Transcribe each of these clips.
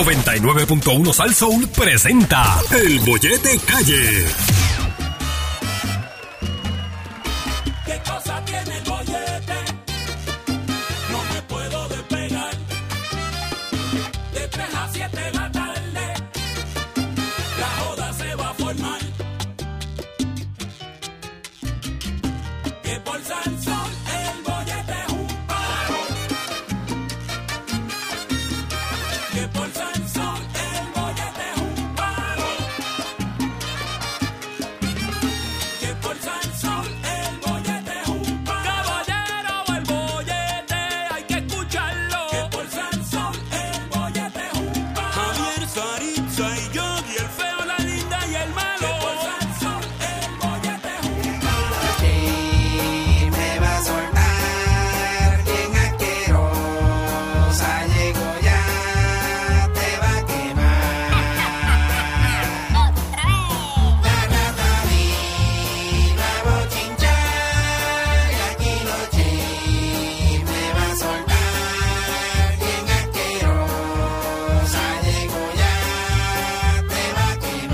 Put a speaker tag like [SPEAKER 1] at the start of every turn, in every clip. [SPEAKER 1] 99.1 Sal Soul presenta El Bollete Calle.
[SPEAKER 2] ¿Qué cosa tiene el bollete? No me puedo despegar. De 3 a 7 de la tarde, la joda se va a formar. Que por Sansón el bollete es un paro. Que por Sansón el bollete es un paro. Que por Sansón el bollete es un paro. Caballero, el bollete hay que escucharlo. Que por Sansón el bollete es un paro. Javier, Saritza y yo. Y el feo, la linda y el malo. Que por Sansón el bollete es un paro.
[SPEAKER 3] Y me va a soltar bien asquerosa. Llegó ya, te va a quemar. La rata viva bochinchar. Y aquí noche me va a soltar bien asquerosa. Llegó ya, te va a quemar.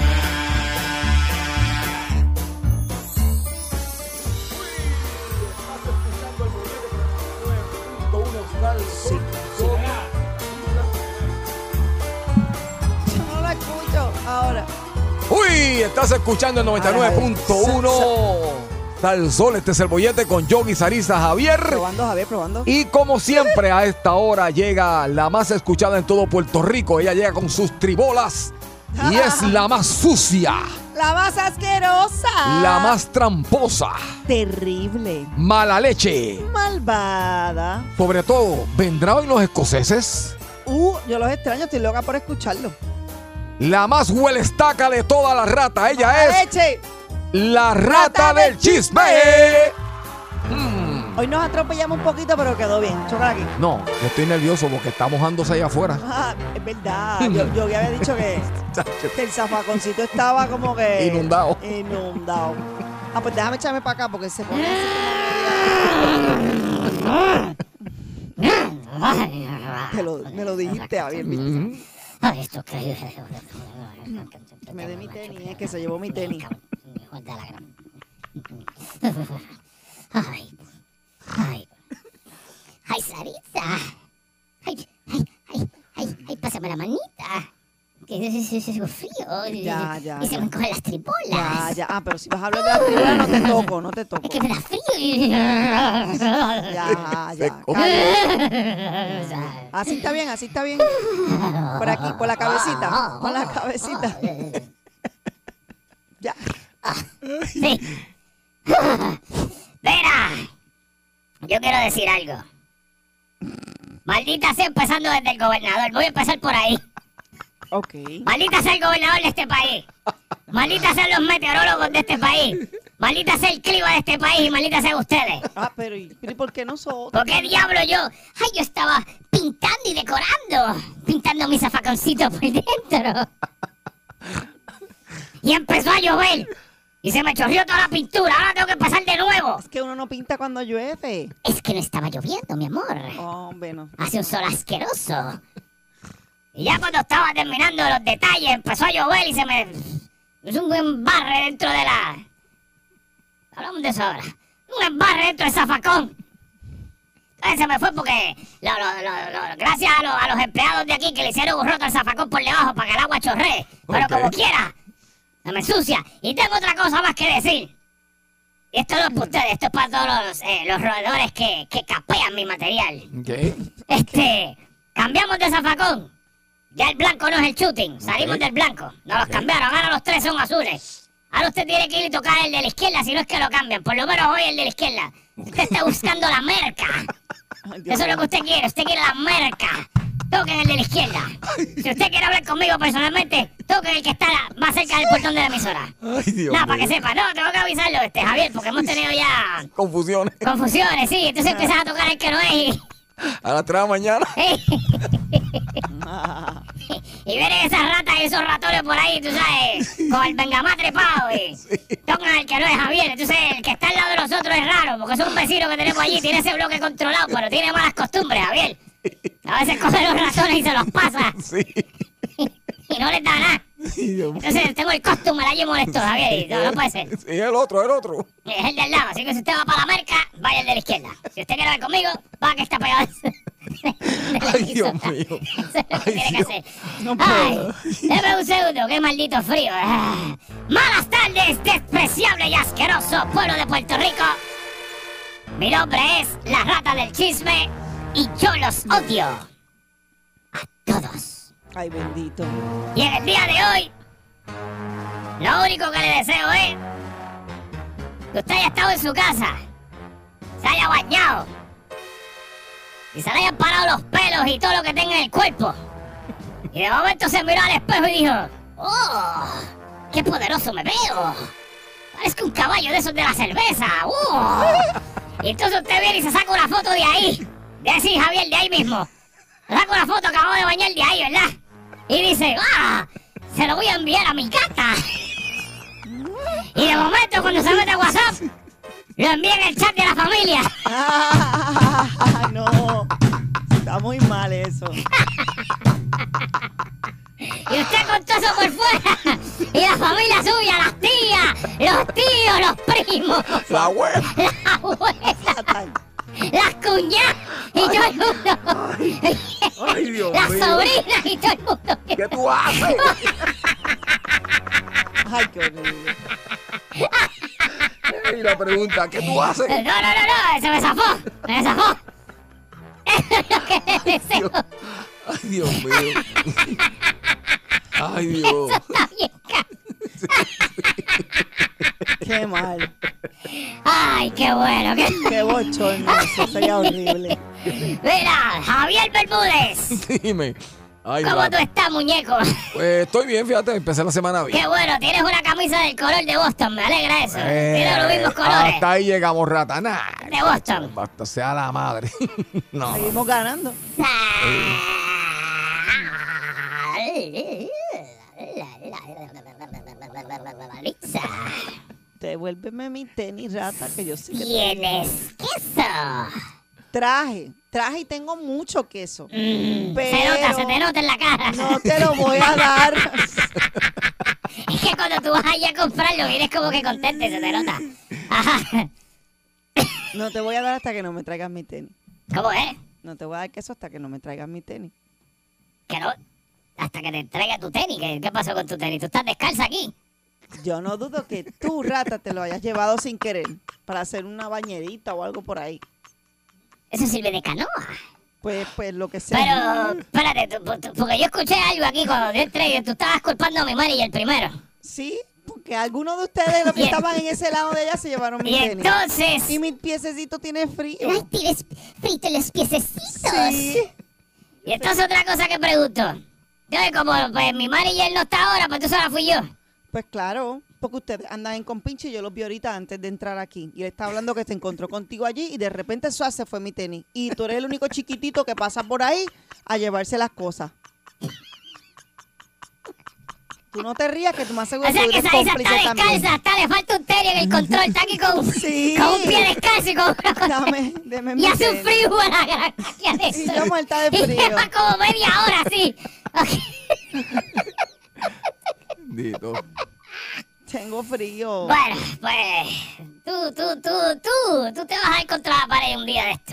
[SPEAKER 4] Yo no lo escucho ahora.
[SPEAKER 5] Uy, estás escuchando el 99.1 Sal Sol. Este es el bollete con Yogi Sarisa Javier.
[SPEAKER 4] Probando, Javier, probando.
[SPEAKER 5] Y como siempre, a esta hora llega la más escuchada en todo Puerto Rico. Ella llega con sus tribolas y es la más sucia,
[SPEAKER 4] La más asquerosa.
[SPEAKER 5] la más tramposa,
[SPEAKER 4] Terrible.
[SPEAKER 5] mala leche.
[SPEAKER 4] Malvada.
[SPEAKER 5] Sobre todo, ¿vendrá hoy los escoceses?
[SPEAKER 4] Uh, yo los extraño, estoy loca por escucharlo.
[SPEAKER 5] La más huelestaca de toda la rata. Ella es
[SPEAKER 4] Leche.
[SPEAKER 5] la rata
[SPEAKER 4] Rata
[SPEAKER 5] del
[SPEAKER 4] del
[SPEAKER 5] chisme.
[SPEAKER 4] Hoy nos atropellamos un poquito, pero quedó bien. Chocar aquí.
[SPEAKER 5] No, yo estoy nervioso porque está mojándose allá afuera.
[SPEAKER 4] Ah, es verdad. Yo, yo había dicho que, que el zafaconcito estaba como que.
[SPEAKER 5] Inundado.
[SPEAKER 4] Inundado. Ah, pues déjame echarme para acá porque se pone así. Te lo, me lo dijiste, Javier. ¿viste? Me de mi tenis, es que se llevó mi tenis.
[SPEAKER 6] Ay, ay, ay, Sarita. Ay, ay, ay, ay, ay, pásame la manita. Que es, es, es frío. Y-
[SPEAKER 4] Ya, ya,
[SPEAKER 6] Y se
[SPEAKER 4] ya.
[SPEAKER 6] me cogen las tripolas.
[SPEAKER 4] Ya, ya. Ah, pero si vas a hablar de la tribuna, no te toco, no te toco.
[SPEAKER 6] Que me da frío.
[SPEAKER 4] Ya, ya.
[SPEAKER 5] come.
[SPEAKER 4] Carlos. Así está bien, así está bien. Por aquí, por la cabecita. Por la cabecita. Ya.
[SPEAKER 6] Sí. Mira, yo quiero decir algo. Maldita sea, empezando desde el gobernador. Voy a empezar por ahí.
[SPEAKER 4] Ok.
[SPEAKER 6] Maldita sea el gobernador de este país. Maldita sean los meteorólogos de este país. Maldita sea el clima de este país y maldita sean ustedes.
[SPEAKER 4] Ah, pero ¿y, pero ¿y por qué nosotros?
[SPEAKER 6] ¿Por qué diablo yo? Ay, yo estaba pintando y decorando. Pintando mi zafaconcito por dentro. Y empezó a llover. Y se me chorrió toda la pintura. Ahora tengo que pasar de nuevo.
[SPEAKER 4] Es que uno no pinta cuando llueve.
[SPEAKER 6] Es que no estaba lloviendo, mi amor.
[SPEAKER 4] Hombre, no.
[SPEAKER 6] Hace un sol asqueroso. Y ya cuando estaba terminando los detalles, empezó a llover y se me. Es un buen barre dentro de la. Hablamos de eso ahora. Un embarre dentro del zafacón. Entonces se me fue porque. lo- lo- lo- lo- gracias a, lo- a los empleados de aquí que le hicieron un roto al zafacón por debajo para que el agua chorree. Pero
[SPEAKER 5] Ok.
[SPEAKER 6] como quiera, se me sucia. Y tengo otra cosa más que decir. Y esto no es para ustedes, esto es para todos los, eh, los roedores que, que capean mi material. Este, cambiamos de zafacón. Ya el blanco no es el shooting. Salimos del blanco. Nos los cambiaron. Ahora los tres son azules. Ahora usted tiene que ir y tocar el de la izquierda si no es que lo cambian. Por lo menos hoy el de la izquierda. Usted está buscando la merca.
[SPEAKER 4] Ay, Dios
[SPEAKER 6] Eso es lo que usted quiere. Usted quiere la merca. Toquen el de la izquierda. Si usted quiere hablar conmigo personalmente, toquen el que está más cerca del portón de la emisora.
[SPEAKER 5] Ay, Dios
[SPEAKER 6] Nada, para que
[SPEAKER 5] mío.
[SPEAKER 6] sepa. No, tengo que avisarlo, este, Javier, porque hemos tenido ya
[SPEAKER 5] Confusiones.
[SPEAKER 6] confusiones, sí. Entonces empiezas a tocar el que no es y-
[SPEAKER 5] A las 3 de la mañana.
[SPEAKER 4] Ah,
[SPEAKER 6] Y vienen esas ratas y esos ratones por ahí, tú sabes, con el bengamá trepado y tocan al que no es Javier. Entonces, el que está al lado de nosotros es raro, porque es un vecino que tenemos allí, tiene ese bloque controlado, pero tiene malas costumbres, Javier. A veces coge los ratones y se los pasa
[SPEAKER 5] Sí.
[SPEAKER 6] y no les da nada.
[SPEAKER 5] Y yo-
[SPEAKER 6] Entonces tengo el costume allí molesto, Javier, y no, no puede ser.
[SPEAKER 5] Y el otro, el otro.
[SPEAKER 6] Es el del lado, así que si usted va para la marca, vaya el de la izquierda. Si usted quiere ver conmigo, va que está pegado.
[SPEAKER 5] Ay, Dios
[SPEAKER 6] Eso
[SPEAKER 5] mío.
[SPEAKER 6] es lo que
[SPEAKER 5] Ay,
[SPEAKER 6] tiene que
[SPEAKER 5] Dios.
[SPEAKER 6] hacer.
[SPEAKER 4] No
[SPEAKER 6] Ay,
[SPEAKER 4] puedo.
[SPEAKER 6] deme un segundo, qué maldito frío. Ah. Malas tardes, despreciable y asqueroso pueblo de Puerto Rico. Mi nombre es la rata del chisme y yo los odio a todos.
[SPEAKER 4] Ay, bendito.
[SPEAKER 6] Y en el día de hoy, lo único que le deseo es que usted haya estado en su casa, se haya bañado y se le hayan parado los pelos y todo lo que tenga en el cuerpo. Y de momento se miró al espejo y dijo, ¡Oh! ¡Qué poderoso me veo! Parezco un caballo de esos de la cerveza. ¡Oh! Y entonces usted viene y se saca una foto de ahí. De así, Javier, de ahí mismo. Se saca una foto que acabo de bañar de ahí, ¿verdad? Y dice, ¡ah! Se lo voy a enviar a mi gata. Y de momento, cuando se mete a WhatsApp, lo envía en el chat de la familia.
[SPEAKER 4] Ah, no. Está muy mal eso.
[SPEAKER 6] Y usted con todo eso por fuera. Y la familia suya, las tías, los tíos, los primos,
[SPEAKER 5] La web.
[SPEAKER 6] la abuela.
[SPEAKER 4] Fatal.
[SPEAKER 6] las cuñadas y todo el mundo.
[SPEAKER 5] Ay, Dios
[SPEAKER 6] las
[SPEAKER 5] mío.
[SPEAKER 6] sobrinas y todo el mundo.
[SPEAKER 5] ¿Qué tú haces?
[SPEAKER 4] Ay, qué horrible.
[SPEAKER 5] Y la pregunta, ¿qué tú haces?
[SPEAKER 6] No, no, no, no, se me zafó, se me zafó. Eso es lo que le deseo.
[SPEAKER 5] Ay, Dios mío. Ay, Dios.
[SPEAKER 6] Está bien, ca-
[SPEAKER 4] Qué mal.
[SPEAKER 6] Ay, qué bueno. Qué...
[SPEAKER 4] Qué bochorno. Eso sería horrible.
[SPEAKER 6] Mira, Javier Bermúdez.
[SPEAKER 5] Dime. Ay,
[SPEAKER 6] ¿Cómo tú
[SPEAKER 5] madre.
[SPEAKER 6] estás, muñeco?
[SPEAKER 5] Pues estoy bien, fíjate, empecé la semana bien.
[SPEAKER 6] Qué bueno, tienes una camisa del color de Boston, me alegra eso. Tienes los
[SPEAKER 5] Eh,
[SPEAKER 6] mismos colores
[SPEAKER 5] hasta ahí llegamos, rata. Nah,
[SPEAKER 6] de Boston.
[SPEAKER 5] basta sea la madre. No.
[SPEAKER 4] Seguimos ganando. Devuélveme mi tenis, rata, que yo sé que
[SPEAKER 6] ¿Quién es queso?
[SPEAKER 4] traje. Traje y tengo mucho queso.
[SPEAKER 6] Mm, Se
[SPEAKER 4] Pero-
[SPEAKER 6] nota, se te nota en la cara.
[SPEAKER 4] No te lo voy a dar.
[SPEAKER 6] Es que cuando tú vas allá a comprarlo, vienes como que contento y se te nota. Ajá.
[SPEAKER 4] No te voy a dar hasta que no me traigas mi tenis.
[SPEAKER 6] ¿Cómo es?
[SPEAKER 4] No te voy a dar queso hasta que no me traigas mi tenis.
[SPEAKER 6] Que no. Hasta que te traiga tu tenis. ¿Qué, qué pasó con tu tenis? ¿Tú estás descalza aquí?
[SPEAKER 4] Yo no dudo que tú, rata, te lo hayas llevado sin querer para hacer una bañerita o algo por ahí.
[SPEAKER 6] Eso sirve de canoa.
[SPEAKER 4] Pues, pues lo que sea.
[SPEAKER 6] Pero, espérate, tú- pues, tú- porque yo escuché algo aquí cuando yo entré y tú estabas culpando a mi madre y el primero.
[SPEAKER 4] Sí, porque algunos de ustedes, los que
[SPEAKER 6] Y-
[SPEAKER 4] estaban en ese lado de ella, se llevaron mi
[SPEAKER 6] Y
[SPEAKER 4] tenis.
[SPEAKER 6] entonces.
[SPEAKER 4] Y mi piececito tiene frío.
[SPEAKER 6] Ay, tienes frito los piececitos.
[SPEAKER 4] Sí.
[SPEAKER 6] Y entonces otra cosa que pregunto. Yo, como pues, mi madre y él no está ahora, pues tú solo fui yo.
[SPEAKER 4] Pues claro, porque ustedes andan en compinche y yo los vi ahorita antes de entrar aquí. Y él está hablando que se encontró contigo allí y de repente eso se fue mi tenis. Y tú eres el único chiquitito que pasa por ahí a llevarse las cosas. Tú no te rías que tú más seguro
[SPEAKER 6] O sea
[SPEAKER 4] tú
[SPEAKER 6] que
[SPEAKER 4] eres
[SPEAKER 6] esa está
[SPEAKER 4] cómplice también.
[SPEAKER 6] descalza, hasta le falta un tenis en el control, está aquí con,
[SPEAKER 4] Sí.
[SPEAKER 6] con un pie descalzo y con una cosa-
[SPEAKER 4] Dame, deme mi
[SPEAKER 6] Y hace un
[SPEAKER 4] tenis.
[SPEAKER 6] frío a la gran cantidad de
[SPEAKER 4] Y
[SPEAKER 6] eso.
[SPEAKER 4] yo muerta de
[SPEAKER 6] Y
[SPEAKER 4] frío.
[SPEAKER 6] lleva como media hora así. Ok.
[SPEAKER 5] Bendito.
[SPEAKER 4] Tengo frío.
[SPEAKER 6] Bueno, pues tú, tú, tú, tú, tú te vas a ir contra la pared un día de esto.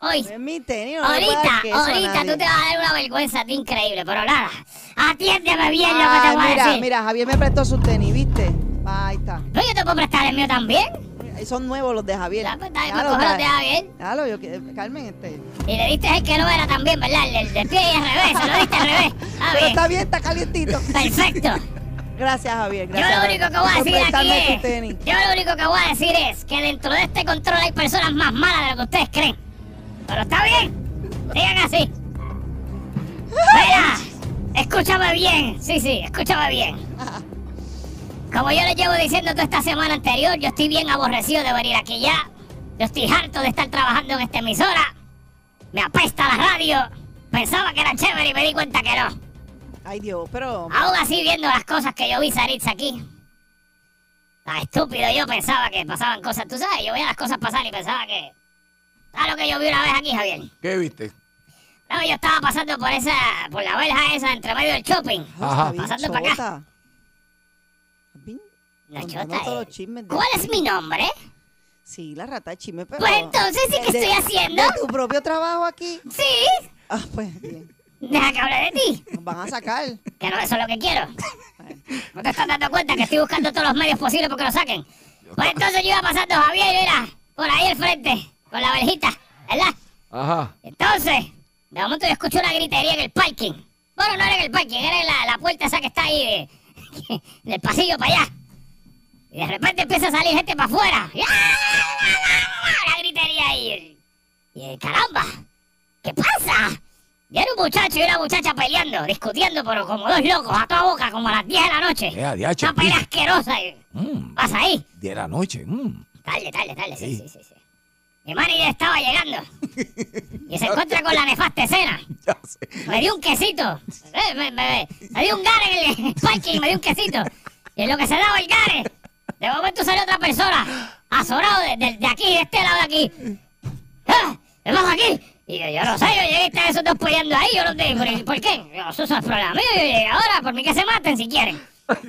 [SPEAKER 6] Hoy,
[SPEAKER 4] Es mi tenis, no le voy a dar
[SPEAKER 6] ahorita,
[SPEAKER 4] queso a
[SPEAKER 6] ahorita
[SPEAKER 4] nadie.
[SPEAKER 6] tú te vas a dar una vergüenza a ti increíble, pero nada. Atiéndeme bien lo que te
[SPEAKER 4] Ah,
[SPEAKER 6] voy a
[SPEAKER 4] mira,
[SPEAKER 6] decir.
[SPEAKER 4] mira, Javier me prestó su tenis, ¿viste? Ah, Ahí está.
[SPEAKER 6] Pero yo te puedo prestar el mío también.
[SPEAKER 4] Ahí eh, Son nuevos los de Javier.
[SPEAKER 6] Ya, pues, dale,
[SPEAKER 4] Claro,
[SPEAKER 6] pues, cógelo,
[SPEAKER 4] dale.
[SPEAKER 6] te va bien.
[SPEAKER 4] Claro, yo que- Carmen, este.
[SPEAKER 6] Y le diste el que no era también, ¿verdad? El, el del pie y al revés, se lo diste al revés. Ah,
[SPEAKER 4] Pero
[SPEAKER 6] bien.
[SPEAKER 4] está bien, está calientito.
[SPEAKER 6] Perfecto.
[SPEAKER 4] Gracias, Javier.
[SPEAKER 6] Yo
[SPEAKER 4] Gracias.
[SPEAKER 6] lo único que voy a
[SPEAKER 4] por
[SPEAKER 6] decir aquí
[SPEAKER 4] prestarme
[SPEAKER 6] es.
[SPEAKER 4] tu tenis.
[SPEAKER 6] Yo lo único que voy a decir es que dentro de este control hay personas más malas de lo que ustedes creen. Pero está bien. Digan así. Mira, escúchame bien. Sí, sí, escúchame bien. Como yo les llevo diciendo toda esta semana anterior, yo estoy bien aborrecido de venir aquí ya. Yo estoy harto de estar trabajando en esta emisora. Me apesta la radio. Pensaba que era chévere y me di cuenta que no.
[SPEAKER 4] Ay, Dios, pero.
[SPEAKER 6] Aún así, viendo las cosas que yo vi Saritz aquí. Tan estúpido yo pensaba que pasaban cosas, tú sabes, yo veía las cosas pasar y pensaba que... ¿Sabes lo que yo vi una vez aquí, Javier?
[SPEAKER 5] ¿Qué viste?
[SPEAKER 6] No, yo estaba pasando por esa, por la verja esa, entre medio del shopping.
[SPEAKER 5] Ajá.
[SPEAKER 6] Pasando para acá. La chota,
[SPEAKER 4] Contando todos
[SPEAKER 6] eh.
[SPEAKER 4] los chismes de-
[SPEAKER 6] ¿Cuál es mi nombre?
[SPEAKER 4] Sí, la rata de chisme, pero...
[SPEAKER 6] Pues entonces, ¿sí que
[SPEAKER 4] de-
[SPEAKER 6] estoy haciendo?
[SPEAKER 4] de tu propio trabajo aquí.
[SPEAKER 6] Sí.
[SPEAKER 4] Ah, pues bien.
[SPEAKER 6] Deja que hable de ti.
[SPEAKER 4] Nos van a sacar.
[SPEAKER 6] Que no, eso es lo que quiero. ¿No te estás dando cuenta que estoy buscando todos los medios posibles porque lo saquen? Pues entonces yo iba pasando Javier, mira, por ahí al frente, con la verjita, ¿verdad?
[SPEAKER 5] Ajá.
[SPEAKER 6] Entonces, de momento yo escucho una gritería en el parking. Bueno, no era en el parking, era en la, la puerta esa que está ahí, de- del pasillo para allá. Y de repente empieza a salir gente para afuera. La gritería ahí. Y eh, caramba, ¿qué pasa? Y era un muchacho y una muchacha peleando, discutiendo, pero como dos locos, a toda boca, como a las 10 de la noche.
[SPEAKER 5] Eh, adiache,
[SPEAKER 6] una pelea
[SPEAKER 5] pija.
[SPEAKER 6] asquerosa. y-
[SPEAKER 5] Mm,
[SPEAKER 6] Pasa ahí.
[SPEAKER 5] de la noche. mm.
[SPEAKER 6] Dale, dale, dale, sí,
[SPEAKER 5] Sí.
[SPEAKER 6] sí, sí. sí. Mi manager estaba llegando. Y se encuentra con la nefasta escena.
[SPEAKER 5] Ya sé.
[SPEAKER 6] Me dio un quesito. Eh, Me, me- me dio un gare en el parking, me dio un quesito. Y en lo que se daba el gare, de momento salió otra persona. Azorado de, de- de aquí, de este lado de aquí. ¡Ah! ¿Qué pasa aquí? Y yo, yo no sé, yo llegué y estaban esos dos peleando ahí. Yo no te ¿por, por qué? Yo, eso es problema mío. Yo llegué ahora, por mí que se maten si quieren.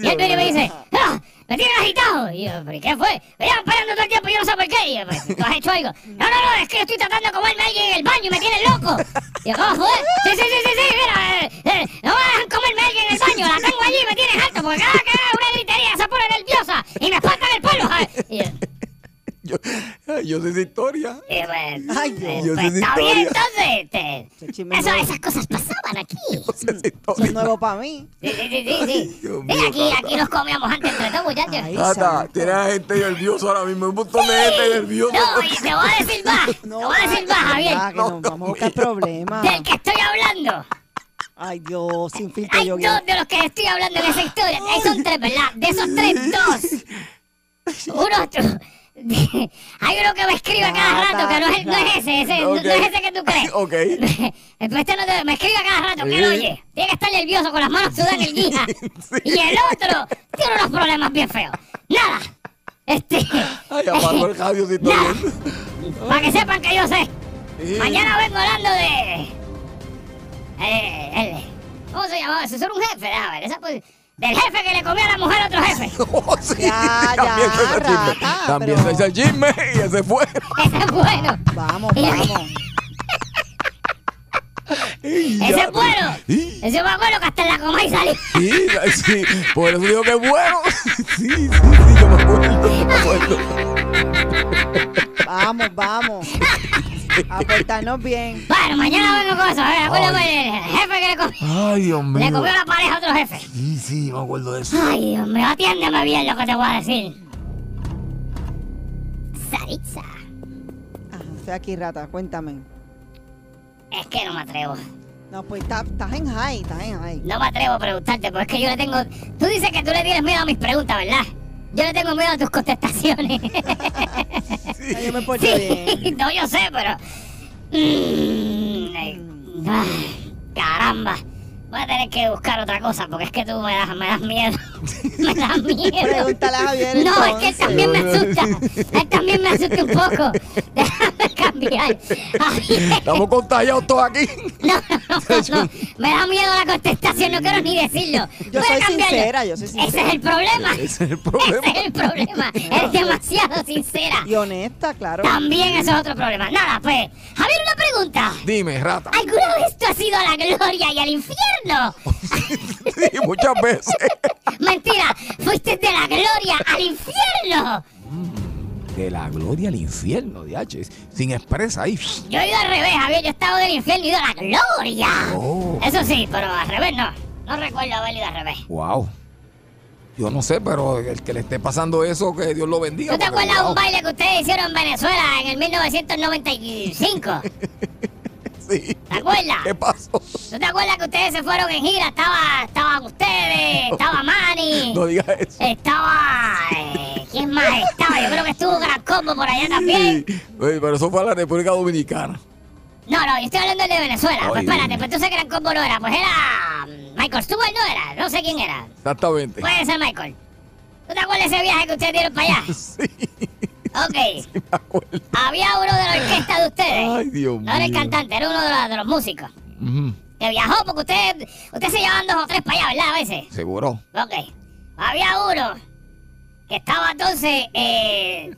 [SPEAKER 6] Y él viene y me dice, ¡Ah! ¡Me tienen agitado! Y yo, ¿pero qué fue? Me llevan parando todo el tiempo y yo no sé por qué. Y yo, pues, ¿tú has hecho algo? No, no, no, es que yo estoy tratando de comerme a alguien en el baño y me tienen loco. Y yo, ¿cómo fue? Sí, sí, sí, sí, sí, mira, eh, eh, no me dejan comerme a alguien en el baño, la tengo allí y me tienen alto porque cada que hago una gritería se pone nerviosa y me faltan el pelo. ¿sabes? Y yo,
[SPEAKER 5] Yo, yo sé esa historia.
[SPEAKER 6] y pues,
[SPEAKER 4] Ay,
[SPEAKER 6] eh,
[SPEAKER 5] yo
[SPEAKER 6] pues,
[SPEAKER 5] sé esa
[SPEAKER 6] está bien,
[SPEAKER 5] historia.
[SPEAKER 6] entonces. te-
[SPEAKER 4] Ese chisme
[SPEAKER 6] eso,
[SPEAKER 4] nuevo.
[SPEAKER 6] esas cosas pasaban aquí.
[SPEAKER 5] Sé
[SPEAKER 4] Eso
[SPEAKER 5] esa
[SPEAKER 4] es
[SPEAKER 5] historia.
[SPEAKER 4] nuevo para mí.
[SPEAKER 6] Sí, sí, sí, sí. sí.
[SPEAKER 5] Dios
[SPEAKER 6] Mira,
[SPEAKER 5] mío,
[SPEAKER 6] aquí,
[SPEAKER 5] tata.
[SPEAKER 6] aquí nos comíamos antes entre todos, muchachos.
[SPEAKER 4] Ay,
[SPEAKER 5] Tata,
[SPEAKER 4] santo.
[SPEAKER 5] tiene a gente nerviosa ahora mismo. Un montón de gente nerviosa.
[SPEAKER 6] No, y te voy a decir más. te voy a decir más, Javier.
[SPEAKER 4] Ah, que
[SPEAKER 5] No,
[SPEAKER 4] nos
[SPEAKER 5] Dios
[SPEAKER 4] vamos a buscar
[SPEAKER 5] mío.
[SPEAKER 4] problemas.
[SPEAKER 6] Del que estoy hablando.
[SPEAKER 4] Ay, Dios, sin filtro
[SPEAKER 6] Hay
[SPEAKER 4] yo.
[SPEAKER 6] dos de los que estoy hablando en esa historia. Ahí son tres, ¿verdad? De esos tres, dos. Uno. tú- Hay uno que me escribe a cada rato, que no es, no es ese, ese no-
[SPEAKER 5] Ah, Ok.
[SPEAKER 6] no es ese que tú crees.
[SPEAKER 5] Ok.
[SPEAKER 6] Este no te- me escribe a cada rato que
[SPEAKER 5] Sí.
[SPEAKER 6] no oye. Tiene que estar nervioso con las manos sudan el guija. Y el otro tiene unos problemas bien feos. Nada. Este.
[SPEAKER 5] Ay, apagó el radio si está
[SPEAKER 6] Nada.
[SPEAKER 5] viendo.
[SPEAKER 6] Para que sepan que yo sé.
[SPEAKER 5] Sí.
[SPEAKER 6] Mañana vengo hablando de. Eh, el- ¿Cómo se llamaba? Eso era un jefe, déjame ver, esa posi- Del jefe que le comía a la mujer a otro jefe.
[SPEAKER 5] Oh, sí.
[SPEAKER 4] Ya, ya,
[SPEAKER 5] También se hizo el chisme.
[SPEAKER 4] rata,
[SPEAKER 5] También
[SPEAKER 4] pero-
[SPEAKER 5] se hizo el chisme y ese fue.
[SPEAKER 6] Ese es bueno.
[SPEAKER 4] Vamos,
[SPEAKER 6] Eh.
[SPEAKER 4] vamos.
[SPEAKER 5] Y
[SPEAKER 6] Ese
[SPEAKER 5] ya.
[SPEAKER 6] es bueno.
[SPEAKER 5] Sí.
[SPEAKER 6] Ese me acuerdo que hasta en la coma y salió.
[SPEAKER 5] Sí, sí, por eso digo que es bueno. Sí, sí, sí, yo me acuerdo, yo me acuerdo.
[SPEAKER 4] Vamos, vamos. A portarnos bien.
[SPEAKER 6] Bueno, mañana vengo con eso. A ver, acuérdame
[SPEAKER 5] Ay.
[SPEAKER 6] del jefe que le comía.
[SPEAKER 5] Ay, Dios
[SPEAKER 6] Le
[SPEAKER 5] mío.
[SPEAKER 6] comió la pareja a otro jefe.
[SPEAKER 5] Sí, sí, me acuerdo de eso.
[SPEAKER 6] Ay, Dios mío, atiéndeme bien lo que te voy a decir. Saritza,
[SPEAKER 4] Ajá, estoy aquí, rata. Cuéntame.
[SPEAKER 6] es que no me atrevo.
[SPEAKER 4] No, pues está- estás en high, estás en high.
[SPEAKER 6] No me atrevo a preguntarte, porque es que yo le tengo... Tú dices que tú le tienes miedo a mis preguntas, ¿verdad? Yo le tengo miedo a tus contestaciones.
[SPEAKER 4] Ay, Yo me porto Pues bien.
[SPEAKER 6] sí, no, yo sé, pero... Mm, ay, ay, caramba. Voy a tener que buscar otra cosa, porque es que tú me das, me das miedo. me das miedo.
[SPEAKER 4] Pregúntale a Javier.
[SPEAKER 6] No, es que él
[SPEAKER 4] entonces.
[SPEAKER 6] también me asusta. Él también me asusta un poco. Déjame cambiar. Javier.
[SPEAKER 5] Estamos contagiados todos aquí.
[SPEAKER 6] No, no, no, no. Me da miedo la contestación, no quiero ni decirlo.
[SPEAKER 4] Yo
[SPEAKER 6] Voy a
[SPEAKER 4] soy
[SPEAKER 6] cambiarlo.
[SPEAKER 4] sincera, yo soy
[SPEAKER 6] Ese
[SPEAKER 4] sincera.
[SPEAKER 6] es el problema.
[SPEAKER 5] Ese es el
[SPEAKER 6] Ese
[SPEAKER 5] problema.
[SPEAKER 6] es el problema. Es demasiado sincera.
[SPEAKER 4] Y honesta, claro.
[SPEAKER 6] También eso es otro problema. Nada, pues. Javier, una pregunta.
[SPEAKER 5] Dime, rata.
[SPEAKER 6] ¿Alguna vez tú has ido a la gloria y al infierno?
[SPEAKER 5] Sí, muchas veces.
[SPEAKER 6] Mentira, fuiste de la gloria al infierno.
[SPEAKER 5] De la gloria al infierno, DH. Sin expresa ahí.
[SPEAKER 6] Yo he ido al revés, Javier. Yo he estado del infierno y he ido a la gloria.
[SPEAKER 5] Oh.
[SPEAKER 6] Eso sí, pero al revés no. No recuerdo haber ido al revés.
[SPEAKER 5] Wow. Yo no sé, pero el que le esté pasando eso, que Dios lo bendiga.
[SPEAKER 6] ¿Tú te
[SPEAKER 5] porque,
[SPEAKER 6] acuerdas de un
[SPEAKER 5] wow.
[SPEAKER 6] baile que ustedes hicieron en Venezuela en el 1995?
[SPEAKER 5] Sí.
[SPEAKER 6] ¿Te acuerdas?
[SPEAKER 5] ¿Qué pasó?
[SPEAKER 6] ¿Tú te acuerdas que ustedes se fueron en gira? Estaba, estaban ustedes, estaba Manny,
[SPEAKER 5] No digas eso.
[SPEAKER 6] estaba... eh, ¿Quién más estaba? Yo creo que estuvo Gran Combo por allá también.
[SPEAKER 5] Sí. Oye, pero eso fue a la República Dominicana.
[SPEAKER 6] No, no, yo estoy hablando de Venezuela.
[SPEAKER 5] Ay,
[SPEAKER 6] pues espérate,
[SPEAKER 5] Dios.
[SPEAKER 6] pues entonces Gran Combo no era. Pues era... mm, Michael Stewart no era, no sé quién era.
[SPEAKER 5] Exactamente.
[SPEAKER 6] Puede ser Michael. ¿Tú te acuerdas de ese viaje que ustedes dieron para allá?
[SPEAKER 5] Sí,
[SPEAKER 6] Ok.
[SPEAKER 5] me acuerdo.
[SPEAKER 6] Había uno de la orquesta de ustedes.
[SPEAKER 5] Ay, Dios
[SPEAKER 6] No era el
[SPEAKER 5] mío.
[SPEAKER 6] cantante, era uno de los, de los músicos.
[SPEAKER 5] Ujú,
[SPEAKER 6] Que viajó porque usted, usted se llevan dos o tres para allá, ¿verdad? A veces.
[SPEAKER 5] Seguro.
[SPEAKER 6] Ok. Había uno que estaba entonces eh,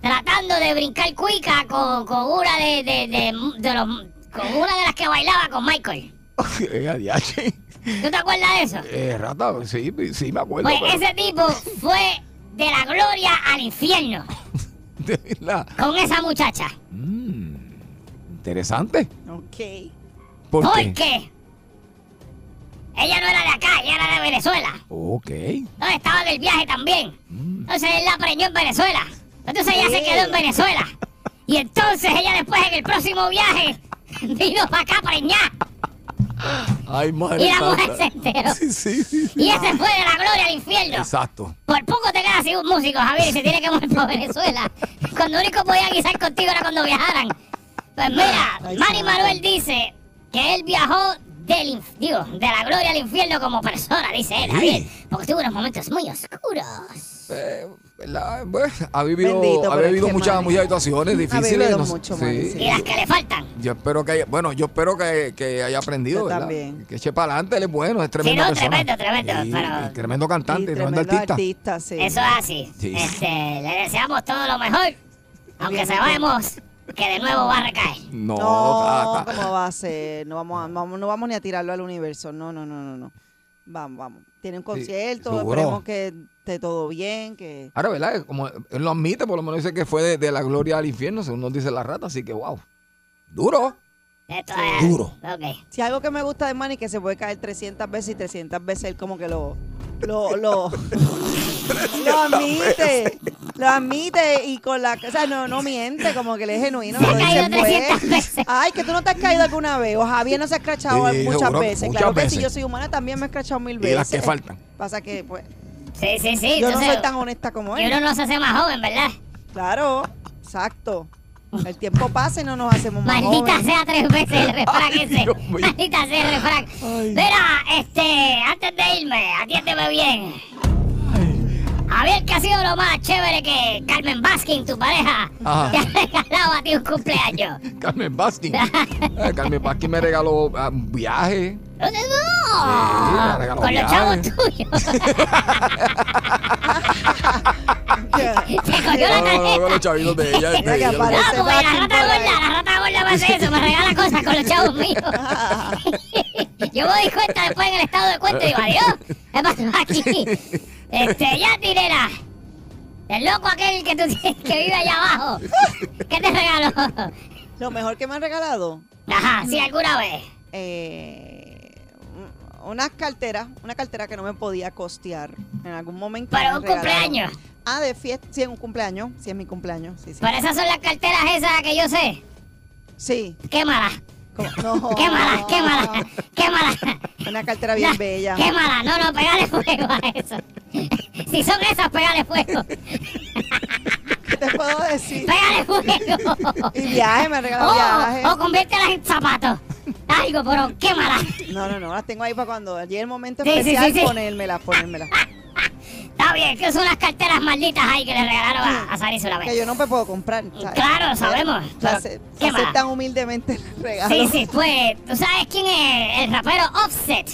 [SPEAKER 6] tratando de brincar cuica con, con una de, de, de- de los, con una de las que bailaba con Michael.
[SPEAKER 5] Eh, adiache.
[SPEAKER 6] ¿Tú te acuerdas de eso?
[SPEAKER 5] Eh, rata, sí, sí me acuerdo.
[SPEAKER 6] Pues
[SPEAKER 5] pero-
[SPEAKER 6] ese tipo fue de la gloria al infierno
[SPEAKER 5] de la-
[SPEAKER 6] con esa muchacha.
[SPEAKER 5] Mm, interesante.
[SPEAKER 4] Ok.
[SPEAKER 5] ¿Por
[SPEAKER 6] ¿Por
[SPEAKER 5] qué?
[SPEAKER 6] qué? Ella no era de acá, ella era de Venezuela.
[SPEAKER 5] Ok.
[SPEAKER 6] No, estaba del viaje también. Entonces él la preñó en Venezuela. Entonces ella se quedó en Venezuela. Y entonces ella después en el próximo viaje vino para acá a preñar.
[SPEAKER 5] Ay, madre.
[SPEAKER 6] Y la mujer
[SPEAKER 5] santa.
[SPEAKER 6] se enteró.
[SPEAKER 5] Sí, sí, sí.
[SPEAKER 6] Y ese fue de la gloria al infierno.
[SPEAKER 5] Exacto.
[SPEAKER 6] Por poco te quedas sin un músico, Javier, y se tiene que mover por Venezuela. Cuando único podía guisar contigo era cuando viajaran. Pues mira, Manny Manuel dice que él viajó del inf- digo, de la gloria al infierno como persona, dice él, Javier. Porque tuvo unos momentos muy oscuros.
[SPEAKER 5] Eh, la- bueno, ha vivido,
[SPEAKER 4] Bendito,
[SPEAKER 5] ha
[SPEAKER 4] pero es
[SPEAKER 5] vivido
[SPEAKER 4] que,
[SPEAKER 5] muchas,
[SPEAKER 4] Manny,
[SPEAKER 5] muchas situaciones difíciles.
[SPEAKER 4] vivido
[SPEAKER 5] no sé,
[SPEAKER 4] mucho, Manny,
[SPEAKER 6] Y
[SPEAKER 4] sí.
[SPEAKER 6] las que le faltan.
[SPEAKER 5] Yo espero que haya, bueno, yo espero que, que haya aprendido,
[SPEAKER 4] Yo
[SPEAKER 5] ¿verdad?
[SPEAKER 4] también.
[SPEAKER 5] Que eche para adelante, él es bueno, es tremendo.
[SPEAKER 6] no, tremendo, tremendo, pero-
[SPEAKER 5] tremendo cantante,
[SPEAKER 4] Y
[SPEAKER 5] tremendo
[SPEAKER 4] tremendo
[SPEAKER 5] artista.
[SPEAKER 4] artista, sí.
[SPEAKER 6] Eso es así.
[SPEAKER 5] Sí.
[SPEAKER 6] Este, le deseamos todo lo mejor, aunque sabemos que de nuevo va a recaer.
[SPEAKER 5] No, ah,
[SPEAKER 4] No,
[SPEAKER 5] gata.
[SPEAKER 4] ¿cómo va a ser? No vamos, a- vamos- no vamos ni a tirarlo al universo. No, no, no, no, no. Vamos, vamos. Tiene un concierto,
[SPEAKER 5] seguro.
[SPEAKER 4] esperemos que esté todo bien, que...
[SPEAKER 5] Ahora, ¿verdad? Como él lo admite, por lo menos dice que fue de, de la gloria al infierno, según nos dice la rata, así que wow. Duro.
[SPEAKER 6] Esto
[SPEAKER 5] Duro.
[SPEAKER 6] Ok.
[SPEAKER 4] Si algo que me gusta de Manny es que se puede caer 300 veces y 300 veces él como que lo... Lo, lo, lo admite, lo admite y con la... O sea, no, no miente, como que le es genuino.
[SPEAKER 6] Se ha
[SPEAKER 4] no dice,
[SPEAKER 6] caído 300
[SPEAKER 4] "Pues,
[SPEAKER 6] veces".
[SPEAKER 4] Ay, que tú no te has caído alguna vez. O Javier no se ha escrachado
[SPEAKER 5] Sí,
[SPEAKER 4] muchas
[SPEAKER 5] seguro,
[SPEAKER 4] veces.
[SPEAKER 5] muchas
[SPEAKER 4] claro que
[SPEAKER 5] veces.
[SPEAKER 4] si yo soy humana también me he escrachado mil
[SPEAKER 5] Y
[SPEAKER 4] veces.
[SPEAKER 5] las que faltan.
[SPEAKER 4] Pasa que, pues,
[SPEAKER 6] Sí, sí, sí.
[SPEAKER 4] yo no
[SPEAKER 6] entonces,
[SPEAKER 4] soy tan honesta como
[SPEAKER 6] y
[SPEAKER 4] él.
[SPEAKER 6] uno no se hace más joven, ¿verdad?
[SPEAKER 4] Claro, exacto. El tiempo pasa y no nos hacemos más
[SPEAKER 6] Maldita
[SPEAKER 4] jóvenes.
[SPEAKER 6] sea tres veces el refrán
[SPEAKER 5] Ay,
[SPEAKER 6] ese.
[SPEAKER 5] Dios mío.
[SPEAKER 6] Maldita sea el refrán. Mira, este, antes de irme, atiéndeme bien. Javier, que ha sido lo más chévere que Carmen Baskin, tu pareja,
[SPEAKER 5] Ajá.
[SPEAKER 6] te ha regalado a ti un cumpleaños.
[SPEAKER 5] Carmen Baskin. Eh, Carmen Baskin me regaló ah, un viaje.
[SPEAKER 6] ¡No!
[SPEAKER 5] la regaló
[SPEAKER 6] Con los chavos
[SPEAKER 5] viajes.
[SPEAKER 6] tuyos. Te cogió la
[SPEAKER 5] No, no, no, con
[SPEAKER 6] tarjeta.
[SPEAKER 5] los chavitos de ella. este,
[SPEAKER 4] Mira que
[SPEAKER 5] yo lo-
[SPEAKER 6] No,
[SPEAKER 4] aparece.
[SPEAKER 6] porque la rata gorda, la rata gorda me hace eso, me regala cosas con los chavos míos. Yo me di cuenta después en el estado de cuenta y digo, adiós, ¿qué pasó aquí? Este, ya tirera. El loco aquel que tú tienes que vive allá abajo. ¿Qué te regaló?
[SPEAKER 4] Lo mejor que me han regalado,
[SPEAKER 6] Ajá, sí, alguna vez.
[SPEAKER 4] eh, un- unas carteras, una cartera que no me podía costear en algún momento.
[SPEAKER 6] Para
[SPEAKER 4] me
[SPEAKER 6] un
[SPEAKER 4] regalaron.
[SPEAKER 6] cumpleaños.
[SPEAKER 4] Ah, de fiesta, sí, en un cumpleaños, sí, es mi cumpleaños, sí, sí.
[SPEAKER 6] Pero esas son las carteras esas que yo sé.
[SPEAKER 4] Sí,
[SPEAKER 6] Quémala,
[SPEAKER 4] como- no.
[SPEAKER 6] quémala, quémala, quémala.
[SPEAKER 4] Una cartera
[SPEAKER 6] No,
[SPEAKER 4] bien bella.
[SPEAKER 6] Qué mala, no, no, pegale fuego a eso. si son esas, pegale fuego.
[SPEAKER 4] ¿Qué te puedo decir?
[SPEAKER 6] Pégale fuego.
[SPEAKER 4] Y viaje, me han
[SPEAKER 6] Oh,
[SPEAKER 4] regalado viaje.
[SPEAKER 6] o, o conviértelas en zapatos. Algo, pero qué mala.
[SPEAKER 4] No, no, no, las tengo ahí para cuando llegue el momento
[SPEAKER 6] Sí, sí,
[SPEAKER 4] especial,
[SPEAKER 6] sí, sí.
[SPEAKER 4] ponérmelas, ponérmelas.
[SPEAKER 6] Está bien, que son las carteras malditas ahí que le regalaron a, a Saris una
[SPEAKER 4] que
[SPEAKER 6] vez.
[SPEAKER 4] yo no me puedo comprar. ¿sabes?
[SPEAKER 6] Claro, sabemos,
[SPEAKER 4] Se
[SPEAKER 6] pero
[SPEAKER 4] ace- se
[SPEAKER 6] qué mala.
[SPEAKER 4] aceptan humildemente el regalo.
[SPEAKER 6] Sí, sí, pues, ¿tú sabes quién es el rapero Offset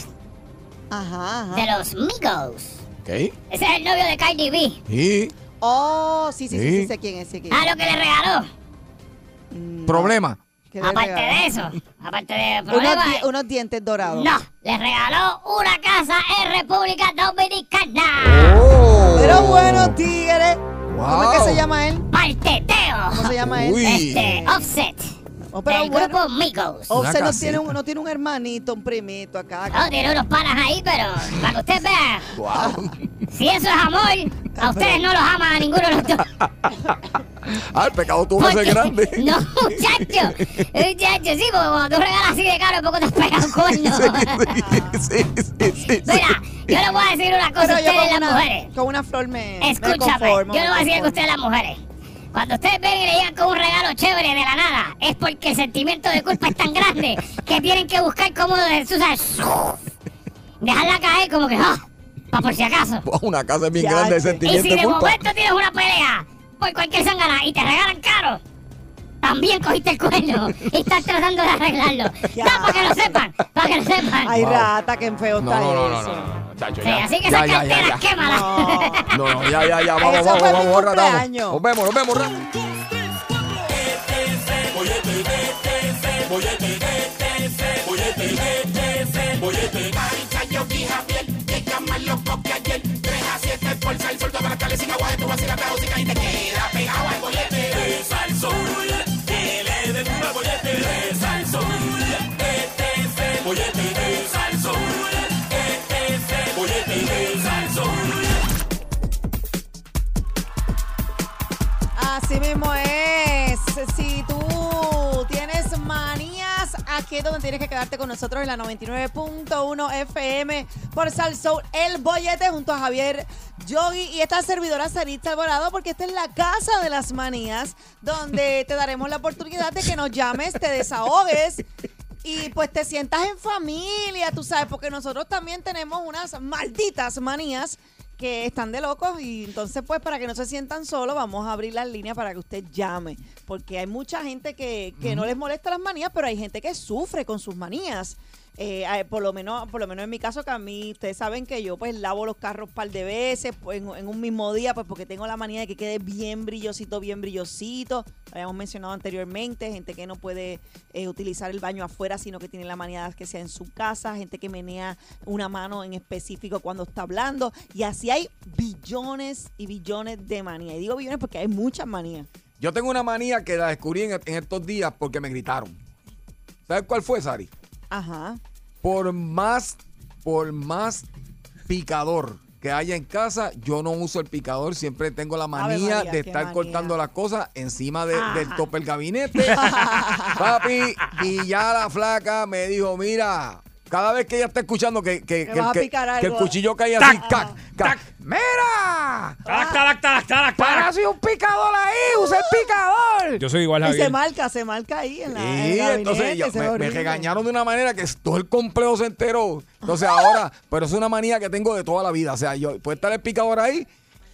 [SPEAKER 4] Ajá, ajá.
[SPEAKER 6] de los Migos?
[SPEAKER 5] Ok.
[SPEAKER 6] Ese es el novio de Cardi B.
[SPEAKER 5] Y
[SPEAKER 4] Oh, sí, sí, sí,
[SPEAKER 5] Sí.
[SPEAKER 4] sí, sé quién es, sé quién es.
[SPEAKER 6] Ah, lo que le regaló.
[SPEAKER 5] problema.
[SPEAKER 4] ¿Qué le
[SPEAKER 6] Aparte
[SPEAKER 4] regaló?
[SPEAKER 6] de eso, aparte de
[SPEAKER 4] Unos,
[SPEAKER 6] problemas.
[SPEAKER 4] di- unos dientes dorados.
[SPEAKER 6] No, le regaló una casa en República Dominicana.
[SPEAKER 5] Oh.
[SPEAKER 4] Pero bueno, tigre. ¿Cómo es que se
[SPEAKER 5] Wow.
[SPEAKER 4] llama él? ¿Cómo
[SPEAKER 6] Parteteo.
[SPEAKER 4] se llama él?
[SPEAKER 5] Uy.
[SPEAKER 4] Eh,
[SPEAKER 6] Este, Offset.
[SPEAKER 4] Oh, pero
[SPEAKER 6] del
[SPEAKER 4] bueno.
[SPEAKER 6] grupo Migos. Oh.
[SPEAKER 4] Offset
[SPEAKER 5] Una
[SPEAKER 4] no tiene, un,
[SPEAKER 5] casita.
[SPEAKER 4] no tiene un hermanito, un primito acá.
[SPEAKER 6] tiene unos panas ahí, pero para que usted vea,
[SPEAKER 5] Wow.
[SPEAKER 6] si eso es amor, a ustedes no los ama a ninguno de los dos.
[SPEAKER 5] Ah, el pecado tuvo que ser
[SPEAKER 6] Porque-
[SPEAKER 5] grande.
[SPEAKER 6] No, muchacho. Muchacho, sí, porque cuando tú regalas así de caro, poco te pegas un cuerno.
[SPEAKER 5] Sí, sí, sí, sí.
[SPEAKER 6] Mira, yo les voy a decir una cosa
[SPEAKER 4] Pero
[SPEAKER 6] a
[SPEAKER 4] yo
[SPEAKER 6] ustedes,
[SPEAKER 4] con
[SPEAKER 6] las
[SPEAKER 4] una,
[SPEAKER 6] mujeres.
[SPEAKER 4] con una flor me. me
[SPEAKER 6] Escúchame, yo le
[SPEAKER 4] conformo,
[SPEAKER 6] voy
[SPEAKER 4] me
[SPEAKER 6] a decir algo a
[SPEAKER 4] conformo.
[SPEAKER 6] ustedes las mujeres. Cuando ustedes ven y le llegan con un regalo chévere de la nada, es porque el sentimiento de culpa es tan grande que tienen que buscar cómo de- tú sabes, dejarla caer como que, ah, pa' por si acaso.
[SPEAKER 5] Wow, Una casa bien
[SPEAKER 4] Ya, che.
[SPEAKER 5] grande de
[SPEAKER 6] Y si
[SPEAKER 5] sentimiento
[SPEAKER 6] de
[SPEAKER 5] de culpa.
[SPEAKER 6] momento tienes una pelea por cualquier sangana y te regalan caro, también cogiste el cuerno y estás tratando de arreglarlo.
[SPEAKER 4] Ya.
[SPEAKER 6] No, para que lo sepan, para que lo sepan.
[SPEAKER 4] Ay,
[SPEAKER 5] Wow.
[SPEAKER 4] rata, que feo
[SPEAKER 5] No,
[SPEAKER 4] está
[SPEAKER 5] no, no, no,
[SPEAKER 4] eso.
[SPEAKER 5] no, no, chacho,
[SPEAKER 6] Sí,
[SPEAKER 5] ya.
[SPEAKER 6] así que
[SPEAKER 5] Ya,
[SPEAKER 6] esas
[SPEAKER 5] ya, ya,
[SPEAKER 6] carteras
[SPEAKER 5] ya.
[SPEAKER 6] quémalas.
[SPEAKER 4] No.
[SPEAKER 5] No, no, ya, ya, ya, vamos,
[SPEAKER 4] Eso
[SPEAKER 5] vamos,
[SPEAKER 4] fue mi
[SPEAKER 5] vamos, ahora estamos.
[SPEAKER 4] cumpleaños.
[SPEAKER 5] Nos vemos, nos vemos, Ra-
[SPEAKER 4] Así mismo es. Si tú tienes manías, aquí es donde tienes que quedarte con nosotros en la 99.1 FM por Sal Soul, El Bollete, junto a Javier Yogi y esta servidora Sarita Alborado, porque esta es la casa de las manías, donde te daremos la oportunidad de que nos llames, te desahogues. Y pues te sientas en familia, tú sabes, porque nosotros también tenemos unas malditas manías que están de locos y entonces pues para que no se sientan solos vamos a abrir las líneas para que usted llame porque hay mucha gente que, que no les molesta las manías pero hay gente que sufre con sus manías Eh, eh, por lo menos por lo menos en mi caso que a mí ustedes saben que yo pues lavo los carros par de veces pues, en, en un mismo día pues porque tengo la manía de que quede bien brillosito bien brillosito lo habíamos mencionado anteriormente gente que no puede eh, utilizar el baño afuera sino que tiene la manía de que sea en su casa gente que menea una mano en específico cuando está hablando. Y así hay billones y billones de manías. Y digo billones porque hay muchas manías.
[SPEAKER 5] Yo tengo una manía que la descubrí en, en estos días porque me gritaron. ¿Sabes cuál fue, Sari?
[SPEAKER 4] Ajá.
[SPEAKER 5] Por más, por más picador que haya en casa, yo no uso el picador. Siempre tengo la manía
[SPEAKER 4] María,
[SPEAKER 5] de
[SPEAKER 4] qué
[SPEAKER 5] estar
[SPEAKER 4] manía.
[SPEAKER 5] cortando las cosas encima de-
[SPEAKER 4] Ajá.
[SPEAKER 5] del tope del gabinete. Papi, y ya la flaca me dijo, mira... Cada vez que ella está escuchando que, que,
[SPEAKER 4] Me
[SPEAKER 5] que-
[SPEAKER 4] vas a
[SPEAKER 5] que-
[SPEAKER 4] picar
[SPEAKER 5] que el
[SPEAKER 4] algo.
[SPEAKER 5] cuchillo cae así,
[SPEAKER 4] Tac.
[SPEAKER 5] cac, cac. ¡Mira!
[SPEAKER 7] Talac, talac, talac, talac, talac.
[SPEAKER 5] ¡Parece un picador ahí! ¡Usa el picador!
[SPEAKER 7] Yo soy igual,
[SPEAKER 4] Y se
[SPEAKER 7] Javier.
[SPEAKER 4] marca, se marca ahí en la. en el
[SPEAKER 5] Sí,
[SPEAKER 4] gabinete,
[SPEAKER 5] entonces yo-
[SPEAKER 4] se ve
[SPEAKER 5] me, me
[SPEAKER 4] horrible.
[SPEAKER 5] regañaron de una manera que todo el complejo se enteró. Entonces ahora, pero es una manía que tengo de toda la vida. O sea, yo puede estar el picador ahí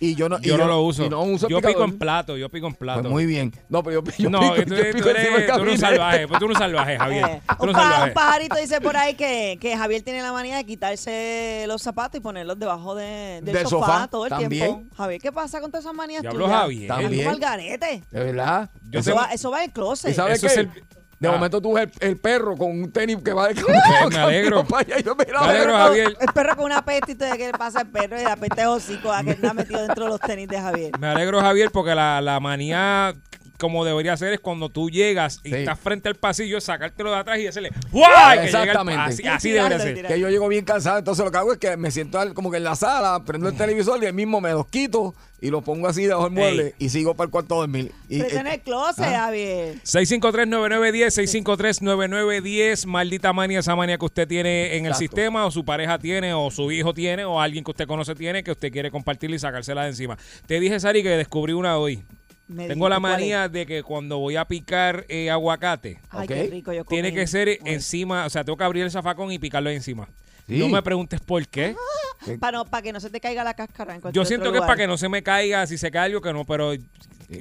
[SPEAKER 5] y yo no, y
[SPEAKER 7] Yo no lo uso.
[SPEAKER 5] y no uso el
[SPEAKER 7] yo pico
[SPEAKER 5] picador.
[SPEAKER 7] en plato, yo pico en plato.
[SPEAKER 5] Pues muy bien. No, pero yo, yo
[SPEAKER 7] no,
[SPEAKER 5] pico,
[SPEAKER 7] tú,
[SPEAKER 5] yo
[SPEAKER 7] tú
[SPEAKER 5] pico encima del
[SPEAKER 7] eres, tú eres un
[SPEAKER 5] gabinete.
[SPEAKER 7] salvaje, pues tú eres un salvaje, Javier.
[SPEAKER 4] Eh,
[SPEAKER 7] Tú
[SPEAKER 4] un,
[SPEAKER 7] eres un
[SPEAKER 4] pa-
[SPEAKER 7] salvaje.
[SPEAKER 4] un pajarito dice por ahí que, que Javier tiene la manía de quitarse los zapatos y ponerlos debajo de- del
[SPEAKER 5] Del
[SPEAKER 4] sofá,
[SPEAKER 5] sofá,
[SPEAKER 4] todo el
[SPEAKER 5] también.
[SPEAKER 4] tiempo. Javier, ¿qué pasa con todas esas manías?
[SPEAKER 7] Diablo,
[SPEAKER 4] tuyas?
[SPEAKER 7] Javier.
[SPEAKER 4] Algo
[SPEAKER 5] También.
[SPEAKER 4] al garete.
[SPEAKER 5] De verdad.
[SPEAKER 7] Yo
[SPEAKER 4] Eso
[SPEAKER 5] Eso-
[SPEAKER 7] tengo-
[SPEAKER 4] va, eso va en el closet.
[SPEAKER 5] ¿Y sabes
[SPEAKER 7] Eso
[SPEAKER 5] qué?
[SPEAKER 7] es el-
[SPEAKER 5] De
[SPEAKER 7] Ah.
[SPEAKER 5] momento tú ves el, el perro con un tenis que va de
[SPEAKER 7] me alegro.
[SPEAKER 5] para allá y yo, mira,
[SPEAKER 7] Me alegro,
[SPEAKER 5] perro.
[SPEAKER 7] Javier.
[SPEAKER 4] El perro con una peste y todo que le pasa al perro y la peste de hocico a que está metido dentro de los tenis de Javier.
[SPEAKER 7] Me alegro, Javier, porque la, la manía como debería ser es cuando tú llegas y
[SPEAKER 5] Sí.
[SPEAKER 7] estás frente al pasillo, sacártelo de atrás y decirle ¡guay! Que llega el-
[SPEAKER 5] Exactamente.
[SPEAKER 7] así así debería
[SPEAKER 4] Tirarlo,
[SPEAKER 7] ser.
[SPEAKER 4] tirar.
[SPEAKER 5] Que yo llego bien cansado, entonces lo que hago es que me siento al- como que en la sala, prendo el televisor y el mismo me los quito y los pongo así debajo del mueble y sigo para el cuarto a dormir. Y,
[SPEAKER 4] Pero eso
[SPEAKER 5] eh,
[SPEAKER 4] no es closet, Javier.
[SPEAKER 7] 653-9910, 653-9910, maldita manía, esa manía que usted tiene en el
[SPEAKER 5] Exacto.
[SPEAKER 7] sistema, o su pareja tiene, o su hijo tiene, o alguien que usted conoce tiene, que usted quiere compartirle y sacársela de encima. Te dije, Sari, que descubrí una hoy.
[SPEAKER 4] Me
[SPEAKER 7] Tengo la
[SPEAKER 4] dijiste cuál
[SPEAKER 7] manía de que cuando voy a picar eh, aguacate,
[SPEAKER 4] Ay,
[SPEAKER 5] Ok.
[SPEAKER 4] qué rico yo
[SPEAKER 7] tiene
[SPEAKER 4] comí.
[SPEAKER 7] que ser
[SPEAKER 4] Bueno,
[SPEAKER 7] encima, o sea, tengo que abrir el zafacón y picarlo encima.
[SPEAKER 5] Sí.
[SPEAKER 7] No me preguntes por qué.
[SPEAKER 4] Para no, para que no se te caiga la cáscara Ah, pues en cualquier
[SPEAKER 7] Yo siento
[SPEAKER 4] otro
[SPEAKER 7] que es
[SPEAKER 4] lugar.
[SPEAKER 7] para que no se me caiga, si se cae algo que no, pero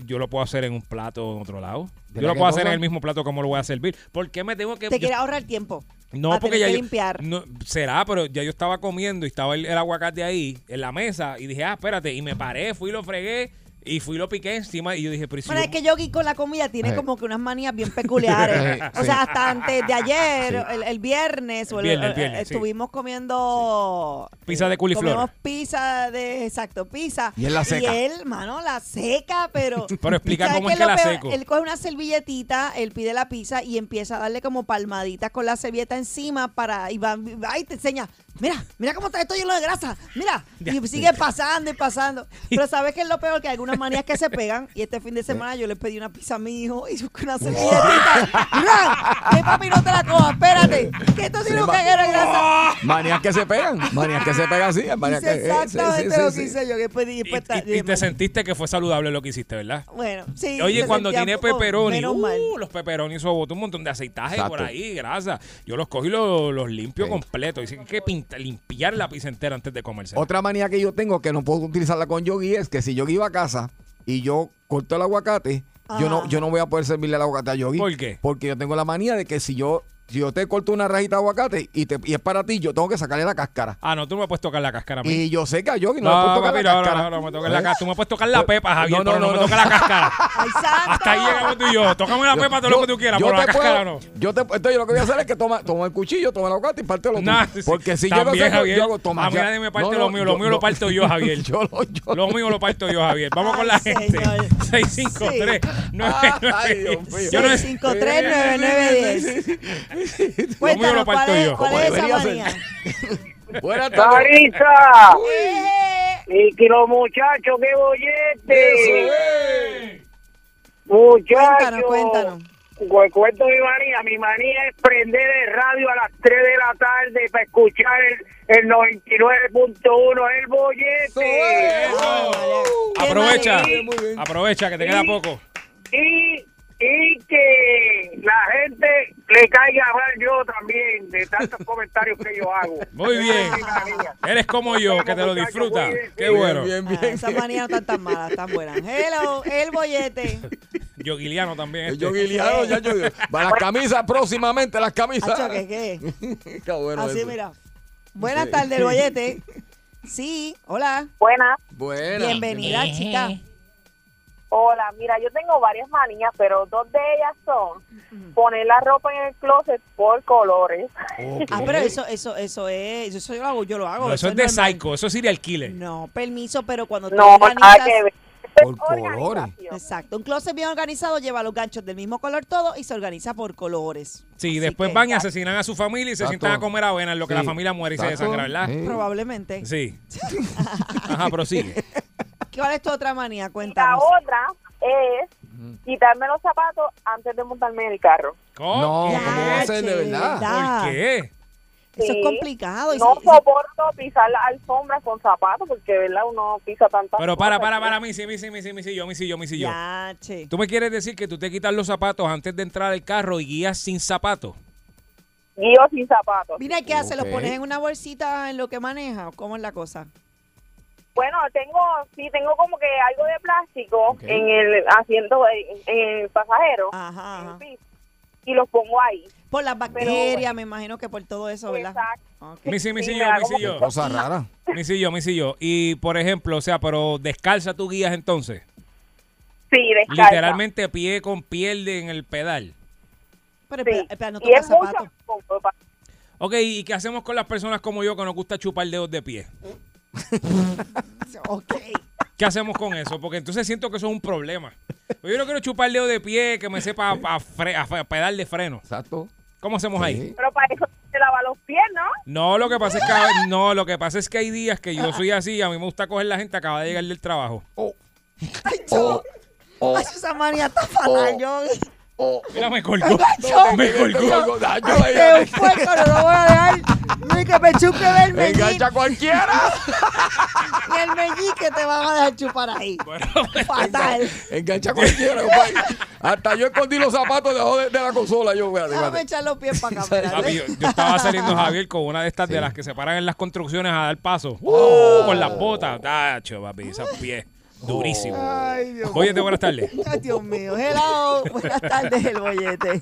[SPEAKER 7] yo lo puedo hacer en un plato en otro lado.
[SPEAKER 5] ¿De
[SPEAKER 7] Yo
[SPEAKER 5] la
[SPEAKER 7] lo
[SPEAKER 5] que
[SPEAKER 7] puedo hacer
[SPEAKER 5] cosa?
[SPEAKER 7] en el mismo plato como lo voy a servir. ¿Por qué me tengo que...
[SPEAKER 4] Te
[SPEAKER 7] yo-
[SPEAKER 4] quieres ahorrar tiempo.
[SPEAKER 7] no,
[SPEAKER 4] para
[SPEAKER 7] porque
[SPEAKER 4] tener
[SPEAKER 7] ya
[SPEAKER 4] que
[SPEAKER 7] yo-
[SPEAKER 4] limpiar.
[SPEAKER 7] no, será, pero ya yo estaba comiendo y estaba el, el aguacate ahí en la mesa y dije, ah, espérate, y me paré, fui y lo fregué y fui y lo piqué encima y yo dije, pero si
[SPEAKER 4] Bueno,
[SPEAKER 7] yo-
[SPEAKER 4] es que Yogi con la comida tiene
[SPEAKER 7] Eh.
[SPEAKER 5] Sí.
[SPEAKER 4] como que unas manías bien peculiares.
[SPEAKER 5] Sí,
[SPEAKER 4] O sea,
[SPEAKER 5] sí.
[SPEAKER 4] hasta antes de ayer,
[SPEAKER 5] Sí.
[SPEAKER 4] el, el viernes, o
[SPEAKER 7] El viernes, el viernes,
[SPEAKER 4] eh,
[SPEAKER 7] sí.
[SPEAKER 4] estuvimos comiendo...
[SPEAKER 7] Pizza de coliflor.
[SPEAKER 4] Comimos pizza de... Exacto, pizza.
[SPEAKER 5] Y él la seca.
[SPEAKER 4] Y él, mano, la seca, pero...
[SPEAKER 7] Pero explica
[SPEAKER 4] ¿sabes
[SPEAKER 7] cómo
[SPEAKER 4] qué
[SPEAKER 7] es que
[SPEAKER 4] lo
[SPEAKER 7] la
[SPEAKER 4] peor?
[SPEAKER 7] seco.
[SPEAKER 4] Él coge una servilletita, él pide la pizza y empieza a darle como palmaditas con la servilleta encima para... Y va, ahí te enseña, mira, mira cómo está esto lleno de grasa, mira. Y sigue pasando y pasando. Pero ¿sabes qué es lo peor? Que hay algunas manías que se pegan. Y este fin de semana yo le pedí una pizza a mi hijo y busqué una servilletita. ¡Ra! ¡Que papi no te la coja! Espérate, que esto tiene un
[SPEAKER 5] va.
[SPEAKER 4] caguero de grasa.
[SPEAKER 5] Manías que se pegan, manías que se pegan así. manías
[SPEAKER 4] Hice
[SPEAKER 5] que- Oh, eh, sí, sí,
[SPEAKER 4] exactamente
[SPEAKER 5] sí,
[SPEAKER 4] lo
[SPEAKER 5] sí.
[SPEAKER 4] que hice yo. Que pedí,
[SPEAKER 7] Y-
[SPEAKER 4] pues,
[SPEAKER 7] y- y
[SPEAKER 4] dije,
[SPEAKER 7] te
[SPEAKER 4] "Mami".
[SPEAKER 7] sentiste que fue saludable lo que hiciste, ¿verdad?
[SPEAKER 4] Bueno, sí.
[SPEAKER 7] Oye,
[SPEAKER 4] me
[SPEAKER 7] cuando
[SPEAKER 4] sentía
[SPEAKER 7] tiene
[SPEAKER 4] un poco
[SPEAKER 7] peperoni,
[SPEAKER 4] Menos mal.
[SPEAKER 7] uh, los peperoni sobre un montón de aceitaje por
[SPEAKER 5] Exacto.
[SPEAKER 7] ahí, grasa. Yo los cojo y los, los limpio
[SPEAKER 5] Sí.
[SPEAKER 7] completo. Dicen que hay que pinta- limpiar la pizza entera antes de comerse.
[SPEAKER 5] Otra manía que yo tengo que no puedo utilizarla con yogi es que si yo iba a casa y yo corto el aguacate, yo
[SPEAKER 4] Ah.
[SPEAKER 5] no, yo no voy a poder servirle el aguacate a Yogi.
[SPEAKER 7] ¿Por qué?
[SPEAKER 5] Porque yo tengo la manía de que si yo, si yo te corto una rajita de aguacate y, te, y es para ti, yo tengo que sacarle la cáscara.
[SPEAKER 7] Ah, no, tú no me puedes tocar la cáscara a mí.
[SPEAKER 5] Y yo sé que a Yogi no,
[SPEAKER 7] No,
[SPEAKER 5] le puedo tocar
[SPEAKER 7] papi,
[SPEAKER 5] la
[SPEAKER 7] no, no,
[SPEAKER 5] cáscara.
[SPEAKER 7] no, no me toques la
[SPEAKER 5] ¿Eh?
[SPEAKER 7] cáscara. Tú me puedes tocar la pepa, Javier,
[SPEAKER 5] No, no,
[SPEAKER 7] pero no,
[SPEAKER 5] no,
[SPEAKER 7] me
[SPEAKER 5] no.
[SPEAKER 7] toques la cáscara.
[SPEAKER 4] ¡Ay, santo!
[SPEAKER 7] Hasta ahí llegamos tú y yo. Tócame la pepa todo lo que tú quieras,
[SPEAKER 5] yo
[SPEAKER 7] pero la
[SPEAKER 5] te puedo-
[SPEAKER 7] cáscara no.
[SPEAKER 5] Yo te, entonces yo lo que voy a hacer es que toma, toma el cuchillo, toma el aguacate y parte lo
[SPEAKER 7] Nah, sí,
[SPEAKER 5] tuyo.
[SPEAKER 7] sí.
[SPEAKER 5] Porque si yo
[SPEAKER 7] También,
[SPEAKER 5] lo saco,
[SPEAKER 7] Javier,
[SPEAKER 5] yo hago toma.
[SPEAKER 7] a mí
[SPEAKER 5] ya.
[SPEAKER 7] nadie me parte lo mío, lo mío lo parto yo, Javier.
[SPEAKER 5] yo lo, yo-
[SPEAKER 7] Lo mío lo parto yo, Javier. Vamos con
[SPEAKER 4] Ay,
[SPEAKER 7] la gente.
[SPEAKER 4] señor.
[SPEAKER 7] 653
[SPEAKER 5] Ay, Dios
[SPEAKER 7] 9
[SPEAKER 5] mío.
[SPEAKER 7] Yo no
[SPEAKER 4] Seis, cinco, tres, nueve, nueve, diez.
[SPEAKER 7] mío lo
[SPEAKER 4] Cuéntanos,
[SPEAKER 7] parto
[SPEAKER 4] ¿cuál es,
[SPEAKER 7] yo.
[SPEAKER 4] cuál
[SPEAKER 5] Como
[SPEAKER 4] es esa
[SPEAKER 5] debería ser.
[SPEAKER 4] manía?
[SPEAKER 5] Buenas tardes.
[SPEAKER 8] ¡Carita!
[SPEAKER 4] Eh,
[SPEAKER 8] Y que los muchachos, qué bollete.
[SPEAKER 4] Cuéntanos,
[SPEAKER 8] Muchachos.
[SPEAKER 4] cuéntanos.
[SPEAKER 8] cu- Cuento mi manía. Mi manía es prender el radio a las 3 de la tarde para escuchar el, el 99.1, el bollete.
[SPEAKER 7] Eso.
[SPEAKER 4] Qué
[SPEAKER 7] Aprovecha. Ah,
[SPEAKER 4] maravilla,
[SPEAKER 7] Aprovecha que te queda poco.
[SPEAKER 8] Y, y que la gente le caiga mal yo también de tantos comentarios que yo hago.
[SPEAKER 7] Muy bien.
[SPEAKER 8] Esa es mi manía.
[SPEAKER 7] Eres como yo, que te lo
[SPEAKER 8] Muchachos,
[SPEAKER 7] disfruta.
[SPEAKER 8] cuídense.
[SPEAKER 7] Qué bueno.
[SPEAKER 5] Bien,
[SPEAKER 4] Ah,
[SPEAKER 5] bien, bien.
[SPEAKER 4] esas manías no están tan malas, están buenas. Hello, el bollete.
[SPEAKER 7] Yo, Guiliano también. este.
[SPEAKER 5] Yo guiliano, ya yo. Va las camisas próximamente, las camisas.
[SPEAKER 4] Hacho, ¿qué, qué?
[SPEAKER 5] Está bueno
[SPEAKER 4] Así,
[SPEAKER 5] eso.
[SPEAKER 4] mira. Buenas
[SPEAKER 5] Sí.
[SPEAKER 4] tardes, el bollete. Sí, hola.
[SPEAKER 9] Buenas.
[SPEAKER 5] Buena.
[SPEAKER 4] Bienvenida, chica.
[SPEAKER 9] Hola, mira, yo tengo varias manías, pero dos de ellas son poner la ropa en el closet por colores.
[SPEAKER 4] Ah, pero eso, eso, eso es, eso yo lo hago, yo lo hago.
[SPEAKER 7] No, eso es de
[SPEAKER 4] normal.
[SPEAKER 7] psycho, eso es serial killer.
[SPEAKER 4] No, permiso, pero cuando tú
[SPEAKER 9] No, nada
[SPEAKER 4] organizas-
[SPEAKER 9] que ver.
[SPEAKER 5] Por
[SPEAKER 9] Organización.
[SPEAKER 4] Exacto, un closet bien organizado lleva los ganchos del mismo color todo y se organiza por colores.
[SPEAKER 7] Sí,
[SPEAKER 4] Así
[SPEAKER 7] después
[SPEAKER 4] que,
[SPEAKER 7] van y asesinan a su familia y se
[SPEAKER 5] Exacto.
[SPEAKER 7] sientan a comer avena en lo que
[SPEAKER 5] Sí.
[SPEAKER 7] la familia muere y se
[SPEAKER 5] Exacto.
[SPEAKER 7] desangra, ¿verdad?
[SPEAKER 5] Sí.
[SPEAKER 4] Probablemente.
[SPEAKER 7] Sí. Ajá, prosigue.
[SPEAKER 4] ¿Cuál es tu otra manía?
[SPEAKER 9] Y la
[SPEAKER 4] Cuéntanos.
[SPEAKER 9] otra es quitarme los zapatos antes de montarme en el carro.
[SPEAKER 7] ¿Cómo?
[SPEAKER 5] No,
[SPEAKER 4] Ya,
[SPEAKER 5] ¿cómo va a ser de
[SPEAKER 4] che,
[SPEAKER 5] verdad?
[SPEAKER 4] ¿verdad?
[SPEAKER 7] ¿Por qué?
[SPEAKER 4] Eso
[SPEAKER 9] Sí.
[SPEAKER 4] es complicado. y
[SPEAKER 9] No
[SPEAKER 4] se-
[SPEAKER 9] soporto pisar las alfombras con zapatos porque, ¿verdad? Uno pisa tantas
[SPEAKER 7] Pero para,
[SPEAKER 9] cosas
[SPEAKER 7] para,
[SPEAKER 9] que-
[SPEAKER 7] para mí, sí, mí, sí, mí, sí, mí, sí, yo, mí, sí, yo, mí, sí, yo.
[SPEAKER 4] Ya, che.
[SPEAKER 7] ¿Tú me quieres decir que tú te quitas los zapatos antes de entrar al carro y guías sin zapatos?
[SPEAKER 9] Guío sin zapatos.
[SPEAKER 4] Mira, ¿qué hace? ¿Los
[SPEAKER 5] Ok.
[SPEAKER 4] pones en una bolsita en lo que maneja? ¿O ¿Cómo es la cosa?
[SPEAKER 9] Bueno, tengo, sí, tengo como que algo de plástico
[SPEAKER 5] Ok.
[SPEAKER 9] en el asiento, en, en el pasajero,
[SPEAKER 4] Ajá, ajá.
[SPEAKER 9] en el piso, y los pongo ahí.
[SPEAKER 4] Por las bacterias, me imagino que por todo eso, Oh, ¿verdad?
[SPEAKER 9] Exacto.
[SPEAKER 4] Ok.
[SPEAKER 7] Mí sí, mí sí,
[SPEAKER 9] Sí,
[SPEAKER 7] yo,
[SPEAKER 9] me
[SPEAKER 7] mí
[SPEAKER 9] hago
[SPEAKER 7] sí, yo.
[SPEAKER 5] Cosa rara.
[SPEAKER 7] Mí sí, yo, mí sí, yo. Y, por ejemplo, o sea, pero descalza tú guías entonces.
[SPEAKER 9] Sí, descalza.
[SPEAKER 7] Literalmente pie con piel de- en el pedal.
[SPEAKER 4] Pero,
[SPEAKER 9] Sí.
[SPEAKER 4] espera, espera, no
[SPEAKER 9] y
[SPEAKER 4] toca
[SPEAKER 9] es mucho.
[SPEAKER 4] zapatos.
[SPEAKER 9] confort para-
[SPEAKER 7] Ok, ¿y qué hacemos con las personas como yo que nos gusta chupar dedos de pie?
[SPEAKER 4] Ok.
[SPEAKER 7] ¿Qué hacemos con eso? Porque entonces siento que eso es un problema. Pues Yo no quiero chupar dedo de pie que me sepa a, a fre- a fe- a pedal de freno.
[SPEAKER 5] Exacto.
[SPEAKER 7] ¿Cómo hacemos ahí?
[SPEAKER 5] Sí.
[SPEAKER 9] Pero para eso se lava los pies, ¿no?
[SPEAKER 7] No, lo que pasa es que a- no, lo que pasa es que hay días que yo soy así, a mí me gusta coger la gente acaba de llegar del trabajo.
[SPEAKER 5] Oh. Oh. Oh.
[SPEAKER 4] Ay, esa manía está fatal, yo.
[SPEAKER 5] Oh.
[SPEAKER 7] Mira, me colgó. Me colgó.
[SPEAKER 5] Yo- yo-
[SPEAKER 4] Este es un puerco, no lo voy a dejar ni que me chupe el meñique,
[SPEAKER 5] Engancha a cualquiera.
[SPEAKER 4] ni el meñique te van a dejar chupar ahí. Fatal.
[SPEAKER 5] Engancha a cualquiera, compadre. Hasta yo escondí los zapatos debajo de, de la consola. Yo, espérate,
[SPEAKER 4] Déjame
[SPEAKER 5] espérate.
[SPEAKER 4] echar los pies ¿eh? para acá.
[SPEAKER 7] Papi, yo,
[SPEAKER 4] espérate.
[SPEAKER 7] yo estaba saliendo Javier con una de estas de las que se paran en las construcciones a dar paso. Oh, Con las botas. Tacho, papi, esos pies. Durísimo.
[SPEAKER 4] Ay, Dios
[SPEAKER 7] Oye, te buenas tardes.
[SPEAKER 4] Ay, Dios mío. Hello. Buenas tardes, el bollete.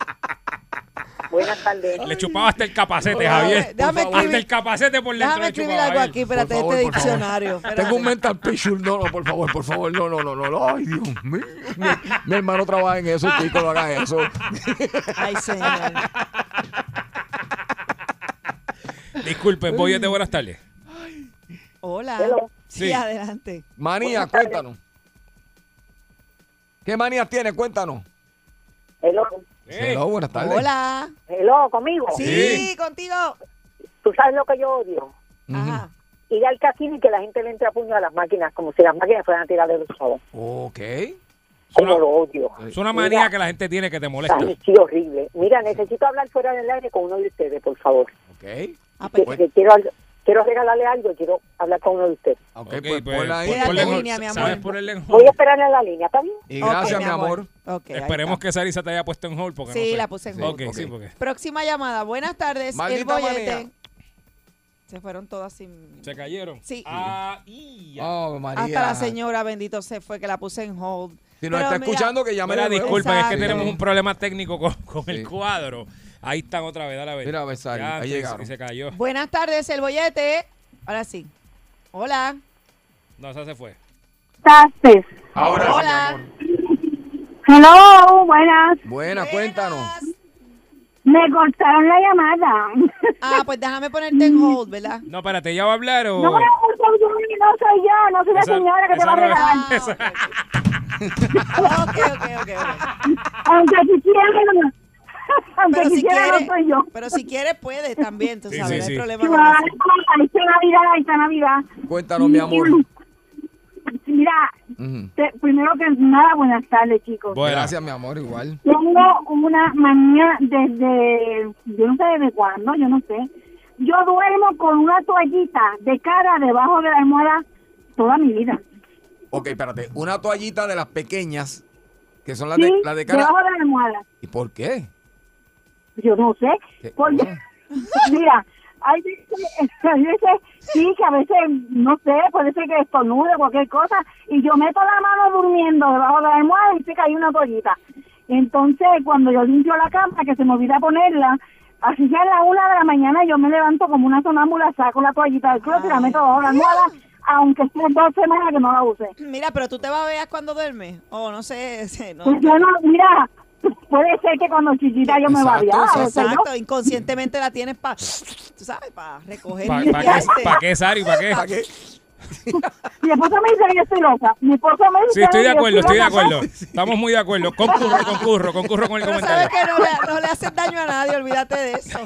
[SPEAKER 9] Buenas tardes.
[SPEAKER 7] Le chupaba hasta el capacete, Javier.
[SPEAKER 4] Déjame escribir-
[SPEAKER 7] Hasta el capacete por dentro.
[SPEAKER 4] Déjame
[SPEAKER 7] le
[SPEAKER 4] escribir
[SPEAKER 7] chupaba,
[SPEAKER 4] algo
[SPEAKER 7] Javier.
[SPEAKER 4] aquí, espérate,
[SPEAKER 5] Por favor,
[SPEAKER 4] este
[SPEAKER 5] por favor.
[SPEAKER 4] diccionario. espérate.
[SPEAKER 5] Tengo un mental picture. No, no, por favor, por favor. No, no, no, no. no. Ay, Dios mío. Mi, mi hermano trabaja en eso, chico, no haga eso.
[SPEAKER 4] Ay, señor.
[SPEAKER 7] Disculpe, voy de buenas tardes.
[SPEAKER 4] Mm. Hola.
[SPEAKER 9] Hello.
[SPEAKER 4] Sí,
[SPEAKER 7] Sí.
[SPEAKER 4] adelante.
[SPEAKER 5] Manía, cuéntanos. ¿Qué manías tienes? Cuéntanos.
[SPEAKER 9] Hello,
[SPEAKER 5] Hello, buenas tardes.
[SPEAKER 4] Hola.
[SPEAKER 9] hello, conmigo.
[SPEAKER 4] Sí, contigo.
[SPEAKER 9] Tú sabes lo que yo odio.
[SPEAKER 5] Ujú.
[SPEAKER 4] Ajá.
[SPEAKER 9] Ir al casino y que la gente le entre a puño a las máquinas, como si las máquinas fueran a tirar de los chavos.
[SPEAKER 5] Ok.
[SPEAKER 9] Como lo odio.
[SPEAKER 7] Es una manía que la gente tiene que te molesta.
[SPEAKER 9] Ay, sí, horrible. Mira, necesito hablar fuera del aire con uno de ustedes, por favor.
[SPEAKER 5] Ok.
[SPEAKER 4] Ah,
[SPEAKER 9] Que-
[SPEAKER 4] pues,
[SPEAKER 9] que quiero, al- quiero regalarle algo y quiero hablar con uno de ustedes.
[SPEAKER 5] Ok,
[SPEAKER 7] Ok,
[SPEAKER 5] pues,
[SPEAKER 7] pues,
[SPEAKER 5] ponla ahí.
[SPEAKER 4] Quédate
[SPEAKER 7] ponle
[SPEAKER 4] en
[SPEAKER 7] en-
[SPEAKER 4] línea, mi amor.
[SPEAKER 7] ¿Sabes ponerle en
[SPEAKER 9] Voy a
[SPEAKER 7] hold?
[SPEAKER 9] esperar en la línea, ¿está bien?
[SPEAKER 5] Y
[SPEAKER 4] ok,
[SPEAKER 5] gracias, mi amor.
[SPEAKER 4] Ok, ahí
[SPEAKER 7] Esperemos
[SPEAKER 4] está.
[SPEAKER 7] que Sarisa te haya puesto en hold porque
[SPEAKER 4] Sí,
[SPEAKER 7] no sé.
[SPEAKER 4] la puse en hold.
[SPEAKER 7] Ok,
[SPEAKER 5] Ok.
[SPEAKER 7] sí, porque.
[SPEAKER 4] Próxima llamada. Buenas tardes,
[SPEAKER 5] Maldita
[SPEAKER 4] el bollete.
[SPEAKER 5] manía.
[SPEAKER 4] Se fueron todas sin...
[SPEAKER 7] ¿Se cayeron?
[SPEAKER 4] Sí.
[SPEAKER 7] Ah, y
[SPEAKER 5] Oh, María.
[SPEAKER 4] Hasta la señora, bendito se fue, que la puse en hold.
[SPEAKER 5] Si
[SPEAKER 4] Pero
[SPEAKER 5] nos está
[SPEAKER 4] mira,
[SPEAKER 5] escuchando, que llame
[SPEAKER 7] Mira,
[SPEAKER 5] de nuevo.
[SPEAKER 7] disculpen, es que
[SPEAKER 4] Exacto.
[SPEAKER 7] tenemos un problema técnico con, con
[SPEAKER 5] Sí.
[SPEAKER 7] el cuadro. Ahí están otra vez, dale a ver.
[SPEAKER 5] Mira, a ver, Sari,
[SPEAKER 7] Ya,
[SPEAKER 5] ahí
[SPEAKER 7] se-
[SPEAKER 5] llegaron.
[SPEAKER 7] se- se cayó.
[SPEAKER 4] Buenas tardes, el bollete. Ahora sí. Hola.
[SPEAKER 7] No, esa se fue.
[SPEAKER 9] Taxes.
[SPEAKER 5] Ahora sí, mi
[SPEAKER 4] Hola.
[SPEAKER 5] amor.
[SPEAKER 9] Hello, buenas.
[SPEAKER 5] Buena, cuéntanos.
[SPEAKER 4] Buenas.
[SPEAKER 9] Me cortaron la llamada.
[SPEAKER 4] Ah, pues déjame ponerte en hold, ¿verdad?
[SPEAKER 7] No, espérate, ¿ya va a hablar o...?
[SPEAKER 9] No me lo cortó yo, no soy yo, no soy la
[SPEAKER 7] Oh. Esa-
[SPEAKER 9] señora que te
[SPEAKER 7] esa
[SPEAKER 9] va a
[SPEAKER 7] no es-
[SPEAKER 9] regalar.
[SPEAKER 4] Ah, ok, ok, ok, ok, ok.
[SPEAKER 9] Aunque quisiera, no. aunque
[SPEAKER 4] Pero si
[SPEAKER 9] quisiera, no
[SPEAKER 4] quieres,
[SPEAKER 9] soy yo.
[SPEAKER 4] pero si quieres puedes también, tú
[SPEAKER 7] Sí,
[SPEAKER 4] sabes,
[SPEAKER 7] sí,
[SPEAKER 4] no hay
[SPEAKER 7] sí.
[SPEAKER 4] problema
[SPEAKER 9] Sí,
[SPEAKER 4] con
[SPEAKER 9] va,
[SPEAKER 4] eso.
[SPEAKER 9] Ahí está Navidad, ahí está Navidad.
[SPEAKER 5] Cuéntanos, mi amor.
[SPEAKER 9] Mira,
[SPEAKER 5] Ujú.
[SPEAKER 9] te- primero que nada, buenas tardes, chicos.
[SPEAKER 7] Bueno,
[SPEAKER 5] Gracias, mi amor, igual.
[SPEAKER 9] Tengo una manía desde, yo no sé desde cuándo, yo no sé. Yo duermo con una toallita de cara debajo de la almohada toda mi vida.
[SPEAKER 5] Ok, espérate. Una toallita de las pequeñas, que son las
[SPEAKER 9] Sí,
[SPEAKER 5] de, las de cara.
[SPEAKER 9] debajo de la almohada.
[SPEAKER 5] ¿Y por qué?
[SPEAKER 9] Yo no sé.
[SPEAKER 5] ¿Qué?
[SPEAKER 9] Porque, mira, hay veces, hay veces, sí, que a veces, no sé, puede ser que estornude o cualquier cosa, y yo meto la mano durmiendo debajo de la almohada y sé que hay una toallita. Entonces, cuando yo limpio la cama, que se me olvida ponerla, así sea a la una de la mañana, yo me levanto como una sonámbula, saco la toallita del closet y la meto debajo de la almohada, aunque esté dos semanas que no la use.
[SPEAKER 4] Mira, pero tú te vas a ver cuando duermes. O no sé, sé, no.
[SPEAKER 9] Pues yo no, mira, puede ser que cuando chiquita yo me
[SPEAKER 5] Exacto,
[SPEAKER 9] babiaba, o sea, yo-
[SPEAKER 4] Exacto, inconscientemente la tienes para, tú sabes, para recoger.
[SPEAKER 7] ¿para
[SPEAKER 4] y
[SPEAKER 7] qué,
[SPEAKER 4] limpiarte.
[SPEAKER 7] pa' qué, Sari? ¿Para qué?
[SPEAKER 5] ¿Para qué?
[SPEAKER 9] Mi esposo me dice que yo estoy loca. Mi esposo me dice
[SPEAKER 7] Sí, estoy de
[SPEAKER 9] que yo
[SPEAKER 7] acuerdo, estoy de
[SPEAKER 9] loca.
[SPEAKER 7] acuerdo. Estamos muy de acuerdo. Concurro, concurro, concurro con el
[SPEAKER 4] Pero sabes
[SPEAKER 7] comentario.
[SPEAKER 4] que no le, no le haces daño a nadie, olvídate de eso.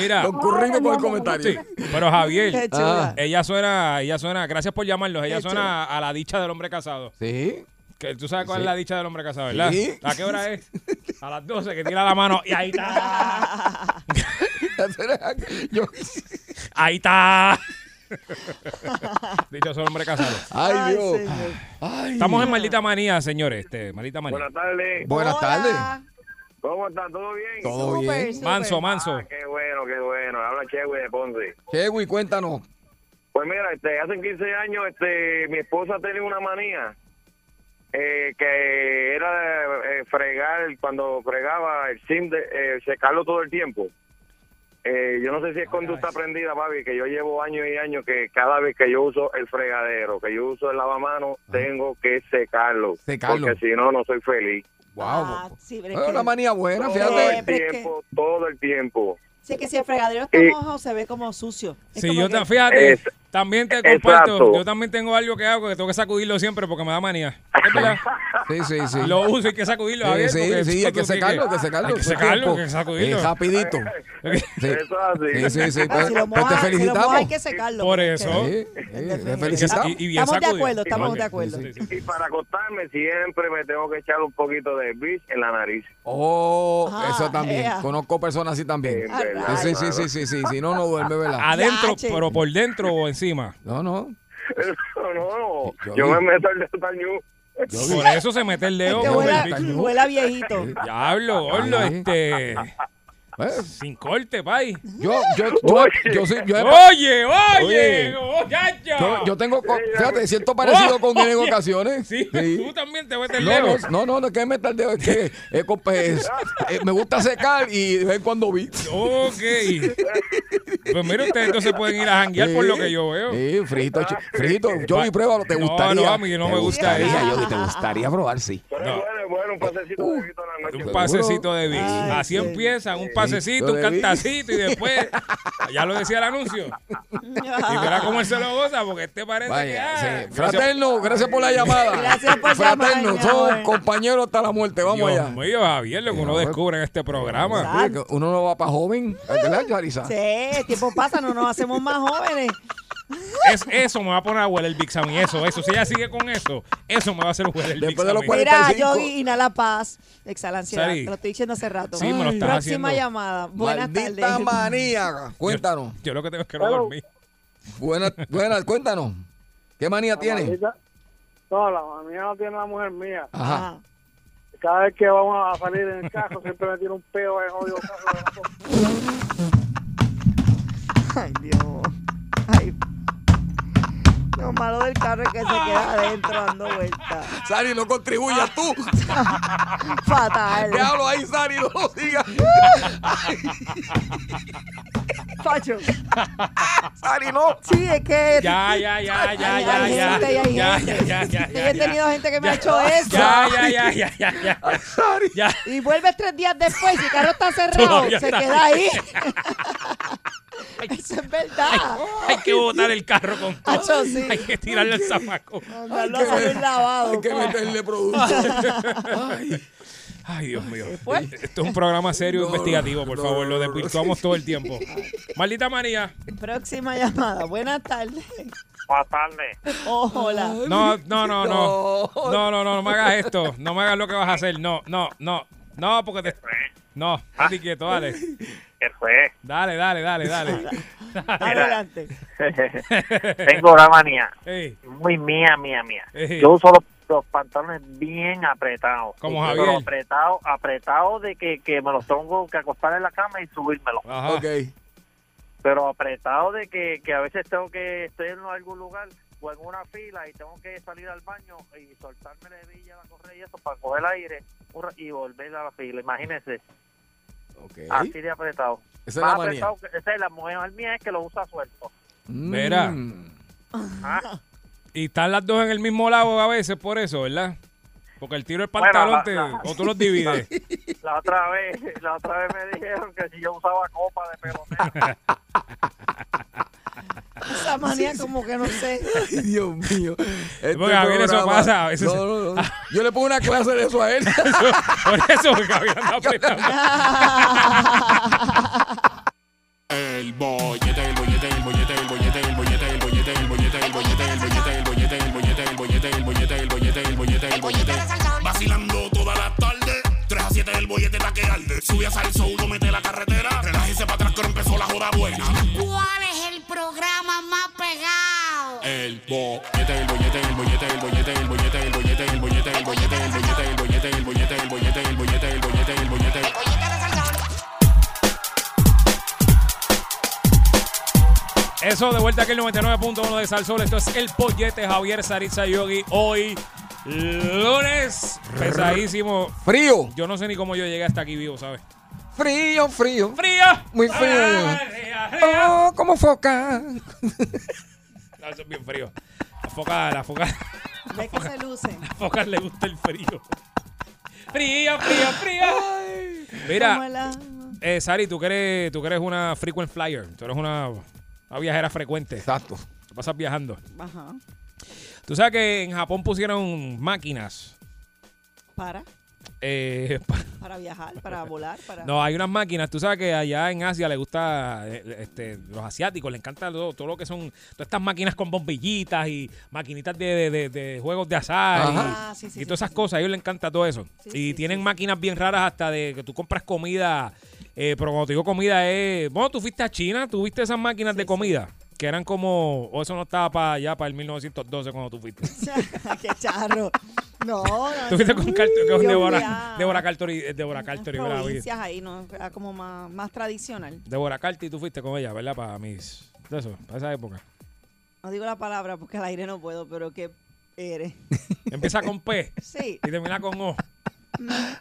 [SPEAKER 7] Mira,
[SPEAKER 5] Concurriendo con el comentario.
[SPEAKER 7] sí, pero Javier,
[SPEAKER 4] Qué
[SPEAKER 5] Ah.
[SPEAKER 4] chula.
[SPEAKER 7] ella suena, ella suena, gracias por llamarlos, ella
[SPEAKER 4] Qué
[SPEAKER 7] suena a la dicha del hombre casado.
[SPEAKER 5] Sí.
[SPEAKER 7] Que tú sabes cuál
[SPEAKER 5] Sí.
[SPEAKER 7] es la dicha del hombre casado, ¿verdad?
[SPEAKER 5] Sí.
[SPEAKER 7] ¿A qué hora es? A las 12 que tira la mano y ahí está.
[SPEAKER 5] Yo-
[SPEAKER 7] Ahí está. dicho del hombre casado.
[SPEAKER 5] Ay, Dios.
[SPEAKER 4] señor.
[SPEAKER 5] Ay.
[SPEAKER 7] Estamos en maldita manía, señores, este, maldita manía.
[SPEAKER 8] Buenas tardes.
[SPEAKER 5] Buenas
[SPEAKER 4] Hola.
[SPEAKER 5] tardes.
[SPEAKER 8] ¿Cómo está? ¿Todo bien?
[SPEAKER 5] Todo
[SPEAKER 4] Súper,
[SPEAKER 5] bien.
[SPEAKER 4] súper.
[SPEAKER 7] Manso, manso.
[SPEAKER 8] Ah, qué bueno, qué bueno. Habla Chewy de Ponce.
[SPEAKER 5] Chewy, cuéntanos.
[SPEAKER 8] Pues mira, este, hace 15 años este, mi esposa tenía una manía eh, que era eh, fregar, cuando fregaba el sim, de, eh, secarlo todo el tiempo. Eh, yo no sé si es
[SPEAKER 5] Ah,
[SPEAKER 8] conducta aprendida, papi, que yo llevo años y años que cada vez que yo uso el fregadero, que yo uso el lavamano, tengo que secarlo.
[SPEAKER 5] Ah. Secarlo.
[SPEAKER 8] Porque si no, no soy feliz.
[SPEAKER 5] Wow.
[SPEAKER 4] Ah, sí, pero es
[SPEAKER 5] es
[SPEAKER 4] que-
[SPEAKER 5] una manía buena,
[SPEAKER 8] Todo
[SPEAKER 5] fíjate.
[SPEAKER 8] el
[SPEAKER 4] Siempre es que-
[SPEAKER 8] tiempo, todo el tiempo.
[SPEAKER 4] Sí, que si el fregadero está
[SPEAKER 8] Eh,
[SPEAKER 4] mojo se ve como sucio. Es
[SPEAKER 7] Sí,
[SPEAKER 4] como
[SPEAKER 7] yo
[SPEAKER 4] que- ah,
[SPEAKER 7] ta- fíjate,
[SPEAKER 8] Es-
[SPEAKER 7] también te
[SPEAKER 8] exacto.
[SPEAKER 7] comparto, yo también tengo algo que hago que tengo que sacudirlo siempre porque me da manía. Es verdad.
[SPEAKER 5] Sí, sí, sí.
[SPEAKER 7] Lo uso, hay que sacudirlo. Javier,
[SPEAKER 5] sí,
[SPEAKER 7] porque
[SPEAKER 5] sí, sí,
[SPEAKER 7] eso
[SPEAKER 5] hay que
[SPEAKER 7] tú tienes
[SPEAKER 5] secarlo, hay que secarlo.
[SPEAKER 7] Hay que
[SPEAKER 5] Eso es
[SPEAKER 7] secarlo,
[SPEAKER 5] tiempo.
[SPEAKER 7] hay que sacudirlo.
[SPEAKER 5] Es rapidito. Sí.
[SPEAKER 8] Eso es
[SPEAKER 5] Sí,
[SPEAKER 8] así.
[SPEAKER 5] sí, sí. Pues,
[SPEAKER 4] Si lo moja- si
[SPEAKER 5] pues te
[SPEAKER 4] lo moja
[SPEAKER 5] felicitamos.
[SPEAKER 4] hay que secarlo. pues.
[SPEAKER 7] Por
[SPEAKER 4] porque-
[SPEAKER 7] eso.
[SPEAKER 5] Sí, sí, te felicitamos.
[SPEAKER 7] Y- y bien
[SPEAKER 4] Estamos de
[SPEAKER 7] sacudido.
[SPEAKER 4] acuerdo, estamos
[SPEAKER 7] Ok.
[SPEAKER 4] de acuerdo.
[SPEAKER 7] Sí, sí, sí.
[SPEAKER 8] Y para acostarme siempre me tengo que echar un poquito de bis en la nariz.
[SPEAKER 5] Oh,
[SPEAKER 4] Ajá,
[SPEAKER 5] eso también.
[SPEAKER 4] ea.
[SPEAKER 5] Conozco personas así también.
[SPEAKER 8] Ah,
[SPEAKER 5] Sí, sí, sí, sí, sí, sí. Si no, no duerme, ¿verdad?
[SPEAKER 7] Adentro,
[SPEAKER 4] Yache.
[SPEAKER 7] pero por dentro o encima.
[SPEAKER 5] No, no.
[SPEAKER 8] No, no,
[SPEAKER 5] Yo
[SPEAKER 8] yo,
[SPEAKER 5] vi.
[SPEAKER 8] me meto el dedo al ñu.
[SPEAKER 5] Yo vi.
[SPEAKER 7] Por eso se mete el
[SPEAKER 4] Es
[SPEAKER 7] dedo.
[SPEAKER 4] que
[SPEAKER 5] Yo
[SPEAKER 7] por
[SPEAKER 5] huele
[SPEAKER 7] el
[SPEAKER 5] a-
[SPEAKER 4] huela,
[SPEAKER 7] pico.
[SPEAKER 5] Perfecto.
[SPEAKER 4] huela viejito.
[SPEAKER 7] Diablo, gordo,
[SPEAKER 5] Ay.
[SPEAKER 7] este.
[SPEAKER 5] Eh,
[SPEAKER 7] Sin corte, pay.
[SPEAKER 5] Yo, yo, yo, yo, soy- yo, he-
[SPEAKER 7] Oye, oye, Oh,
[SPEAKER 5] Oye.
[SPEAKER 7] muchacho.
[SPEAKER 5] yo- yo tengo, co- fíjate, siento parecido con él en
[SPEAKER 7] Oh, Oye.
[SPEAKER 5] ocasiones.
[SPEAKER 7] Sí,
[SPEAKER 5] Sí.
[SPEAKER 7] tú también te metes el
[SPEAKER 5] No,
[SPEAKER 7] dedo.
[SPEAKER 5] no, no, no, no es que me tardeo, es que es con- pues, eh, me gusta secar y de vez en cuando vi.
[SPEAKER 7] Ok. Pues mira, ustedes entonces pueden ir a janguear por lo que yo veo.
[SPEAKER 5] Sí, frito, ch- frito. Yo
[SPEAKER 7] Va-
[SPEAKER 5] vi pruébalo, te
[SPEAKER 7] No,
[SPEAKER 5] gustaría.
[SPEAKER 7] no, a mí no
[SPEAKER 5] Te
[SPEAKER 7] me gustaría.
[SPEAKER 5] Yo te gustaría probar, sí.
[SPEAKER 8] Pero
[SPEAKER 7] No. Uh,
[SPEAKER 8] es bueno, es bueno, un pasecito de bito en la noche.
[SPEAKER 7] Un pasecito de Vix.
[SPEAKER 4] Ay,
[SPEAKER 7] Así
[SPEAKER 4] sí.
[SPEAKER 7] empiezan, un pasecito, un
[SPEAKER 5] de Vix.
[SPEAKER 7] cantacito y después, ya lo decía el anuncio. Y verá cómo él se lo goza, porque este parece que...
[SPEAKER 5] Vaya,
[SPEAKER 7] ah,
[SPEAKER 5] sí. Fraterno, gracias por la llamada.
[SPEAKER 4] Gracias por
[SPEAKER 5] Fraterno,
[SPEAKER 4] llamar, mi amor.
[SPEAKER 5] somos compañeros hasta la muerte. Vamos
[SPEAKER 7] Dios
[SPEAKER 5] allá. pues.
[SPEAKER 7] mío, Javier, lo que uno
[SPEAKER 5] Dios.
[SPEAKER 7] descubre en este programa.
[SPEAKER 5] Oye, que Uno no va para joven, ¿verdad, Yarisa?
[SPEAKER 4] Sí, el tiempo pasa, no nos hacemos más jóvenes.
[SPEAKER 7] Es, eso me va a poner a huele el Big Sam y eso, eso. Si ella sigue con eso, eso me va a hacer huele el Big
[SPEAKER 5] Después de
[SPEAKER 7] Sam.
[SPEAKER 5] los
[SPEAKER 7] y-
[SPEAKER 5] cuarenta-
[SPEAKER 4] Mira,
[SPEAKER 5] 45.
[SPEAKER 4] yo inhala paz, exhala ansiedad. Te
[SPEAKER 7] Sari.
[SPEAKER 4] lo estoy diciendo hace rato.
[SPEAKER 7] Sí, me lo estás
[SPEAKER 4] Próxima
[SPEAKER 7] haciendo.
[SPEAKER 4] llamada. Buenas
[SPEAKER 5] Maldita
[SPEAKER 4] tardes.
[SPEAKER 5] manía. Cuéntanos.
[SPEAKER 7] Yo lo que tengo es que no dormir.
[SPEAKER 5] Buenas, buenas, cuéntanos. ¿Qué manía tienes?
[SPEAKER 10] No, la mía no tiene la mujer mía.
[SPEAKER 5] Ajá.
[SPEAKER 10] Cada vez que vamos a salir en el carro, siempre me tira un peo en odio.
[SPEAKER 4] Ay, Dios. malo del carro es que se queda adentro dando vueltas.
[SPEAKER 5] Sari, no
[SPEAKER 4] Ah.
[SPEAKER 5] contribuyas tú.
[SPEAKER 4] Fatal.
[SPEAKER 5] Déjalo ahí, Sari, no lo sigas.
[SPEAKER 4] Facho.
[SPEAKER 5] Sari, no.
[SPEAKER 4] Sí, es que.
[SPEAKER 7] Ya, ya, ya, ya,
[SPEAKER 4] Ay,
[SPEAKER 7] ya,
[SPEAKER 4] hay
[SPEAKER 7] ya.
[SPEAKER 4] gente, hay
[SPEAKER 7] Ya,
[SPEAKER 4] gente.
[SPEAKER 7] ya, ya, ya,
[SPEAKER 4] Yo
[SPEAKER 7] ya,
[SPEAKER 4] he
[SPEAKER 7] ya.
[SPEAKER 4] tenido gente que me ha
[SPEAKER 7] Ya.
[SPEAKER 4] hecho eso.
[SPEAKER 7] Ya, ya, ya, ya, ya, ya. Ya.
[SPEAKER 4] Y vuelves tres días después y el carro está cerrado.
[SPEAKER 7] Todavía
[SPEAKER 4] se
[SPEAKER 7] está
[SPEAKER 4] queda ahí.
[SPEAKER 7] ahí.
[SPEAKER 4] Eso es verdad.
[SPEAKER 7] Hay que botar el carro con todo.
[SPEAKER 4] Acho, sí.
[SPEAKER 7] Hay que tirarle el zapaco.
[SPEAKER 4] Mandarlo a salir lavado.
[SPEAKER 5] Hay que meterle producto.
[SPEAKER 7] Ay, Dios mío. Eh,
[SPEAKER 4] fuerte.
[SPEAKER 7] Esto es un programa serio e
[SPEAKER 5] No,
[SPEAKER 7] investigativo, por
[SPEAKER 5] no,
[SPEAKER 7] favor. Lo
[SPEAKER 5] no, no.
[SPEAKER 7] despiltuamos todo el tiempo. Maldita María.
[SPEAKER 4] Próxima llamada. Buenas tardes.
[SPEAKER 8] Buenas tardes.
[SPEAKER 4] Oh, hola.
[SPEAKER 7] No, no, no, no. No, no, no, no me hagas esto. No me hagas lo que vas a hacer. No, no, no. No, porque te.
[SPEAKER 5] Ah.
[SPEAKER 7] No, así quieto, dale.
[SPEAKER 8] ¿Qué fue?
[SPEAKER 7] Dale, dale, dale, dale.
[SPEAKER 4] Adelante.
[SPEAKER 8] Tengo una manía
[SPEAKER 7] Ey,
[SPEAKER 8] muy mía, mía, mía.
[SPEAKER 7] Ey.
[SPEAKER 8] Yo uso los, los pantalones bien apretados.
[SPEAKER 7] Como
[SPEAKER 8] Pero
[SPEAKER 7] Javier.
[SPEAKER 8] apretados, apretados de que, que me los tengo que acostar en la cama y subírmelo.
[SPEAKER 7] ajá.
[SPEAKER 5] Ok.
[SPEAKER 8] Pero apretado de que, que a veces tengo que estar en algún lugar o en una fila y tengo que salir al baño y soltarme la hebilla, la correa y eso para coger el aire un ra- y volver a la fila. Imagínense,
[SPEAKER 5] Ok.
[SPEAKER 7] Ah.
[SPEAKER 8] así de apretado.
[SPEAKER 5] Esa es
[SPEAKER 8] Más
[SPEAKER 5] la manía.
[SPEAKER 8] apretado que- esa es la mujer mía es que lo usa suelto.
[SPEAKER 7] Mira.
[SPEAKER 5] Mm.
[SPEAKER 8] Ah,
[SPEAKER 7] Y están las dos en el mismo lado a veces por eso, ¿verdad? Porque el tiro del
[SPEAKER 8] Bueno,
[SPEAKER 7] pantalón
[SPEAKER 8] la-
[SPEAKER 5] ah,
[SPEAKER 7] te,
[SPEAKER 8] la-
[SPEAKER 7] o tú los divides.
[SPEAKER 8] La otra vez, la otra vez me dijeron que si yo usaba copa de pelotero.
[SPEAKER 4] Esa manía como que no sé.
[SPEAKER 5] Ay, Dios mío. Este
[SPEAKER 7] Porque a veces eso
[SPEAKER 5] programa-
[SPEAKER 7] pasa, a veces-
[SPEAKER 5] No, no, no. Yo le pongo una clase de eso a él.
[SPEAKER 7] Por eso porque Javier anda apretando.
[SPEAKER 1] El bollete, el bollete, el bollete, el bollete, el bollete, el bollete, el bollete, el bollete, el bollete, el bollete, el bollete, el bollete, el bollete, el bollete, el bollete, el bollete. Vacilando toda la tarde, 3 a 7 el bollete está que arde. Sube a salso, uno mete la carretera, relájese para atrás que ahora empezó la joda buena.
[SPEAKER 11] ¿Cuál es el programa más pegado?
[SPEAKER 1] El bollete, el bollete, el bollete, el bollete, el bollete, el bollete, el bollete, el bollete, el bollete, el bollete, el bollete, el bollete, el bollete, el bollete, el bollete.
[SPEAKER 7] Eso de vuelta aquí el 99.1 de Salsol. Esto es el pollete Javier Saritza Yogi. Hoy, lunes, pesadísimo.
[SPEAKER 5] Frío.
[SPEAKER 7] Yo no sé ni cómo yo llegué hasta aquí vivo, ¿sabes?
[SPEAKER 5] Frío, frío.
[SPEAKER 7] ¡Frío!
[SPEAKER 5] Muy frío.
[SPEAKER 7] Ah, ría, ría.
[SPEAKER 5] Oh, como foca.
[SPEAKER 7] No, eso es bien frío. La foca, la foca, la
[SPEAKER 4] Ve que se lucen.
[SPEAKER 7] foca le gusta el frío. Frío, frío, frío.
[SPEAKER 4] Como
[SPEAKER 7] Mira,
[SPEAKER 4] la-
[SPEAKER 7] eh, Sari, tú que, eres, tú que eres una frequent flyer. Tú eres una, una viajera frecuente.
[SPEAKER 5] Exacto.
[SPEAKER 7] Tú pasas viajando.
[SPEAKER 4] Ajá.
[SPEAKER 7] Tú sabes que en Japón pusieron máquinas.
[SPEAKER 4] Para.
[SPEAKER 7] eh,
[SPEAKER 4] Para viajar, para volar, para.
[SPEAKER 7] no, hay unas máquinas. Tú sabes que allá en Asia le gusta, eh, este, los asiáticos les encanta todo, todo lo que son, todas estas máquinas con bombillitas y maquinitas de, de- de- de juegos de azar y,
[SPEAKER 4] Ajá. Ah, sí, sí,
[SPEAKER 7] y
[SPEAKER 4] sí,
[SPEAKER 7] todas esas
[SPEAKER 4] sí,
[SPEAKER 7] cosas. A ellos les encanta todo eso.
[SPEAKER 4] Sí,
[SPEAKER 7] y
[SPEAKER 4] sí,
[SPEAKER 7] tienen
[SPEAKER 4] sí.
[SPEAKER 7] máquinas bien raras hasta de que tú compras comida. eh, pero cuando te digo comida es, bueno, tú fuiste a China, tú viste esas máquinas de comida que eran como, o eso no estaba para allá, para el 1912 cuando tú fuiste.
[SPEAKER 4] Qué charro. No, no.
[SPEAKER 7] Tú fuiste con, Carto- con
[SPEAKER 4] Yo fui
[SPEAKER 7] Débora,
[SPEAKER 4] a-
[SPEAKER 7] Débora Cartori, eh, Débora
[SPEAKER 4] unas
[SPEAKER 7] Cartori, ¿verdad?
[SPEAKER 4] provincias ahí, ¿no? Era como más, más tradicional.
[SPEAKER 7] Débora Carti, tú fuiste con ella, ¿verdad? Para mis, de eso, para esa época.
[SPEAKER 4] No digo la palabra porque al aire no puedo, pero que eres.
[SPEAKER 7] Empieza con P
[SPEAKER 4] Sí.
[SPEAKER 7] y termina con O.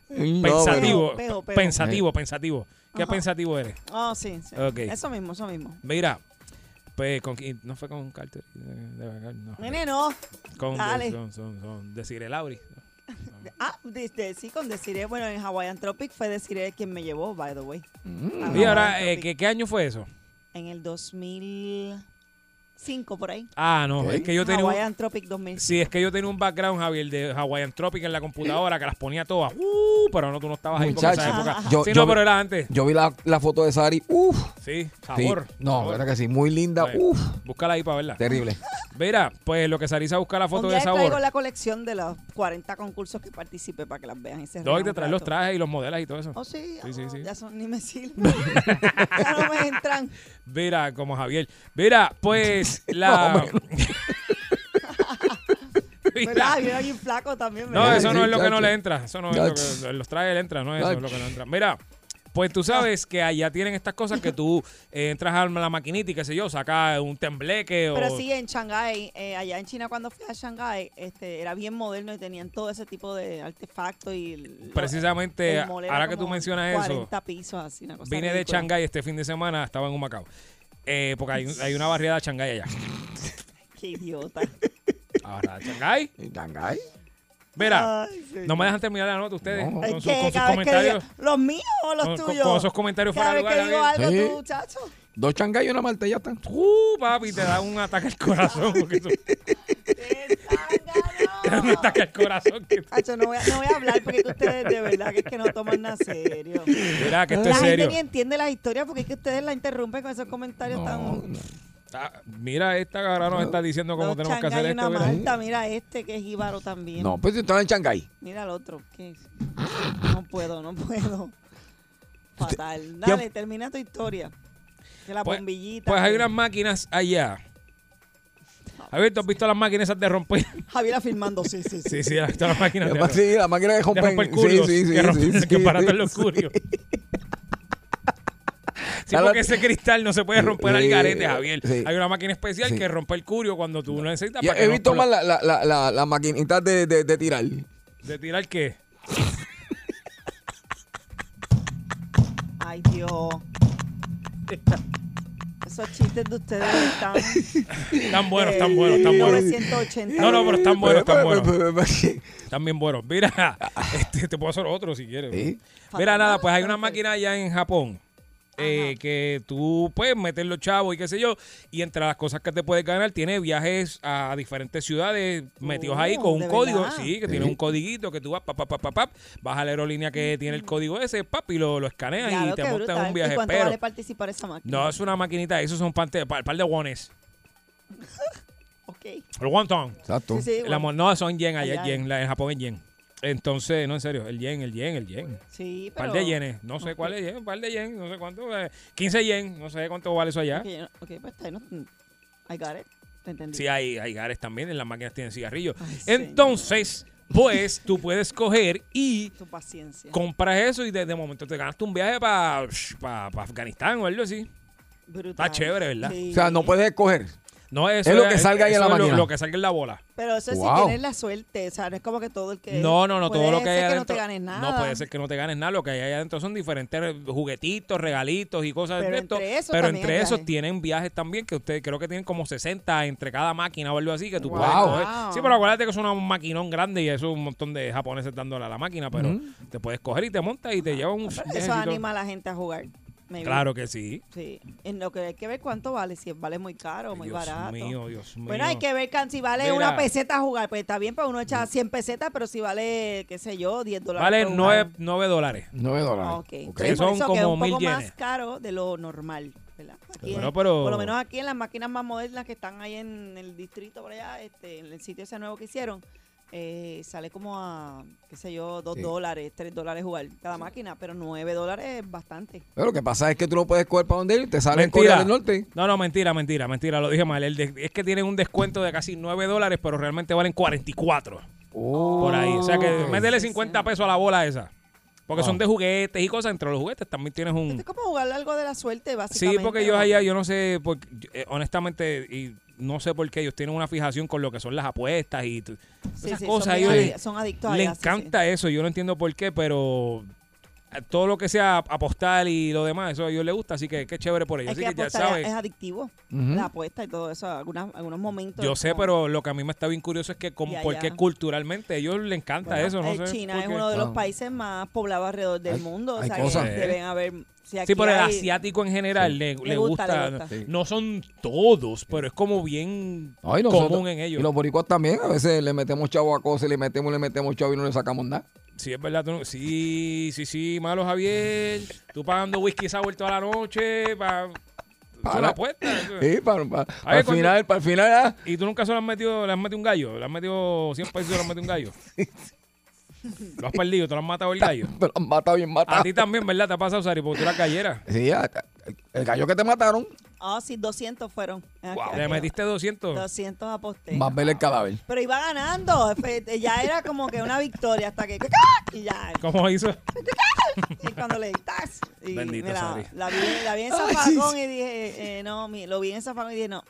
[SPEAKER 5] No,
[SPEAKER 7] Pensativo,
[SPEAKER 4] Peo, peo, peo.
[SPEAKER 7] pensativo, pensativo. ¿Qué
[SPEAKER 4] Eh. Ajá.
[SPEAKER 7] pensativo eres?
[SPEAKER 4] Oh, sí. sí.
[SPEAKER 7] Ok.
[SPEAKER 4] Eso mismo, eso mismo.
[SPEAKER 7] Mira, pues con qui- no fue con Carter, Débora Carti, no.
[SPEAKER 4] Nene, no.
[SPEAKER 7] Con,
[SPEAKER 4] dale.
[SPEAKER 7] con, con- con Desiree Lauri.
[SPEAKER 4] Ah, de- de- sí, con Desiree. Bueno, en Hawaiian Tropic fue Desiree quien me llevó, by the way. A
[SPEAKER 7] Y ahora,
[SPEAKER 4] Hawaiian
[SPEAKER 7] eh,
[SPEAKER 4] Tropic.
[SPEAKER 7] ¿qué, qué año fue eso?
[SPEAKER 4] En el 2005, por ahí.
[SPEAKER 7] Ah, no, es que yo tenía un,
[SPEAKER 4] Hawaiian Tropic 2000.
[SPEAKER 7] sí, es que yo tenía un background, Javier, de Hawaiian Tropic en la computadora que las ponía todas. Uh, pero no, tú no estabas ahí por esa
[SPEAKER 5] Muchacho.
[SPEAKER 7] época.
[SPEAKER 5] Yo-
[SPEAKER 7] sí,
[SPEAKER 5] yo
[SPEAKER 7] no,
[SPEAKER 5] vi-
[SPEAKER 7] pero era antes.
[SPEAKER 5] Yo vi la, la foto de Sari. Uf.
[SPEAKER 7] Sí,
[SPEAKER 5] Sí.
[SPEAKER 7] sabor.
[SPEAKER 5] No,
[SPEAKER 7] sabor.
[SPEAKER 5] verdad que sí. Muy linda.
[SPEAKER 7] Bueno,
[SPEAKER 5] Uf.
[SPEAKER 7] Búscala ahí para verla.
[SPEAKER 5] Terrible.
[SPEAKER 7] Mira, pues lo que salís a buscar la foto
[SPEAKER 4] Un día
[SPEAKER 7] de
[SPEAKER 4] les traigo
[SPEAKER 7] sabor.
[SPEAKER 4] la colección de los 40 concursos que participé para que las vean y se rían
[SPEAKER 7] Doy te
[SPEAKER 4] un
[SPEAKER 7] traes los
[SPEAKER 4] rato.
[SPEAKER 7] trajes y los modelos y todo eso.
[SPEAKER 4] Oh, sí.
[SPEAKER 7] Sí, sí,
[SPEAKER 4] ah,
[SPEAKER 7] sí.
[SPEAKER 4] Ya son, ni me sirven. ya no me entran.
[SPEAKER 7] Mira, como Javier. Mira, pues la.
[SPEAKER 4] ¿Verdad?
[SPEAKER 7] Mira,
[SPEAKER 4] Viene alguien flaco también.
[SPEAKER 7] no,
[SPEAKER 4] ¿verdad?
[SPEAKER 7] eso no es lo que no
[SPEAKER 5] Chacho.
[SPEAKER 7] le entra. Eso no es lo que. Los trajes le entra, no es eso es lo que no entra. Mira, Pues
[SPEAKER 4] Ah.
[SPEAKER 7] tú sabes que allá tienen estas cosas que tú eh, entras a la maquinita y qué sé yo, saca un tembleque o...
[SPEAKER 4] Pero sí, en Shanghái, eh, allá en China cuando fui a Shanghái, este, era bien moderno y tenían todo ese tipo de artefactos y... el-
[SPEAKER 7] Precisamente,
[SPEAKER 4] el mall era
[SPEAKER 7] ahora que tú
[SPEAKER 4] como
[SPEAKER 7] mencionas eso,
[SPEAKER 4] 40 pisos, así, una cosa
[SPEAKER 7] Vine de
[SPEAKER 4] ridícula.
[SPEAKER 7] Shanghái este fin de semana, estaba en un Macao. Eh, porque hay, hay una barriada de Shanghái allá.
[SPEAKER 4] Qué idiota.
[SPEAKER 7] Ahora, ¿Shanghái?
[SPEAKER 5] ¿Shanghái?
[SPEAKER 7] Mira,
[SPEAKER 4] Ay, señor.
[SPEAKER 7] no me dejan terminar la nota ustedes
[SPEAKER 4] No.
[SPEAKER 7] con,
[SPEAKER 4] Es
[SPEAKER 7] sus-
[SPEAKER 4] que
[SPEAKER 7] con sus
[SPEAKER 4] cada vez que
[SPEAKER 7] comentarios.
[SPEAKER 4] digo- ¿los míos o los
[SPEAKER 7] Con- con-
[SPEAKER 4] tuyos?
[SPEAKER 7] Con esos comentarios
[SPEAKER 4] Cada
[SPEAKER 7] fuera
[SPEAKER 4] vez
[SPEAKER 7] de
[SPEAKER 4] que
[SPEAKER 7] lugar. ¿eh?
[SPEAKER 4] digo algo,
[SPEAKER 5] Sí.
[SPEAKER 4] tú, muchacho.
[SPEAKER 5] Dos changas y una malta y ya está.
[SPEAKER 7] Uh, papi, te da un ataque al corazón. Porque eso- te da un ataque al corazón. que-
[SPEAKER 4] Hacho, no, voy a, no voy a hablar porque es que ustedes de verdad que es que no toman nada serio.
[SPEAKER 7] Mira, que esto
[SPEAKER 4] la
[SPEAKER 7] es serio.
[SPEAKER 4] gente ni entiende las historias porque es que ustedes la interrumpen con esos comentarios tan...
[SPEAKER 7] Ah, mira, esta ahora nos está diciendo cómo tenemos que hacer
[SPEAKER 4] Shanghái, una
[SPEAKER 7] esto. mira.
[SPEAKER 4] malta, mira este que es íbaro también.
[SPEAKER 5] No, pues estaba en Shanghái.
[SPEAKER 4] Mira el otro, ¿qué es? No puedo, no puedo. Fatal. Dale, termina tu historia. Que la
[SPEAKER 7] Pues-
[SPEAKER 4] bombillita.
[SPEAKER 7] Pues hay
[SPEAKER 4] que-
[SPEAKER 7] unas máquinas allá. Javier, ¿tú has visto las máquinas esas de romper?
[SPEAKER 4] Javiera filmando, sí, sí, sí.
[SPEAKER 7] Sí, sí, has visto las máquinas de
[SPEAKER 5] Ma-
[SPEAKER 7] romper.
[SPEAKER 5] Sí, la máquina de
[SPEAKER 7] De
[SPEAKER 5] romper.
[SPEAKER 7] romper curios,
[SPEAKER 5] sí, sí, sí.
[SPEAKER 7] que, rompen-
[SPEAKER 5] sí, sí,
[SPEAKER 7] que baratan
[SPEAKER 5] sí,
[SPEAKER 7] los
[SPEAKER 5] sí.
[SPEAKER 7] curios. Sí,
[SPEAKER 5] Dale-
[SPEAKER 7] porque ese cristal no se puede romper al
[SPEAKER 5] Sí,
[SPEAKER 7] garete, Javier.
[SPEAKER 5] sí.
[SPEAKER 7] Hay una máquina especial
[SPEAKER 5] Sí.
[SPEAKER 7] que rompe el curio cuando tú lo necesitas.
[SPEAKER 5] Y
[SPEAKER 7] para que
[SPEAKER 5] he
[SPEAKER 7] no
[SPEAKER 5] visto
[SPEAKER 7] colo-
[SPEAKER 5] más las la, la, la, las maquinitas de, de, de tirar.
[SPEAKER 7] ¿De tirar qué?
[SPEAKER 4] Ay, Dios. Esos chistes de ustedes están.
[SPEAKER 7] Están buenos, están buenos, están buenos.
[SPEAKER 4] 980.
[SPEAKER 7] No, no, pero están buenos, están
[SPEAKER 5] Pero-
[SPEAKER 7] buenos.
[SPEAKER 5] pero- pero- pero-
[SPEAKER 7] Están bien buenos. Mira, este, te puedo hacer otro si quieres.
[SPEAKER 5] Sí.
[SPEAKER 7] Mira, nada, pues hay una máquina allá en Japón eh, que tú puedes meter los chavos y qué sé yo. Y entre las cosas que te puedes ganar, tiene viajes a diferentes ciudades metidos ahí con un
[SPEAKER 4] Oh, ¿de
[SPEAKER 7] código.
[SPEAKER 4] verdad?
[SPEAKER 7] Sí, que tiene un codiguito que tú vas, pa, pa, pa, pa, pa, vas a la aerolínea que tiene el código ese, pap, y lo, lo escaneas
[SPEAKER 4] Ya,
[SPEAKER 7] y
[SPEAKER 4] lo
[SPEAKER 7] te
[SPEAKER 4] que
[SPEAKER 7] montas
[SPEAKER 4] Mm. brutal.
[SPEAKER 7] un viaje.
[SPEAKER 4] ¿Y cuánto
[SPEAKER 7] Pero
[SPEAKER 4] vale participar esa máquina?
[SPEAKER 7] no es una maquinita, esos son un par de, par- par de wones.
[SPEAKER 4] Ok.
[SPEAKER 7] El wonton.
[SPEAKER 5] Exacto.
[SPEAKER 4] Sí, sí,
[SPEAKER 7] El
[SPEAKER 4] bueno.
[SPEAKER 7] amor, no, son yen allá,
[SPEAKER 4] Allá.
[SPEAKER 7] yen, la- en Japón es yen. Entonces, no, en serio, el yen, el yen, el yen.
[SPEAKER 4] Sí,
[SPEAKER 7] Un par
[SPEAKER 4] pero.
[SPEAKER 7] de yenes, no sé cuál es yen, un par de yen, no sé cuánto, eh, 15 yen, no sé cuánto vale eso allá.
[SPEAKER 4] Ok, yo no- ok, pues está ahí, no. I got it. Te entendí.
[SPEAKER 7] Sí, hay, hay gares también, en las máquinas tienen cigarrillos.
[SPEAKER 4] Ay,
[SPEAKER 7] Entonces, pues tú puedes coger y
[SPEAKER 4] Tu paciencia.
[SPEAKER 7] compras eso y de, de momento te ganas un viaje para Afganistán o algo así.
[SPEAKER 4] Brutal.
[SPEAKER 7] chévere, ¿verdad?
[SPEAKER 4] Sí.
[SPEAKER 5] O sea, no puedes escoger.
[SPEAKER 7] No, eso
[SPEAKER 5] Es lo que salga ahí en la
[SPEAKER 7] eso es lo-
[SPEAKER 5] máquina.
[SPEAKER 7] Lo, que salga en la bola.
[SPEAKER 4] Pero eso
[SPEAKER 5] Wow.
[SPEAKER 4] si tienes la suerte. O sea, no es como que todo el que.
[SPEAKER 7] No, no, no, todo
[SPEAKER 4] Puede
[SPEAKER 7] lo que
[SPEAKER 4] ser
[SPEAKER 7] hay
[SPEAKER 4] que no
[SPEAKER 7] adentro.
[SPEAKER 4] te ganes nada.
[SPEAKER 7] No puede ser que no te ganes nada. Lo que hay ahí adentro son diferentes re- juguetitos, regalitos y cosas
[SPEAKER 4] Pero
[SPEAKER 7] de esto.
[SPEAKER 4] entre eso
[SPEAKER 7] pero
[SPEAKER 4] también
[SPEAKER 7] entre
[SPEAKER 4] hay
[SPEAKER 7] esos
[SPEAKER 4] viajes.
[SPEAKER 7] tienen viajes también, que ustedes creo que tienen como 60 entre cada máquina o algo así, que tú
[SPEAKER 4] Wow.
[SPEAKER 7] puedes coger.
[SPEAKER 4] Wow.
[SPEAKER 7] Sí, pero acuérdate que es una- un maquinón grande y eso es un montón de japoneses dándole a la máquina, pero te puedes coger y te montas y te llevan un.
[SPEAKER 4] Pero Eso
[SPEAKER 7] viajecito.
[SPEAKER 4] anima a la gente a jugar. maybe.
[SPEAKER 7] Claro que sí.
[SPEAKER 4] Sí. En lo que hay que ver cuánto vale, si vale muy caro o muy
[SPEAKER 7] Dios
[SPEAKER 4] barato.
[SPEAKER 7] mío, Dios mío.
[SPEAKER 4] Bueno, hay que ver can- si vale
[SPEAKER 7] Mira. Mm.
[SPEAKER 4] una peseta jugar. Pues está bien, para uno echa 100 pesetas, pero si vale, qué sé yo, 10 dólares.
[SPEAKER 7] Vale
[SPEAKER 4] por jugar.
[SPEAKER 7] 9, dólares.
[SPEAKER 5] 9
[SPEAKER 4] Ah,
[SPEAKER 5] dólares.
[SPEAKER 4] ok. Sí,
[SPEAKER 5] Ok.
[SPEAKER 4] por eso
[SPEAKER 7] son
[SPEAKER 4] que es
[SPEAKER 7] como
[SPEAKER 4] un poco
[SPEAKER 7] mil yenes.
[SPEAKER 4] más caro de lo normal, ¿verdad? Aquí
[SPEAKER 7] Bueno,
[SPEAKER 4] es-
[SPEAKER 7] pero-
[SPEAKER 4] Por lo menos aquí en las máquinas más modernas que están ahí en el distrito, por allá, este, en el sitio ese nuevo que hicieron, eh, sale como a, qué sé yo, 2
[SPEAKER 5] Sí.
[SPEAKER 4] dólares, 3 dólares jugar cada máquina, pero 9 dólares es bastante.
[SPEAKER 5] Pero lo que pasa es que tú no puedes escoger para dónde ir. Te sale en Corea
[SPEAKER 7] Mentira.
[SPEAKER 5] del Norte.
[SPEAKER 7] No, no, mentira, mentira, mentira. Lo dije mal. El de- es que tienen un descuento de casi 9 dólares, pero realmente valen 44 por ahí. O sea que
[SPEAKER 5] Ok.
[SPEAKER 7] métele 50 pesos a la bola esa. Porque
[SPEAKER 5] Ah.
[SPEAKER 7] son de juguetes y cosas. Entre los juguetes también tienes
[SPEAKER 4] Esto
[SPEAKER 7] un.
[SPEAKER 4] Este es como jugar algo de la suerte,
[SPEAKER 7] Sí,
[SPEAKER 4] básicamente.
[SPEAKER 7] porque ellos
[SPEAKER 4] ¿no?
[SPEAKER 7] allá, yo no sé, por- eh, honestamente, y no sé por qué ellos tienen una fijación con lo que son las apuestas y t-
[SPEAKER 4] Sí,
[SPEAKER 7] esas
[SPEAKER 4] sí,
[SPEAKER 7] cosas.
[SPEAKER 4] son,
[SPEAKER 7] ellos
[SPEAKER 4] bien
[SPEAKER 7] les-
[SPEAKER 4] adi- son adictos
[SPEAKER 7] le
[SPEAKER 4] allá, sí, sí.
[SPEAKER 7] encanta eso, yo no entiendo por qué, pero eh, todo lo que sea apostar y lo demás, eso a ellos les gusta, así que qué chévere por ellos.
[SPEAKER 4] Es
[SPEAKER 7] Así
[SPEAKER 4] que
[SPEAKER 7] que ya
[SPEAKER 4] apostar
[SPEAKER 7] sabes.
[SPEAKER 4] es adictivo. La apuesta y todo eso, algunas, algunos momentos.
[SPEAKER 7] Yo
[SPEAKER 4] es
[SPEAKER 7] sé,
[SPEAKER 4] como-
[SPEAKER 7] pero lo que a mí me está bien curioso es que como
[SPEAKER 4] Ya,
[SPEAKER 7] porque
[SPEAKER 4] ya.
[SPEAKER 7] culturalmente a ellos les encanta
[SPEAKER 4] Bueno,
[SPEAKER 7] eso, no
[SPEAKER 4] eh,
[SPEAKER 7] sé
[SPEAKER 4] China
[SPEAKER 7] por
[SPEAKER 4] es
[SPEAKER 7] qué.
[SPEAKER 4] uno de los
[SPEAKER 5] Ah.
[SPEAKER 4] países más poblados alrededor del
[SPEAKER 5] Hay-
[SPEAKER 4] mundo. O
[SPEAKER 5] hay
[SPEAKER 4] sea, que
[SPEAKER 5] cosas.
[SPEAKER 4] deben haber. si aquí
[SPEAKER 7] Sí, pero el
[SPEAKER 4] hay-
[SPEAKER 7] asiático en general le, le
[SPEAKER 4] gusta,
[SPEAKER 7] gusta.
[SPEAKER 4] le gusta.
[SPEAKER 5] Sí.
[SPEAKER 7] No son todos, pero es como bien
[SPEAKER 5] Ay, nosotros-
[SPEAKER 7] común en ellos.
[SPEAKER 5] Y los boricuas también. A veces le metemos chavo a cosas, le metemos, le metemos chavo y no le sacamos nada.
[SPEAKER 7] Sí, es verdad. tú no- Sí, sí, sí, malo Javier. Tú pagando whisky sour toda la noche. Pa... Es una
[SPEAKER 5] Para.
[SPEAKER 7] apuesta. eso.
[SPEAKER 5] Sí, para, para- para el
[SPEAKER 7] cuando-
[SPEAKER 5] final, para el final. ah,
[SPEAKER 7] ¿Y tú nunca se lo has metido, le has metido un gallo? ¿Le has metido 100 pesos y se lo has metido un gallo? ¿Lo has perdido? ¿Te lo has matado el gallo?
[SPEAKER 5] Te lo han matado bien matado.
[SPEAKER 7] A ti también, ¿verdad? Te ha pasado, Sari, porque tú eras gallera.
[SPEAKER 5] Sí, ah, el gallo que te mataron,
[SPEAKER 4] Ah, sí, 200 fueron. Aquí-
[SPEAKER 5] Ah,
[SPEAKER 4] aquí-
[SPEAKER 7] Le metiste 200.
[SPEAKER 4] 200 aposté.
[SPEAKER 5] más ver el cadáver.
[SPEAKER 4] Pero iba ganando. Fue- Ya era como que una victoria hasta que. ¡Ah! Y ya.
[SPEAKER 7] ¿Cómo hizo?
[SPEAKER 4] Y cuando le di ¡tas! Y
[SPEAKER 7] Bendito,
[SPEAKER 4] me la,
[SPEAKER 7] sorry.
[SPEAKER 4] la vi, la vi en
[SPEAKER 12] Ay,
[SPEAKER 4] zafacón y dije, eh, no, mi- lo vi en zafacón y dije, no,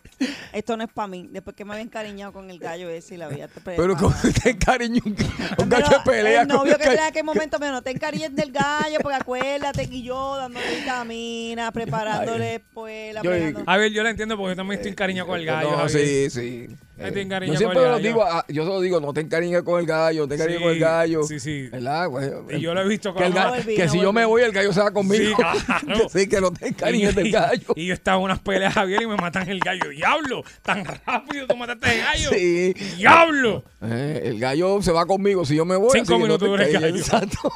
[SPEAKER 4] esto no es para mí. Después que me había encariñado con el gallo ese y la había
[SPEAKER 5] Pero como te cariño un, un gacho de pelea.
[SPEAKER 4] El
[SPEAKER 5] con un
[SPEAKER 4] novio que
[SPEAKER 5] gallo-
[SPEAKER 4] en aquel momento me noté en del gallo, porque acuérdate que yo dándole vitaminas, preparándole espuela,
[SPEAKER 5] Yo-
[SPEAKER 4] pegando-
[SPEAKER 7] A ver, yo la entiendo porque yo también estoy encariñado con el gallo.
[SPEAKER 5] No, sí,
[SPEAKER 7] Javier.
[SPEAKER 5] sí.
[SPEAKER 7] Me
[SPEAKER 5] Eh,
[SPEAKER 7] estoy encariñado
[SPEAKER 5] yo
[SPEAKER 7] con
[SPEAKER 5] siempre
[SPEAKER 7] el
[SPEAKER 5] lo
[SPEAKER 7] gallo.
[SPEAKER 5] digo, ah, yo solo digo, no te encariñes con el gallo, te encariñes
[SPEAKER 7] Sí,
[SPEAKER 5] con el gallo.
[SPEAKER 7] sí, sí.
[SPEAKER 5] ¿Verdad? Bueno,
[SPEAKER 7] Y yo lo he visto con
[SPEAKER 5] que, el
[SPEAKER 7] No
[SPEAKER 5] gallo-
[SPEAKER 7] volví,
[SPEAKER 5] que
[SPEAKER 7] no
[SPEAKER 5] si yo me voy, el gallo se va conmigo.
[SPEAKER 7] Sí, claro.
[SPEAKER 5] sí, que no te encariñes del gallo.
[SPEAKER 7] Y yo estaba en unas peleas, Javier, y me matan el gallo. ¡Diablo! ¡Tan rápido tú mataste el gallo!
[SPEAKER 5] Sí.
[SPEAKER 7] ¡Diablo!
[SPEAKER 5] Eh, el gallo se va conmigo, si yo me voy.
[SPEAKER 7] Cinco
[SPEAKER 5] así que no
[SPEAKER 7] minutos
[SPEAKER 5] te
[SPEAKER 7] dura el gallo.
[SPEAKER 5] encariñes. Exacto.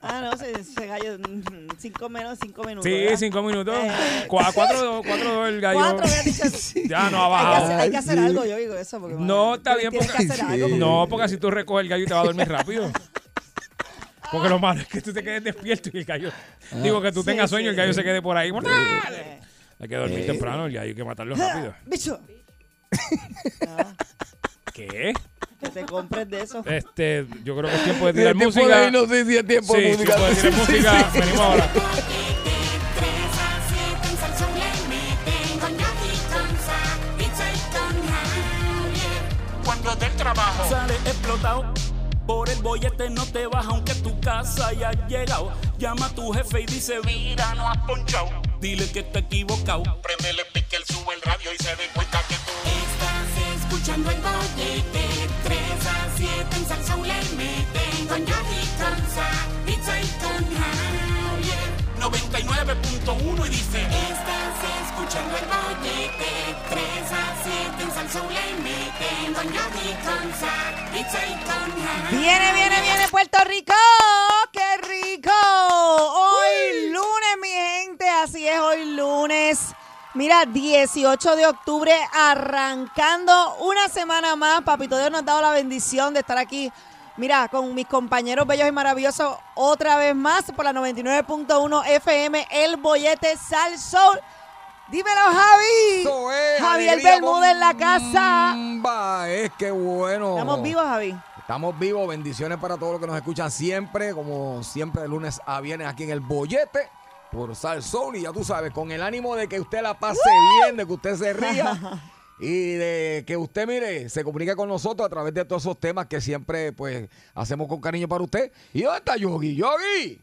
[SPEAKER 4] Ah, no, se, se gallo mm, cinco menos, cinco minutos.
[SPEAKER 7] Sí,
[SPEAKER 4] ¿verdad?
[SPEAKER 7] cinco minutos.
[SPEAKER 4] Eh.
[SPEAKER 7] Cua- cuatro, dos, cuatro, dos el gallo.
[SPEAKER 4] Cuatro, ya dices,
[SPEAKER 7] Ya no ha
[SPEAKER 4] Hay que, hacer,
[SPEAKER 7] bajado.
[SPEAKER 4] hay que hacer algo, yo digo eso. Porque,
[SPEAKER 7] No, está bien
[SPEAKER 4] Tienes que
[SPEAKER 7] porque.
[SPEAKER 4] hacer algo.
[SPEAKER 7] Sí. No, porque si tú recoges el gallo y te vas a dormir rápido. Porque lo malo es que tú te quedes despierto y el gallo.
[SPEAKER 5] Ah,
[SPEAKER 7] Digo que tú
[SPEAKER 4] Sí,
[SPEAKER 7] tengas sueño y el gallo
[SPEAKER 4] sí. Ah.
[SPEAKER 7] se quede por ahí. Hay que dormir
[SPEAKER 5] Sí.
[SPEAKER 7] temprano, el gallo hay que matarlo rápido.
[SPEAKER 4] Bicho,
[SPEAKER 7] ¿Qué?
[SPEAKER 4] que te compres de eso.
[SPEAKER 7] Este, yo creo que es tiempo de
[SPEAKER 5] Si es
[SPEAKER 7] tirar
[SPEAKER 5] tiempo de
[SPEAKER 7] música.
[SPEAKER 5] irnos, sí, sí, es tiempo de
[SPEAKER 7] Sí,
[SPEAKER 5] música.
[SPEAKER 7] tiempo de tirar
[SPEAKER 5] Sí, sí,
[SPEAKER 7] música.
[SPEAKER 5] sí.
[SPEAKER 7] Venimos ahora.
[SPEAKER 2] Cuando del trabajo sale explotado. Por el bollete no te baja aunque tu casa haya llegado. Llama a tu jefe y dice, mira, no has ponchado. Dile que está equivocado. Prendele pique, sube el radio y se dé cuenta que tú...
[SPEAKER 11] Estás escuchando el bollete 3 a 7 en salsa le meten con Yogi, con Sa, pizza y con Javier.
[SPEAKER 2] 99.1 y dice...
[SPEAKER 11] Estás escuchando el bollete 3 a 7 en salsa le meten con Yogi, con Sa, pizza y con Javier.
[SPEAKER 4] Viene, viene, viene Puerto Rico. ¡Qué rico! Hoy lunes, mi gente. Así es, hoy lunes. Mira, 18 de octubre, arrancando una semana más. Papito Dios nos ha dado la bendición de estar aquí. Mira, con mis compañeros bellos y maravillosos, otra vez más por la 99.1 FM, el bollete Sal Sol. Dímelo,
[SPEAKER 5] Eso
[SPEAKER 4] Javi.
[SPEAKER 5] es,
[SPEAKER 4] Javier
[SPEAKER 5] alegría
[SPEAKER 4] Bermúdez en la casa.
[SPEAKER 5] Zumba, es que bueno.
[SPEAKER 4] Estamos vivos, Javi.
[SPEAKER 5] Estamos vivos. Bendiciones para todos los que nos escuchan siempre, como siempre de lunes a viernes aquí en el bollete por Sal Soul y ya tú sabes, con el ánimo de que usted la pase bien, de que usted se ría. Y de que usted, mire, se comunique con nosotros a través de todos esos temas que siempre, pues, hacemos con cariño para usted. ¿Y dónde está Yogi? ¡Yogi!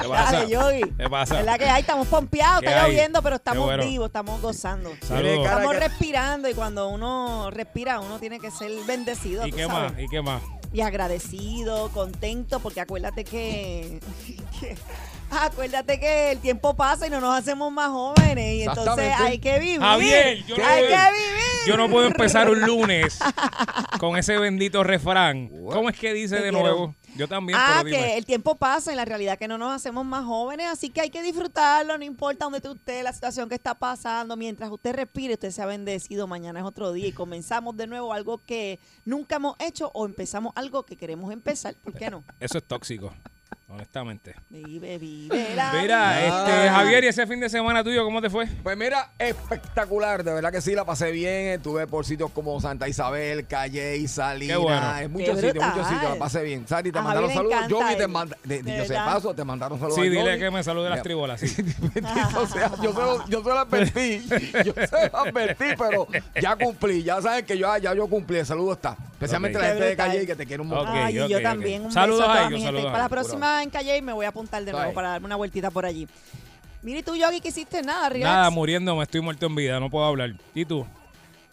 [SPEAKER 7] ¿Qué
[SPEAKER 4] Dale, Yogi.
[SPEAKER 7] ¿Qué pasa?
[SPEAKER 4] ¿Verdad que ahí estamos pompeados?
[SPEAKER 7] ¿Qué
[SPEAKER 4] Está
[SPEAKER 7] hay?
[SPEAKER 4] lloviendo, pero estamos
[SPEAKER 7] Qué bueno.
[SPEAKER 4] vivos, estamos gozando.
[SPEAKER 7] Saludos.
[SPEAKER 4] Estamos
[SPEAKER 7] Cara que-
[SPEAKER 4] respirando y cuando uno respira, uno tiene que ser bendecido.
[SPEAKER 7] ¿Y
[SPEAKER 4] tú
[SPEAKER 7] qué
[SPEAKER 4] sabes.
[SPEAKER 7] más? ¿Y qué más?
[SPEAKER 4] Y agradecido, contento, porque acuérdate que, que- acuérdate que el tiempo pasa y no nos hacemos más jóvenes y entonces
[SPEAKER 5] Exactamente.
[SPEAKER 4] hay que vivir.
[SPEAKER 7] Javier, yo no
[SPEAKER 4] hay
[SPEAKER 7] puedo- em-
[SPEAKER 4] que vivir.
[SPEAKER 7] Yo no puedo empezar un lunes con ese bendito refrán. ¿Cómo es que dice
[SPEAKER 4] Te
[SPEAKER 7] de
[SPEAKER 4] quiero.
[SPEAKER 7] nuevo? Yo también,
[SPEAKER 4] Ah,
[SPEAKER 7] pero
[SPEAKER 4] que
[SPEAKER 7] dime.
[SPEAKER 4] el tiempo pasa en la realidad que no nos hacemos más jóvenes, así que hay que disfrutarlo, no importa donde tú esté, la situación que está pasando, mientras usted respire, usted sea bendecido, mañana es otro día y comenzamos de nuevo algo que nunca hemos hecho o empezamos algo que queremos empezar, ¿por qué no?
[SPEAKER 7] Eso es tóxico, honestamente.
[SPEAKER 4] Vive, vive la
[SPEAKER 7] Mira,
[SPEAKER 4] vida.
[SPEAKER 7] este, Javier, ¿y ese fin de semana tuyo cómo te fue?
[SPEAKER 5] Pues mira, espectacular, de verdad que sí, la pasé bien. Estuve por sitios como Santa Isabel, Calle y Salinas.
[SPEAKER 7] Qué bueno.
[SPEAKER 5] en
[SPEAKER 4] Qué
[SPEAKER 5] muchos sitios,
[SPEAKER 4] brutal.
[SPEAKER 5] muchos sitios, la pasé bien. Sari, te
[SPEAKER 4] A
[SPEAKER 5] mandaron
[SPEAKER 4] Javi le
[SPEAKER 5] saludos.
[SPEAKER 4] encanta
[SPEAKER 5] Yogi te
[SPEAKER 4] el-
[SPEAKER 5] manda,
[SPEAKER 4] de
[SPEAKER 5] de, de- yo sé
[SPEAKER 4] verdad.
[SPEAKER 5] paso, te mandaron saludos.
[SPEAKER 7] Sí,
[SPEAKER 5] al
[SPEAKER 7] dile
[SPEAKER 5] Yogi.
[SPEAKER 7] que me salude las tribolas, sí.
[SPEAKER 5] Bendito sea, yo se lo, yo se lo advertí, yo se lo advertí, pero ya cumplí, ya saben que yo, ah, ya yo cumplí, el saludo está. Especialmente
[SPEAKER 7] Ok.
[SPEAKER 5] la gente de
[SPEAKER 4] Qué brutal.
[SPEAKER 5] Calle que te quiero un montón.
[SPEAKER 4] Ay, y
[SPEAKER 7] ok,
[SPEAKER 4] yo
[SPEAKER 7] ok.
[SPEAKER 4] también. Un
[SPEAKER 7] Saludos
[SPEAKER 4] beso a
[SPEAKER 7] a
[SPEAKER 4] toda
[SPEAKER 7] ellos,
[SPEAKER 4] mi gente.
[SPEAKER 7] saludos a
[SPEAKER 4] Para la
[SPEAKER 7] ellos,
[SPEAKER 4] próxima en Calle y me voy a apuntar de nuevo
[SPEAKER 5] Bye.
[SPEAKER 4] para darme una vueltita por allí. Mira, y tú, Yogi, ¿qué hiciste? Nada, relax.
[SPEAKER 7] Nada, muriendo, me estoy muerto en vida, no puedo hablar. ¿Y tú?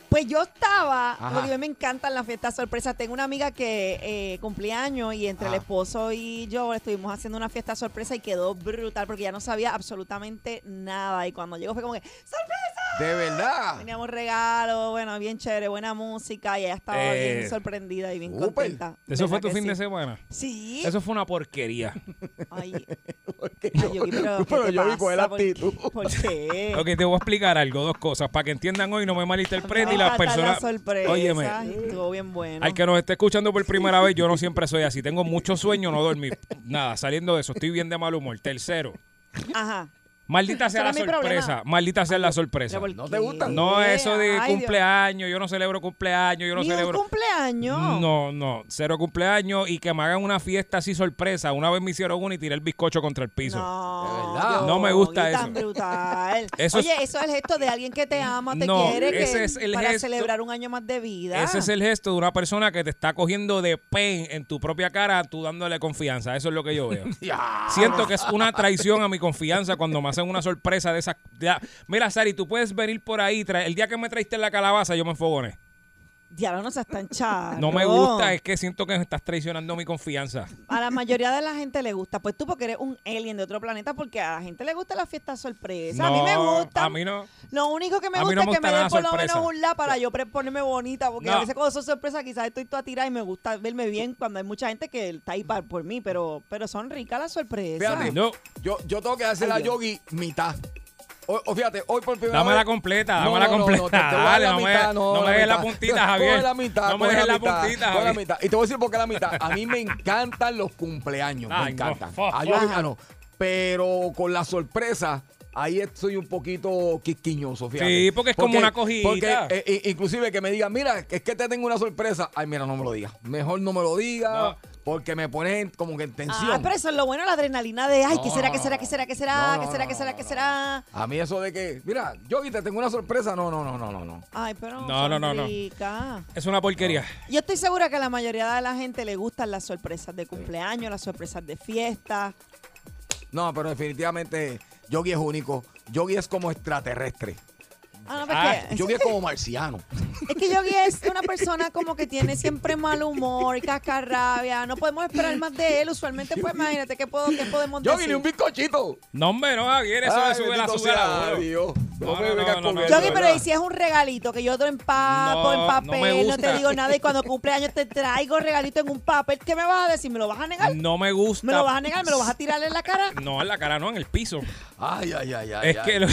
[SPEAKER 4] Pues yo estaba,
[SPEAKER 5] Ajá.
[SPEAKER 4] porque a mí me encantan las fiestas sorpresas. Tengo una amiga que eh, cumplía años y entre
[SPEAKER 5] Ah.
[SPEAKER 4] el esposo y yo estuvimos haciendo una fiesta sorpresa y quedó brutal porque ya no sabía absolutamente nada. Y cuando llegó fue como que, ¡sorpresa!
[SPEAKER 5] De
[SPEAKER 7] Ah.
[SPEAKER 5] verdad.
[SPEAKER 4] Teníamos regalo, bueno, bien chévere, buena música y ella estaba
[SPEAKER 7] Eh,
[SPEAKER 4] bien sorprendida y bien
[SPEAKER 5] súper.
[SPEAKER 4] contenta.
[SPEAKER 7] ¿Eso fue
[SPEAKER 4] ¿Verdad
[SPEAKER 7] tu
[SPEAKER 4] que
[SPEAKER 7] fin de
[SPEAKER 4] sí?
[SPEAKER 7] semana?
[SPEAKER 4] Sí.
[SPEAKER 7] Eso fue una porquería.
[SPEAKER 4] Ay,
[SPEAKER 5] Porque
[SPEAKER 4] ay, Yogi, pero, ¿qué
[SPEAKER 5] pero
[SPEAKER 4] te
[SPEAKER 5] yo vi con
[SPEAKER 4] pasa?
[SPEAKER 5] la
[SPEAKER 4] ¿Por-
[SPEAKER 5] actitud.
[SPEAKER 4] ¿Por qué?
[SPEAKER 7] Ok, te voy a explicar algo, dos cosas, para que entiendan hoy, no me malinterpreten
[SPEAKER 4] Ah,
[SPEAKER 7] y las personas...
[SPEAKER 4] Óyeme.
[SPEAKER 7] Óyeme,
[SPEAKER 4] Estuvo bien bueno.
[SPEAKER 7] Al que nos esté escuchando por primera vez, yo no siempre soy así. Tengo mucho sueño, no dormí. Nada, saliendo de eso, estoy bien de mal humor. Tercero,
[SPEAKER 4] Ajá.
[SPEAKER 7] Maldita sea
[SPEAKER 4] Ese
[SPEAKER 7] la
[SPEAKER 4] era mi problema.
[SPEAKER 7] sorpresa. Maldita sea la
[SPEAKER 4] ¿Pero
[SPEAKER 7] sorpresa.
[SPEAKER 4] por
[SPEAKER 5] ¿No te gustan?
[SPEAKER 7] No,
[SPEAKER 4] qué?
[SPEAKER 7] eso de
[SPEAKER 4] Ay, Dios.
[SPEAKER 7] cumpleaños, yo no celebro cumpleaños, yo no
[SPEAKER 4] Ni un
[SPEAKER 7] celebro.
[SPEAKER 4] cumpleaños.
[SPEAKER 7] No, no, cero cumpleaños y que me hagan una fiesta así sorpresa. Una vez me hicieron una y tiré el bizcocho contra el piso.
[SPEAKER 4] No,
[SPEAKER 7] No me gusta
[SPEAKER 4] y
[SPEAKER 7] eso.
[SPEAKER 4] tan brutal.
[SPEAKER 7] Eso es-
[SPEAKER 4] Oye, eso es el gesto de alguien que te ama, te
[SPEAKER 7] No,
[SPEAKER 4] quiere, que-
[SPEAKER 7] ese es el
[SPEAKER 4] para
[SPEAKER 7] gesto-
[SPEAKER 4] celebrar un año más de vida.
[SPEAKER 7] Ese es el gesto de una persona que te está cogiendo de pain en tu propia cara, tú dándole confianza. Eso es lo que yo veo. Siento que es una traición a mi confianza cuando me hacen una sorpresa de esas. ya. Mira, Sari, tú puedes venir por ahí. tra- El día que me traiste la calabaza, yo me enfogoné.
[SPEAKER 4] Diablo, no se está hinchado.
[SPEAKER 7] No me gusta, es que siento que me estás traicionando mi confianza.
[SPEAKER 4] A la mayoría de la gente le gusta. Pues tú porque eres un alien de otro planeta, porque a la gente le gusta la fiesta sorpresa. a mí me
[SPEAKER 7] No,
[SPEAKER 4] gusta.
[SPEAKER 7] A mí no.
[SPEAKER 4] Lo único que me
[SPEAKER 7] a mí
[SPEAKER 4] gusta
[SPEAKER 7] no me
[SPEAKER 4] es que
[SPEAKER 7] gusta
[SPEAKER 4] me
[SPEAKER 7] nada
[SPEAKER 4] den por lo
[SPEAKER 7] sorpresa.
[SPEAKER 4] menos un la para yo pre- ponerme bonita, porque
[SPEAKER 7] No.
[SPEAKER 4] a veces cuando son sorpresas quizás estoy toda tirada y me gusta verme bien cuando hay mucha gente que está ahí par- por mí, pero, pero son ricas las sorpresas.
[SPEAKER 5] Fíjate,
[SPEAKER 7] No.
[SPEAKER 5] yo, yo tengo que hacer la
[SPEAKER 4] Ay, Dios.
[SPEAKER 5] yogi mitad. O, o fíjate, hoy por primera
[SPEAKER 7] Dámela
[SPEAKER 5] vez-
[SPEAKER 7] completa,
[SPEAKER 5] No,
[SPEAKER 7] dámela
[SPEAKER 5] no, no,
[SPEAKER 7] completa.
[SPEAKER 5] no, te- te voy a dar
[SPEAKER 7] Dale,
[SPEAKER 5] la
[SPEAKER 7] no me-
[SPEAKER 5] mitad, no,
[SPEAKER 7] no me dejes la
[SPEAKER 5] mitad.
[SPEAKER 7] puntita,
[SPEAKER 5] Coge
[SPEAKER 7] Javier.
[SPEAKER 5] la mitad,
[SPEAKER 7] No me
[SPEAKER 5] coge
[SPEAKER 7] dejes la
[SPEAKER 5] mitad,
[SPEAKER 7] puntita,
[SPEAKER 5] coge la
[SPEAKER 7] Javier.
[SPEAKER 5] mitad. Y te voy a decir por qué la mitad. A mí me encantan los cumpleaños, me
[SPEAKER 7] Ay, no.
[SPEAKER 5] encantan. A yogi- ah, no. Pero con la sorpresa, ahí estoy un poquito quisquiñoso, fíjate.
[SPEAKER 7] Sí, porque es como una cojita.
[SPEAKER 5] Porque eh, eh, inclusive que me digan, mira, es que te tengo una sorpresa. Ay, mira, no me lo digas. Mejor no me lo digas.
[SPEAKER 7] No.
[SPEAKER 5] Porque me pones en- como que en tensión.
[SPEAKER 4] Ah, pero eso es lo bueno, la adrenalina de, ay, ¿qué
[SPEAKER 5] No,
[SPEAKER 4] será,
[SPEAKER 5] no,
[SPEAKER 4] qué
[SPEAKER 5] no,
[SPEAKER 4] será,
[SPEAKER 5] no.
[SPEAKER 4] qué será, qué
[SPEAKER 5] No,
[SPEAKER 4] será,
[SPEAKER 5] no,
[SPEAKER 4] qué será,
[SPEAKER 5] no,
[SPEAKER 4] qué será,
[SPEAKER 5] no,
[SPEAKER 4] qué
[SPEAKER 5] no.
[SPEAKER 4] será?
[SPEAKER 5] A mí eso de que, mira, Yogi, te tengo una sorpresa. No, no, no, no, no, no.
[SPEAKER 4] Ay, pero
[SPEAKER 7] No,
[SPEAKER 4] son
[SPEAKER 7] no, no, no.
[SPEAKER 4] ricas.
[SPEAKER 7] Es una porquería.
[SPEAKER 4] Yo estoy segura que a la mayoría de la gente le gustan las sorpresas de cumpleaños, las sorpresas de fiesta.
[SPEAKER 5] No, pero definitivamente Yogi es único. Yogi es como extraterrestre.
[SPEAKER 4] Ah, no,
[SPEAKER 7] Ah,
[SPEAKER 4] porque
[SPEAKER 5] Yogi es como marciano.
[SPEAKER 4] es que Yogi es una persona como que tiene siempre mal humor, cascarrabia. No podemos esperar más de él. Usualmente, pues imagínate qué, puedo, qué podemos
[SPEAKER 5] Yogi,
[SPEAKER 4] decir.
[SPEAKER 5] ni un bizcochito.
[SPEAKER 7] No, hombre, no, Javier, eso
[SPEAKER 5] Ay,
[SPEAKER 7] le sube la
[SPEAKER 5] bendito
[SPEAKER 7] sube
[SPEAKER 5] sea
[SPEAKER 7] la bola.
[SPEAKER 5] Dios. No,
[SPEAKER 7] No,
[SPEAKER 5] me
[SPEAKER 7] no,
[SPEAKER 5] vengas
[SPEAKER 7] no,
[SPEAKER 5] con
[SPEAKER 7] no,
[SPEAKER 5] eso,
[SPEAKER 4] Yogi, pero
[SPEAKER 5] ¿verdad?
[SPEAKER 4] y si es un regalito que yo te empaco
[SPEAKER 7] No,
[SPEAKER 4] en
[SPEAKER 7] no me
[SPEAKER 4] papel, no, te
[SPEAKER 7] gusta.
[SPEAKER 4] digo nada y cuando cumpleaños te traigo regalito en un papel, ¿qué me vas a decir? ¿Me lo vas a negar?
[SPEAKER 7] No me gusta.
[SPEAKER 4] ¿Me lo vas a negar? ¿Me lo vas a tirar en la cara?
[SPEAKER 7] No, en la cara, no, en el piso.
[SPEAKER 5] Ay, ay, ay, ay.
[SPEAKER 7] Es
[SPEAKER 5] ay.
[SPEAKER 7] que lo,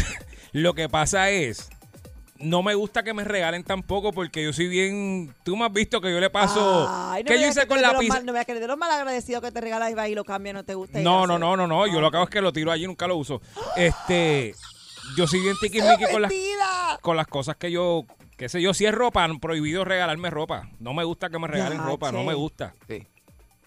[SPEAKER 7] lo que pasa es, no me gusta que me regalen tampoco porque yo soy bien, tú me has visto que yo le paso,
[SPEAKER 4] Ay, no
[SPEAKER 7] que
[SPEAKER 4] me
[SPEAKER 7] yo
[SPEAKER 4] digas
[SPEAKER 7] hice
[SPEAKER 4] que tú
[SPEAKER 7] con
[SPEAKER 4] eres de
[SPEAKER 7] la
[SPEAKER 4] los
[SPEAKER 7] pizza.
[SPEAKER 4] mal- no me voy a creer de los malagradecidos que te regalas y vas y lo cambias, no te gusta. y
[SPEAKER 7] No,
[SPEAKER 4] haces.
[SPEAKER 7] no, no, no, no, yo lo que hago es que lo tiro allí, nunca lo uso. Este, yo soy bien tiquismiqui con las,
[SPEAKER 4] ¡Mentira!
[SPEAKER 7] con las cosas que yo, qué sé yo, si es ropa, prohibido regalarme ropa. No me gusta que me regalen
[SPEAKER 4] Ya,
[SPEAKER 7] ropa, no
[SPEAKER 4] che.
[SPEAKER 7] me gusta.
[SPEAKER 5] Sí.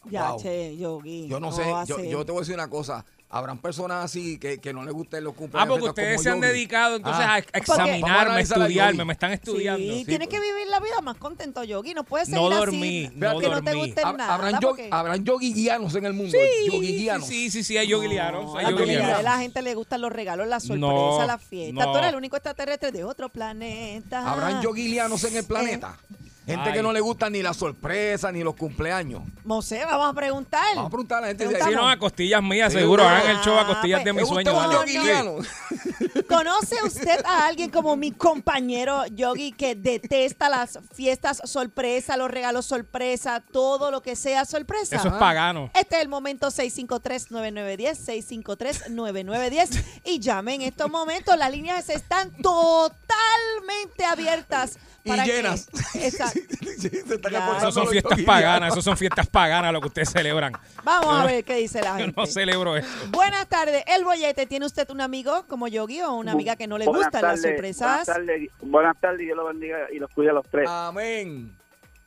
[SPEAKER 4] Ya,
[SPEAKER 5] Wow.
[SPEAKER 4] che, Yogi.
[SPEAKER 5] Yo no
[SPEAKER 4] ¿cómo
[SPEAKER 5] sé,
[SPEAKER 4] va a
[SPEAKER 5] yo,
[SPEAKER 4] ser?
[SPEAKER 5] yo te voy a decir una cosa. Habrán personas así que, que no les gusten los
[SPEAKER 7] Ah,
[SPEAKER 5] cumpleaños.
[SPEAKER 7] porque
[SPEAKER 5] fiestas
[SPEAKER 7] ustedes
[SPEAKER 5] como
[SPEAKER 7] se han
[SPEAKER 5] Yogi.
[SPEAKER 7] dedicado entonces
[SPEAKER 5] Ah.
[SPEAKER 7] a
[SPEAKER 5] Vamos a
[SPEAKER 7] examinarme,
[SPEAKER 5] analizar a
[SPEAKER 7] estudiarme,
[SPEAKER 5] Yogi. pues.
[SPEAKER 7] me están estudiando.
[SPEAKER 4] Sí, tienes que vivir la vida más contento, Yogi. No puedes seguir
[SPEAKER 7] No
[SPEAKER 4] así.
[SPEAKER 7] dormí, no
[SPEAKER 4] que no te
[SPEAKER 7] dormí.
[SPEAKER 4] guste
[SPEAKER 5] Hab-
[SPEAKER 4] nada.
[SPEAKER 5] Habrán, yo-
[SPEAKER 4] porque-
[SPEAKER 5] habrán yogi guianos en el mundo. yogi guianos.
[SPEAKER 7] Sí, sí, sí, hay yogi lianos, hay
[SPEAKER 4] la
[SPEAKER 7] yogi
[SPEAKER 4] mayoría
[SPEAKER 7] lianos.
[SPEAKER 4] de la gente le gustan los regalos, las sorpresas,
[SPEAKER 7] No,
[SPEAKER 4] las fiestas.
[SPEAKER 7] no.
[SPEAKER 4] Tú eres el único extraterrestre de otro planeta.
[SPEAKER 5] Habrán yoguilianos en el planeta. Gente
[SPEAKER 7] Ay.
[SPEAKER 5] que no le gusta ni la sorpresa ni los cumpleaños.
[SPEAKER 4] Mosé, vamos a preguntar.
[SPEAKER 5] Vamos a preguntar a la gente. si-
[SPEAKER 7] Sí, no, a costillas mías, seguro.
[SPEAKER 5] Sí.
[SPEAKER 7] Hagan el show a costillas
[SPEAKER 4] Ah,
[SPEAKER 7] de
[SPEAKER 4] pues,
[SPEAKER 7] mis
[SPEAKER 5] ¿Es usted
[SPEAKER 7] sueños.
[SPEAKER 5] un
[SPEAKER 4] No, no.
[SPEAKER 5] yoguiliano?
[SPEAKER 4] ¿Conoce usted a alguien como mi compañero Yogi que detesta las fiestas sorpresa, los regalos sorpresa, todo lo que sea sorpresa?
[SPEAKER 7] Eso es pagano.
[SPEAKER 4] Este es el momento 653-9910, 653-9910. Y llame en estos momentos. Las líneas están totalmente abiertas.
[SPEAKER 5] Y
[SPEAKER 4] para que-
[SPEAKER 5] llenas.
[SPEAKER 4] Exacto.
[SPEAKER 5] Sí, se están
[SPEAKER 4] Ya.
[SPEAKER 5] esforzando
[SPEAKER 7] Esas son
[SPEAKER 5] los
[SPEAKER 7] fiestas
[SPEAKER 5] yoguilianos.
[SPEAKER 7] paganas, esas son fiestas paganas lo que ustedes celebran.
[SPEAKER 4] Vamos a ver qué dice la
[SPEAKER 7] Yo
[SPEAKER 4] gente.
[SPEAKER 7] no celebro eso.
[SPEAKER 4] Buenas tardes. El bollete, ¿tiene usted un amigo como Yogi o una amiga que no le
[SPEAKER 10] Buenas
[SPEAKER 4] gustan las
[SPEAKER 10] tardes,
[SPEAKER 4] sorpresas? Ah.
[SPEAKER 10] Buenas tardes, buenas tardes, Dios los bendiga y los cuide a los tres.
[SPEAKER 5] Amén.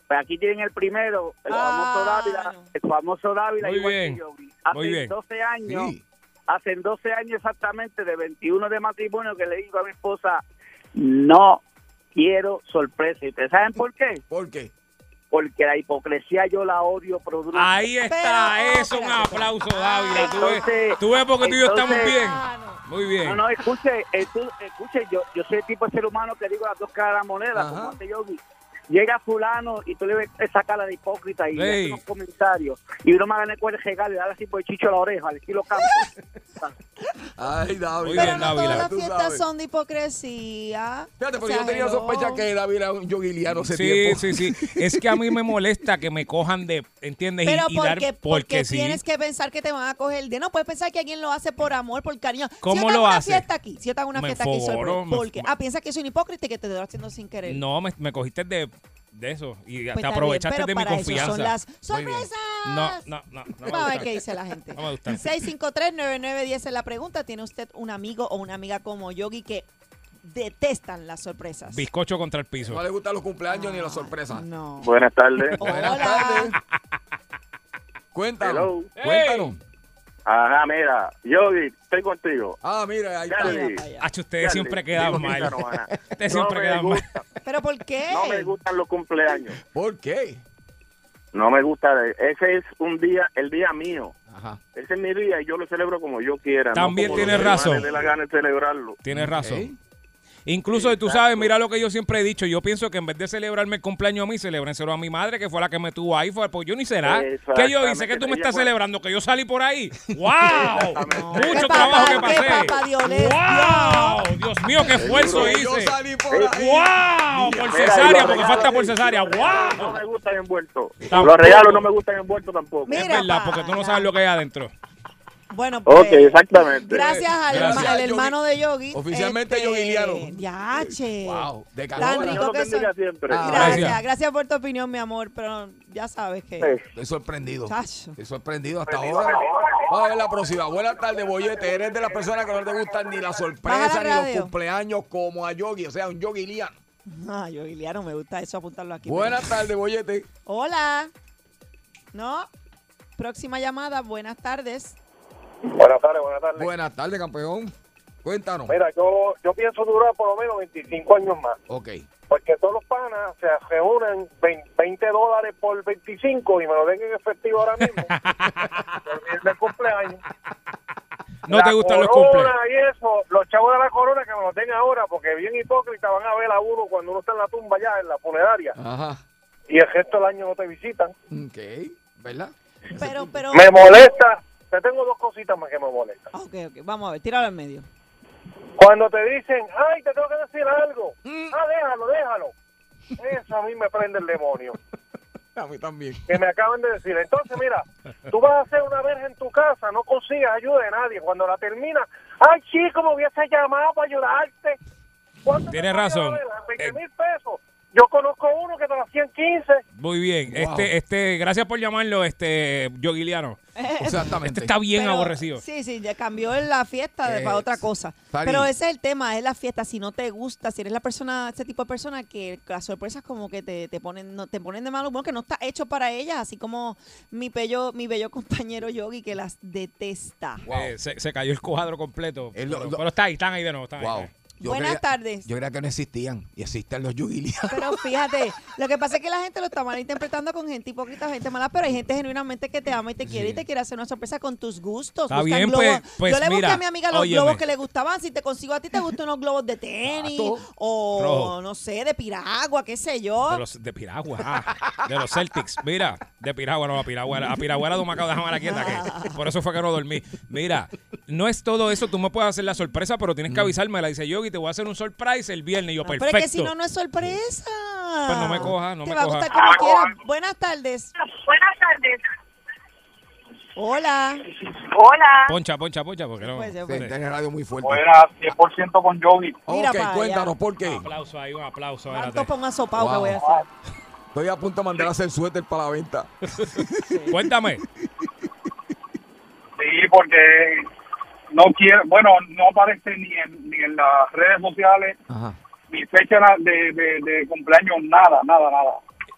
[SPEAKER 10] Pues aquí tienen el primero, el famoso
[SPEAKER 4] Ah,
[SPEAKER 10] Dávila,
[SPEAKER 4] no.
[SPEAKER 10] el famoso Dávila
[SPEAKER 7] Muy
[SPEAKER 10] igual
[SPEAKER 7] bien,
[SPEAKER 10] que Yogi. Hace
[SPEAKER 7] muy bien.
[SPEAKER 10] 12 años,
[SPEAKER 5] Sí.
[SPEAKER 10] hace 12 años exactamente de 21 de matrimonio que le digo a mi esposa, no quiero sorpresa. ¿Y ustedes saben por qué?
[SPEAKER 5] ¿Por qué?
[SPEAKER 10] Porque la hipocresía yo la odio por bruto.
[SPEAKER 7] Ahí está,
[SPEAKER 4] Pero- oh,
[SPEAKER 7] eso, un aplauso, Dávila. Tú ves,
[SPEAKER 10] Entonces-
[SPEAKER 7] tú ves porque tú y yo estamos
[SPEAKER 10] entonces-
[SPEAKER 7] bien.
[SPEAKER 4] Ah, no.
[SPEAKER 7] Muy bien.
[SPEAKER 10] No, no, escuche, estu- escuche, yo, yo soy el tipo de ser humano que digo las dos caras de la moneda,
[SPEAKER 5] Ajá.
[SPEAKER 10] como hace Yogi. Llega fulano y tú le ves esa cara de hipócrita y le
[SPEAKER 7] Ey.
[SPEAKER 10] hace unos comentarios. Y uno más gana el regalo y le da así por el chicho a la oreja, al estilo campo.
[SPEAKER 5] Ay, David.
[SPEAKER 7] Muy
[SPEAKER 4] Pero
[SPEAKER 7] bien,
[SPEAKER 4] no
[SPEAKER 7] Dávila.
[SPEAKER 4] todas las
[SPEAKER 5] Tú
[SPEAKER 4] fiestas
[SPEAKER 5] sabes.
[SPEAKER 4] son de hipocresía.
[SPEAKER 5] Fíjate, pero
[SPEAKER 4] O sea,
[SPEAKER 5] yo tenía
[SPEAKER 4] hello.
[SPEAKER 5] sospecha que David era un yoguiliano hace
[SPEAKER 7] Sí,
[SPEAKER 5] tiempo.
[SPEAKER 7] sí, sí. Es que a mí me molesta que me cojan de, ¿entiendes? Y-
[SPEAKER 4] Pero
[SPEAKER 7] y, dar
[SPEAKER 4] porque, porque
[SPEAKER 7] sí.
[SPEAKER 4] tienes que pensar que te van a coger de no puedes pensar que alguien lo hace por amor, por cariño.
[SPEAKER 7] ¿Cómo
[SPEAKER 4] si yo te hago
[SPEAKER 7] lo
[SPEAKER 4] una
[SPEAKER 7] hace?
[SPEAKER 4] fiesta aquí, si yo te hago una
[SPEAKER 7] Me
[SPEAKER 4] fiesta aquí,
[SPEAKER 7] enfogono,
[SPEAKER 4] sorpresa,
[SPEAKER 7] me-
[SPEAKER 4] porque ah piensa que soy un hipócrita y que te estoy haciendo sin querer.
[SPEAKER 7] No, me, me cogiste de de eso.
[SPEAKER 4] Pues
[SPEAKER 7] Y te
[SPEAKER 4] está bien,
[SPEAKER 7] aprovechaste
[SPEAKER 4] pero
[SPEAKER 7] de mi
[SPEAKER 4] para eso son
[SPEAKER 7] confianza.
[SPEAKER 4] las
[SPEAKER 7] Muy bien.
[SPEAKER 4] sorpresas.
[SPEAKER 7] No, no, no. no me
[SPEAKER 4] Vamos a ver
[SPEAKER 7] gusta.
[SPEAKER 4] qué dice la gente.
[SPEAKER 7] No me gusta.
[SPEAKER 4] 653-9910 es la pregunta. ¿Tiene usted un amigo o una amiga como Yogi que detestan las sorpresas?
[SPEAKER 7] Bizcocho contra el piso.
[SPEAKER 5] No le gustan los cumpleaños ni las sorpresas.
[SPEAKER 4] No.
[SPEAKER 8] Buenas tardes.
[SPEAKER 5] Buenas tardes. Cuéntanos.
[SPEAKER 8] Hello.
[SPEAKER 5] Cuéntanos.
[SPEAKER 8] Ajá, mira, Yogi, estoy contigo.
[SPEAKER 5] Ah, mira, ahí está.
[SPEAKER 8] Charlie.
[SPEAKER 7] Hacho, ustedes
[SPEAKER 8] Charlie,
[SPEAKER 7] siempre quedan
[SPEAKER 8] digo,
[SPEAKER 7] mal.
[SPEAKER 8] Romana,
[SPEAKER 7] Ustedes
[SPEAKER 8] no
[SPEAKER 7] siempre
[SPEAKER 8] me
[SPEAKER 7] quedan mal.
[SPEAKER 4] ¿Pero por qué?
[SPEAKER 8] No me gustan los cumpleaños.
[SPEAKER 5] ¿Por qué?
[SPEAKER 8] No me gusta. Ese es un día, el día mío.
[SPEAKER 5] Ajá.
[SPEAKER 8] Ese es mi día y yo lo celebro como yo quiera.
[SPEAKER 7] También
[SPEAKER 8] no como
[SPEAKER 7] tienes
[SPEAKER 8] los demás
[SPEAKER 7] razón.
[SPEAKER 8] les dé la gana de celebrarlo.
[SPEAKER 7] Tienes razón. Incluso, tú sabes, mira lo que yo siempre he dicho. Yo pienso que en vez de celebrarme el cumpleaños a mí, celebrenselo a mi madre, que fue la que me tuvo ahí. Fue, pues yo ni será. ¿Qué yo hice? ¿Que tú me
[SPEAKER 8] Exactamente.
[SPEAKER 7] estás
[SPEAKER 8] Ella fue-
[SPEAKER 7] celebrando? ¿Que yo salí por ahí? ¡Wow!
[SPEAKER 4] ¿Qué
[SPEAKER 7] Mucho
[SPEAKER 4] papá,
[SPEAKER 7] trabajo que
[SPEAKER 4] qué
[SPEAKER 7] pasé.
[SPEAKER 4] papá Dioles?
[SPEAKER 7] ¡Wow! Dios mío, qué esfuerzo
[SPEAKER 5] Seguro.
[SPEAKER 7] hice.
[SPEAKER 5] Yo salí por ahí.
[SPEAKER 7] ¡Wow! Por
[SPEAKER 8] Mira, y
[SPEAKER 7] cesárea,
[SPEAKER 8] los
[SPEAKER 7] porque
[SPEAKER 8] regalos,
[SPEAKER 7] falta por
[SPEAKER 8] sí,
[SPEAKER 7] cesárea.
[SPEAKER 8] los regalos No
[SPEAKER 7] ¡Wow!
[SPEAKER 8] me gustan envueltos.
[SPEAKER 7] Tampoco.
[SPEAKER 8] Los regalos no me gustan envueltos tampoco.
[SPEAKER 4] Mira,
[SPEAKER 7] Es verdad,
[SPEAKER 4] pa.
[SPEAKER 7] porque tú no sabes lo que hay adentro.
[SPEAKER 4] Bueno, pues.
[SPEAKER 8] Ok, exactamente.
[SPEAKER 4] Gracias al herma-
[SPEAKER 5] Gracias,
[SPEAKER 4] al
[SPEAKER 5] Yogi.
[SPEAKER 4] hermano de Yogi.
[SPEAKER 5] Oficialmente
[SPEAKER 4] este,
[SPEAKER 5] Yoguiliano.
[SPEAKER 4] Yache.
[SPEAKER 5] Wow, de
[SPEAKER 4] Tan
[SPEAKER 8] Yo
[SPEAKER 5] calor.
[SPEAKER 4] rico.
[SPEAKER 8] lo
[SPEAKER 4] que son.
[SPEAKER 8] bendiga siempre.
[SPEAKER 5] Ah,
[SPEAKER 4] Gracias,
[SPEAKER 7] gracias.
[SPEAKER 4] gracias por tu opinión, mi amor, pero ya sabes que.
[SPEAKER 8] Sí.
[SPEAKER 5] Estoy sorprendido.
[SPEAKER 4] Chacho.
[SPEAKER 5] Estoy sorprendido hasta ahora. Vamos a ver la próxima. Buenas tardes, Boyete. Eres de las personas que no te gustan ni las sorpresas
[SPEAKER 4] Baja
[SPEAKER 5] ni
[SPEAKER 4] la radio.
[SPEAKER 5] los cumpleaños como a Yogi, o sea, un Yogi Lian.
[SPEAKER 4] Ah, Yogi Liano, me gusta eso, apuntarlo aquí.
[SPEAKER 5] Buenas tardes, Boyete.
[SPEAKER 4] Hola. ¿No? Próxima llamada, buenas tardes.
[SPEAKER 8] Buenas tardes, buenas tardes.
[SPEAKER 5] Buenas tardes, campeón. Cuéntanos.
[SPEAKER 8] Mira, yo, yo pienso durar por lo menos 25 años más,
[SPEAKER 5] Ok.
[SPEAKER 8] porque todos los panas se reúnen 20, 20 dólares por 25 y me lo den en efectivo ahora mismo. por el del cumpleaños.
[SPEAKER 7] No
[SPEAKER 8] La
[SPEAKER 7] te gustan los
[SPEAKER 8] corona
[SPEAKER 7] cumpleaños.
[SPEAKER 8] y eso, los chavos de la corona que me lo den ahora, porque bien hipócrita van a ver a uno cuando uno está en la tumba ya, en la funeraria,
[SPEAKER 5] Ajá.
[SPEAKER 8] y el resto del año no te visitan.
[SPEAKER 5] Ok. ¿Verdad?
[SPEAKER 4] Pero, pero.
[SPEAKER 8] Me molesta. Te tengo dos cositas más que me molestan.
[SPEAKER 4] Ok, ok, vamos a ver, tíralo al medio.
[SPEAKER 8] Cuando te dicen, ay, te tengo que decir algo. Ah, déjalo, déjalo. Eso a mí me prende el demonio.
[SPEAKER 5] A mí también.
[SPEAKER 8] Que me acaban de decir. Entonces, mira, tú vas a hacer una verja en tu casa, no consigas ayuda de nadie. Cuando la terminas, ay, chico, me hubiese llamado para ayudarte. ¿Cuánto te
[SPEAKER 7] Tienes
[SPEAKER 8] costó
[SPEAKER 7] razón.
[SPEAKER 8] la verja? 20
[SPEAKER 7] Eh.
[SPEAKER 8] mil pesos. Yo conozco uno que te lo hacían 15.
[SPEAKER 7] Muy bien. Este, este, gracias por llamarlo, este, Yoguiliano.
[SPEAKER 5] Exactamente.
[SPEAKER 7] Está bien
[SPEAKER 4] Pero-
[SPEAKER 7] aborrecido.
[SPEAKER 4] Sí, sí, ya cambió en la fiesta de-
[SPEAKER 5] Eh,
[SPEAKER 4] para otra cosa.
[SPEAKER 5] Sari.
[SPEAKER 4] Pero ese es el tema, es la fiesta. Si no te gusta, si eres la persona, ese tipo de persona que las sorpresas como que te, te ponen, no, te ponen de mal humor, que no está hecho para ellas, así como mi bello, mi bello compañero Yogi que las detesta.
[SPEAKER 7] Eh, se, se cayó el cuadro completo.
[SPEAKER 5] Eh, lo-
[SPEAKER 7] pero,
[SPEAKER 5] lo-
[SPEAKER 7] pero está ahí, están ahí de nuevo. están ahí.
[SPEAKER 5] Wow.
[SPEAKER 4] Buenas
[SPEAKER 5] creía-
[SPEAKER 4] tardes.
[SPEAKER 5] Yo creía que no existían. Y existen los Yogi Lian.
[SPEAKER 4] Pero fíjate, lo que pasa es que la gente lo está malinterpretando con gente hipócrita, gente mala, pero hay gente genuinamente que te ama y te quiere y te quiere hacer una sorpresa con tus gustos.
[SPEAKER 7] Está
[SPEAKER 4] Buscan
[SPEAKER 7] bien,
[SPEAKER 4] globos.
[SPEAKER 7] pues- pues
[SPEAKER 4] Yo le busqué
[SPEAKER 7] mira,
[SPEAKER 4] a mi amiga los
[SPEAKER 7] óyeme.
[SPEAKER 4] globos que le gustaban. Si te consigo a ti, te gustan unos globos de tenis
[SPEAKER 5] Exacto.
[SPEAKER 4] o
[SPEAKER 7] Rojo.
[SPEAKER 4] no sé, de piragua, qué sé yo.
[SPEAKER 7] De los de Piragua, ah, de los Celtics. Mira, de Piragua, no, a Piragua. A Piragua era Dumacao, déjame la quieta que por eso fue que no dormí. Mira, no es todo eso, tú me puedes hacer la sorpresa, pero tienes
[SPEAKER 5] Mm.
[SPEAKER 7] que avisarme, la dice Yogi, te voy a hacer un surprise el viernes. Y yo,
[SPEAKER 4] Ah,
[SPEAKER 7] perfecto.
[SPEAKER 4] Pero es que si no, no es sorpresa.
[SPEAKER 7] Pues no me coja, no
[SPEAKER 4] Te
[SPEAKER 7] me
[SPEAKER 4] va
[SPEAKER 7] coja.
[SPEAKER 4] a gustar como quieras. Buenas tardes.
[SPEAKER 9] Buenas tardes.
[SPEAKER 4] Hola.
[SPEAKER 9] Hola.
[SPEAKER 7] Poncha, poncha, poncha, porque no.
[SPEAKER 4] Pues,
[SPEAKER 5] Sí,
[SPEAKER 7] Sí.
[SPEAKER 5] Tiene radio muy fuerte.
[SPEAKER 10] Fuera 100% con Yogi.
[SPEAKER 4] Mira
[SPEAKER 5] Ok,
[SPEAKER 4] para allá.
[SPEAKER 5] cuéntanos por
[SPEAKER 7] Un
[SPEAKER 5] qué.
[SPEAKER 7] aplauso ahí, un aplauso.
[SPEAKER 4] Tanto
[SPEAKER 7] espérate.
[SPEAKER 4] ponga asopado que
[SPEAKER 5] Wow.
[SPEAKER 4] voy a hacer.
[SPEAKER 5] Estoy a punto de mandar a hacer suéter para la venta.
[SPEAKER 7] Cuéntame.
[SPEAKER 10] Sí, porque no quiero, bueno, no aparece ni en, ni en las redes sociales,
[SPEAKER 5] Ajá.
[SPEAKER 10] ni fecha de, de- de cumpleaños, nada, nada, nada.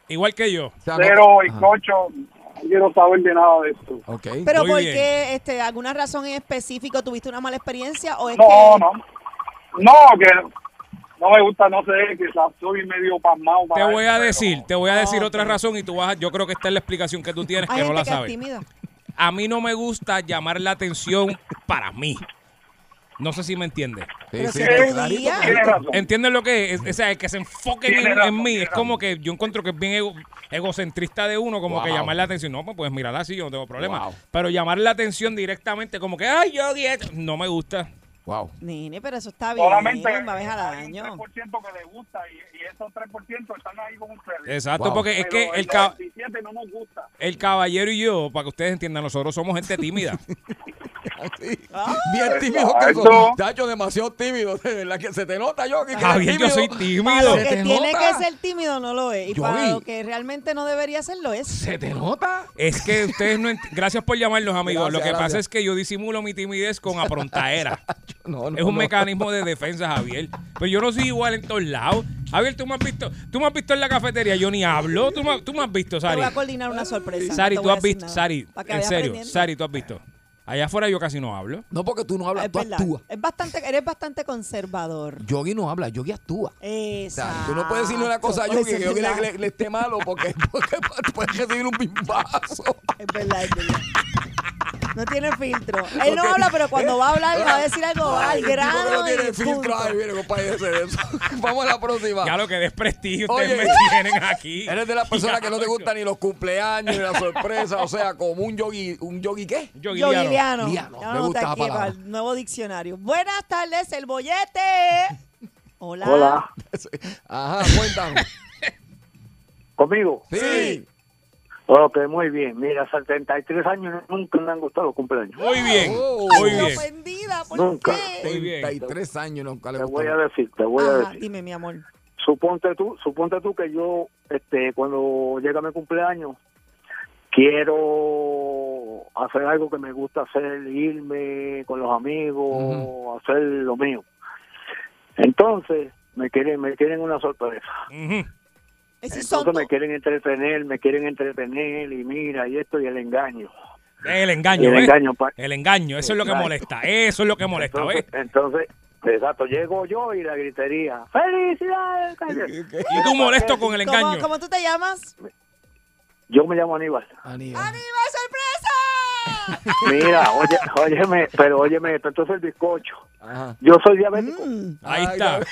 [SPEAKER 7] Igual que yo.
[SPEAKER 5] O sea, no-
[SPEAKER 10] Cero y
[SPEAKER 5] Ajá.
[SPEAKER 10] cocho, no quiero saber de nada de esto.
[SPEAKER 5] Ok.
[SPEAKER 4] Pero
[SPEAKER 7] Muy
[SPEAKER 4] ¿por
[SPEAKER 7] bien.
[SPEAKER 4] qué? Este, ¿Alguna razón en específico? ¿Tuviste una mala experiencia? ¿O es
[SPEAKER 10] No,
[SPEAKER 4] que
[SPEAKER 10] no, no, que no me gusta, no sé, que estoy medio pasmado.
[SPEAKER 7] Te
[SPEAKER 10] para
[SPEAKER 7] voy a
[SPEAKER 10] esto,
[SPEAKER 7] decir, te voy a
[SPEAKER 4] Ah,
[SPEAKER 7] decir otra
[SPEAKER 4] ok.
[SPEAKER 7] razón y tú vas a- yo creo que esta es la explicación que tú tienes
[SPEAKER 4] hay
[SPEAKER 7] que no
[SPEAKER 4] gente
[SPEAKER 7] la
[SPEAKER 4] que es
[SPEAKER 7] sabes.
[SPEAKER 4] tímida?
[SPEAKER 7] A mí no me gusta llamar la atención para mí. No sé si me entiendes.
[SPEAKER 5] Sí,
[SPEAKER 4] Pero
[SPEAKER 5] sí,
[SPEAKER 4] si
[SPEAKER 5] está
[SPEAKER 4] es tu
[SPEAKER 5] clarito,
[SPEAKER 4] día.
[SPEAKER 5] clarito.
[SPEAKER 10] Tienes razón.
[SPEAKER 7] ¿Entiendes lo que es? O sea, el que se enfoquen
[SPEAKER 10] Tienes
[SPEAKER 7] en,
[SPEAKER 10] razón,
[SPEAKER 7] en mí.
[SPEAKER 10] tienes
[SPEAKER 7] Es como que yo encuentro que es bien ego- egocentrista de uno, como
[SPEAKER 5] Wow.
[SPEAKER 7] que llamar la atención. No, pues puedes mirarla así, yo no tengo problema.
[SPEAKER 5] Wow.
[SPEAKER 7] Pero llamar la atención directamente, como que, ay, yo dieta", no me gusta.
[SPEAKER 5] Wow.
[SPEAKER 4] Nine, pero eso está bien.
[SPEAKER 10] Solamente
[SPEAKER 4] va a dejar al
[SPEAKER 10] hay un
[SPEAKER 4] año.
[SPEAKER 10] 3% que le gusta y, y esos 3% están ahí con ustedes.
[SPEAKER 7] Exacto,
[SPEAKER 5] Wow.
[SPEAKER 7] porque es que
[SPEAKER 10] Pero
[SPEAKER 7] el, ca-
[SPEAKER 10] 97 no nos gusta.
[SPEAKER 7] el caballero y yo, para que ustedes entiendan, nosotros somos gente tímida.
[SPEAKER 5] Bien tímido que
[SPEAKER 7] Exacto.
[SPEAKER 5] son. Tacho, demasiado tímido. De verdad que se te nota, Yogi. que eres
[SPEAKER 7] Javier, Ah, yo soy
[SPEAKER 4] Para
[SPEAKER 7] tímido.
[SPEAKER 4] lo que tiene que ser tímido no lo es. Y
[SPEAKER 7] Yo
[SPEAKER 4] para
[SPEAKER 7] vi.
[SPEAKER 4] lo que realmente no debería serlo es.
[SPEAKER 5] ¿Se te nota?
[SPEAKER 7] Es que ustedes no ent- Gracias por llamarnos, amigos.
[SPEAKER 5] Gracias,
[SPEAKER 7] Lo que pasa
[SPEAKER 5] gracias.
[SPEAKER 7] es que yo disimulo mi timidez con aprontaera.
[SPEAKER 5] No, no,
[SPEAKER 7] es un
[SPEAKER 5] no.
[SPEAKER 7] mecanismo de defensa, Javier. Pero yo no soy igual en todos lados. Javier, tú me has visto, tú me has visto en la cafetería, yo ni hablo. Tú me, tú me has visto,
[SPEAKER 4] Te
[SPEAKER 7] Sari.
[SPEAKER 4] voy a coordinar una sorpresa. no te
[SPEAKER 7] Sari, tú
[SPEAKER 4] voy a
[SPEAKER 7] has
[SPEAKER 4] decir
[SPEAKER 7] visto,
[SPEAKER 4] nada.
[SPEAKER 7] Sari,
[SPEAKER 4] Para que
[SPEAKER 7] en
[SPEAKER 4] vayas
[SPEAKER 7] serio,
[SPEAKER 4] aprendiendo.
[SPEAKER 7] Sari, tú has visto. Allá afuera yo casi no hablo.
[SPEAKER 5] No, porque tú no hablas,
[SPEAKER 4] Ah, Es
[SPEAKER 5] tú
[SPEAKER 4] verdad.
[SPEAKER 5] actúas.
[SPEAKER 4] Es bastante, eres bastante conservador.
[SPEAKER 5] Yogi no habla, Yogi actúa.
[SPEAKER 4] O sea,
[SPEAKER 5] Tú no puedes decirle una cosa a
[SPEAKER 4] Exacto.
[SPEAKER 5] Yogi que
[SPEAKER 4] Eso es
[SPEAKER 5] Yogi le,
[SPEAKER 4] verdad.
[SPEAKER 5] le- le esté malo porque, porque puedes recibir un bimbazo.
[SPEAKER 4] Es verdad, es verdad. No tiene filtro. Él no
[SPEAKER 5] Ok.
[SPEAKER 4] habla, pero cuando va a hablar, va a decir algo
[SPEAKER 5] Ay,
[SPEAKER 4] al
[SPEAKER 5] el tipo que
[SPEAKER 4] grano.
[SPEAKER 5] No tiene
[SPEAKER 4] y
[SPEAKER 5] filtro.
[SPEAKER 4] punto.
[SPEAKER 5] Ay, mire, compadre, ese de eso. Vamos a la próxima.
[SPEAKER 7] Ya lo que desprestigio
[SPEAKER 5] Oye.
[SPEAKER 7] ustedes me tienen aquí.
[SPEAKER 5] Eres de las personas que no te
[SPEAKER 7] Ya,
[SPEAKER 5] gustan ni los cumpleaños, ni las sorpresas. O sea, como un yogi, ¿un yogi qué?
[SPEAKER 4] Yo, Liliano.
[SPEAKER 5] Liano,
[SPEAKER 4] Ya
[SPEAKER 5] me
[SPEAKER 4] vamos
[SPEAKER 5] gusta
[SPEAKER 4] aquí
[SPEAKER 5] esa
[SPEAKER 4] para
[SPEAKER 5] palabra.
[SPEAKER 4] el nuevo diccionario. Buenas tardes, el bollete. Hola.
[SPEAKER 5] Ajá, cuéntanos.
[SPEAKER 12] ¿Conmigo?
[SPEAKER 5] Sí.
[SPEAKER 12] Ok, muy bien. Mira, hasta 73 años nunca me han gustado los cumpleaños.
[SPEAKER 7] Muy bien,
[SPEAKER 5] Oh.
[SPEAKER 7] muy bien.
[SPEAKER 4] Ofendida, ¿por
[SPEAKER 12] Nunca.
[SPEAKER 4] qué?
[SPEAKER 7] Muy bien.
[SPEAKER 5] 33 años nunca le
[SPEAKER 12] Te voy
[SPEAKER 5] gustó.
[SPEAKER 12] a decir, te voy a
[SPEAKER 4] Ajá,
[SPEAKER 12] decir.
[SPEAKER 4] dime, mi amor.
[SPEAKER 12] Suponte tú, suponte tú que yo, este, cuando llega mi cumpleaños, quiero hacer algo que me gusta hacer, irme con los amigos, hacer lo mío. Entonces, me quieren, me quieren una sorpresa.
[SPEAKER 7] Ujú.
[SPEAKER 4] Ese
[SPEAKER 12] Entonces
[SPEAKER 4] son
[SPEAKER 12] me quieren entretener, me quieren entretener y mira, y esto y el engaño.
[SPEAKER 7] El engaño,
[SPEAKER 12] El
[SPEAKER 7] ¿ves?
[SPEAKER 12] engaño, pa-
[SPEAKER 7] El engaño, eso es lo que
[SPEAKER 12] Exacto.
[SPEAKER 7] molesta. Eso es lo que molesta, ¿ves?
[SPEAKER 12] Entonces, entonces, exacto, llego yo y la gritería. ¡Felicidades! Calle!
[SPEAKER 7] Y tú molesto con el
[SPEAKER 4] ¿Cómo,
[SPEAKER 7] engaño.
[SPEAKER 4] ¿Cómo tú te llamas?
[SPEAKER 12] Yo me llamo Aníbal.
[SPEAKER 5] Aníbal.
[SPEAKER 4] ¡Viva sorpresa!
[SPEAKER 12] Mira, oye, óyeme, pero óyeme, esto, entonces el bizcocho.
[SPEAKER 5] Ajá.
[SPEAKER 12] Yo soy diabético.
[SPEAKER 4] Mm.
[SPEAKER 7] Ahí
[SPEAKER 5] Ay,
[SPEAKER 7] está.
[SPEAKER 5] ya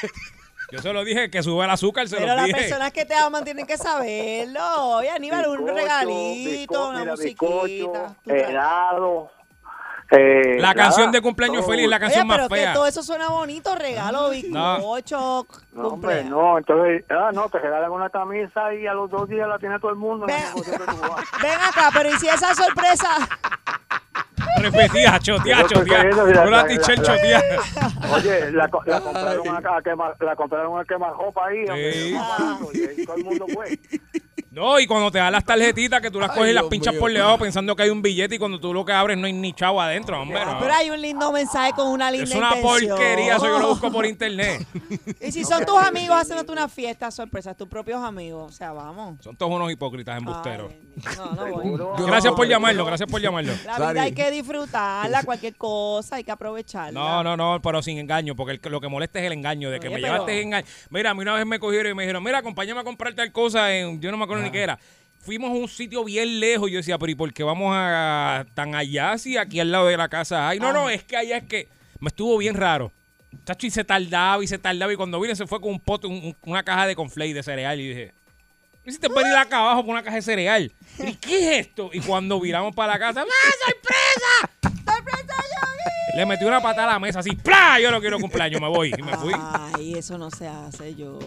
[SPEAKER 7] Yo se lo dije que sube el azúcar, se
[SPEAKER 4] Pero
[SPEAKER 7] lo
[SPEAKER 4] las
[SPEAKER 7] dije.
[SPEAKER 4] personas que te aman tienen que saberlo. Oye, Aníbal, un
[SPEAKER 12] Bizcocho,
[SPEAKER 4] regalito,
[SPEAKER 12] bizco-
[SPEAKER 4] una
[SPEAKER 12] mira,
[SPEAKER 4] musiquita.
[SPEAKER 12] bizcocho,
[SPEAKER 4] tú sabes.
[SPEAKER 12] helado. eh,
[SPEAKER 7] La canción
[SPEAKER 12] nada,
[SPEAKER 7] de cumpleaños
[SPEAKER 12] todo.
[SPEAKER 7] feliz, la
[SPEAKER 4] Oh. Oye,
[SPEAKER 7] canción
[SPEAKER 4] pero
[SPEAKER 7] más
[SPEAKER 4] que
[SPEAKER 7] fea.
[SPEAKER 4] todo eso suena bonito, regalo,
[SPEAKER 7] No.
[SPEAKER 4] bizcocho,
[SPEAKER 12] No, hombre,
[SPEAKER 4] cumpleaños.
[SPEAKER 12] no, entonces, ah, no, te regalan una camisa y a los dos días la tiene todo el mundo.
[SPEAKER 4] Ve-
[SPEAKER 12] Como siempre tú vas.
[SPEAKER 4] Ven acá, pero ¿y si esa sorpresa?
[SPEAKER 7] Repetía, chotea,
[SPEAKER 12] Yo estoy
[SPEAKER 7] chotea.
[SPEAKER 12] cayendo, mira,
[SPEAKER 7] Yo la
[SPEAKER 12] la-
[SPEAKER 7] teacher
[SPEAKER 12] la-
[SPEAKER 7] chotea.
[SPEAKER 12] Oye, la, co- la compraron a, a quemar, la compraron a quemar ropa ahí. hombre,
[SPEAKER 7] Sí.
[SPEAKER 12] yo me acuerdo, y todo el mundo fue.
[SPEAKER 7] No, y cuando te dan las tarjetitas que tú las
[SPEAKER 5] Ay,
[SPEAKER 7] coges y las
[SPEAKER 5] Dios
[SPEAKER 7] pinchas
[SPEAKER 5] mío.
[SPEAKER 7] por debajo pensando que hay un billete y cuando tú lo que abres no hay ni chavo adentro, hombre. no.
[SPEAKER 4] Pero hay un lindo mensaje con una linda
[SPEAKER 7] Es una
[SPEAKER 4] intención.
[SPEAKER 7] porquería, eso yo lo busco por internet.
[SPEAKER 4] Y si son tus amigos haciéndote una fiesta sorpresa, tus propios amigos, o sea, vamos.
[SPEAKER 7] Son todos unos hipócritas embusteros.
[SPEAKER 4] Ay, no, no voy.
[SPEAKER 7] Gracias por llamarlo, gracias por llamarlo.
[SPEAKER 4] La vida
[SPEAKER 5] Sari.
[SPEAKER 4] hay que disfrutarla, cualquier cosa, hay que aprovecharla.
[SPEAKER 7] No, no, no, pero sin engaño, porque el- lo que molesta es el engaño, de que
[SPEAKER 4] Oye,
[SPEAKER 7] me
[SPEAKER 4] pero-
[SPEAKER 7] llevaste engaño. Mira, a mí una vez me cogieron y me dijeron, mira, acompáñame a comprar tal cosa, en, yo no me acuerdo ni qué era. Fuimos a un sitio bien lejos, y yo decía, pero ¿y por qué vamos a tan allá si aquí al lado de la casa hay? No,
[SPEAKER 4] Ah.
[SPEAKER 7] no, es que allá es que me estuvo bien raro. Chacho, y se tardaba y se tardaba, y cuando vine se fue con un pote, un- un- una caja de conflay de cereal, y dije, ¿me hiciste venir acá abajo con una caja de cereal? ¿Y qué es esto? Y cuando viramos para la casa, ¡ah, sorpresa!
[SPEAKER 4] ¡Sorpresa, Yogi!
[SPEAKER 7] Le metí una patada a la mesa así, ¡plá! Yo no quiero cumpleaños, me voy. Y me fui.
[SPEAKER 4] Ay, eso no se hace, yo.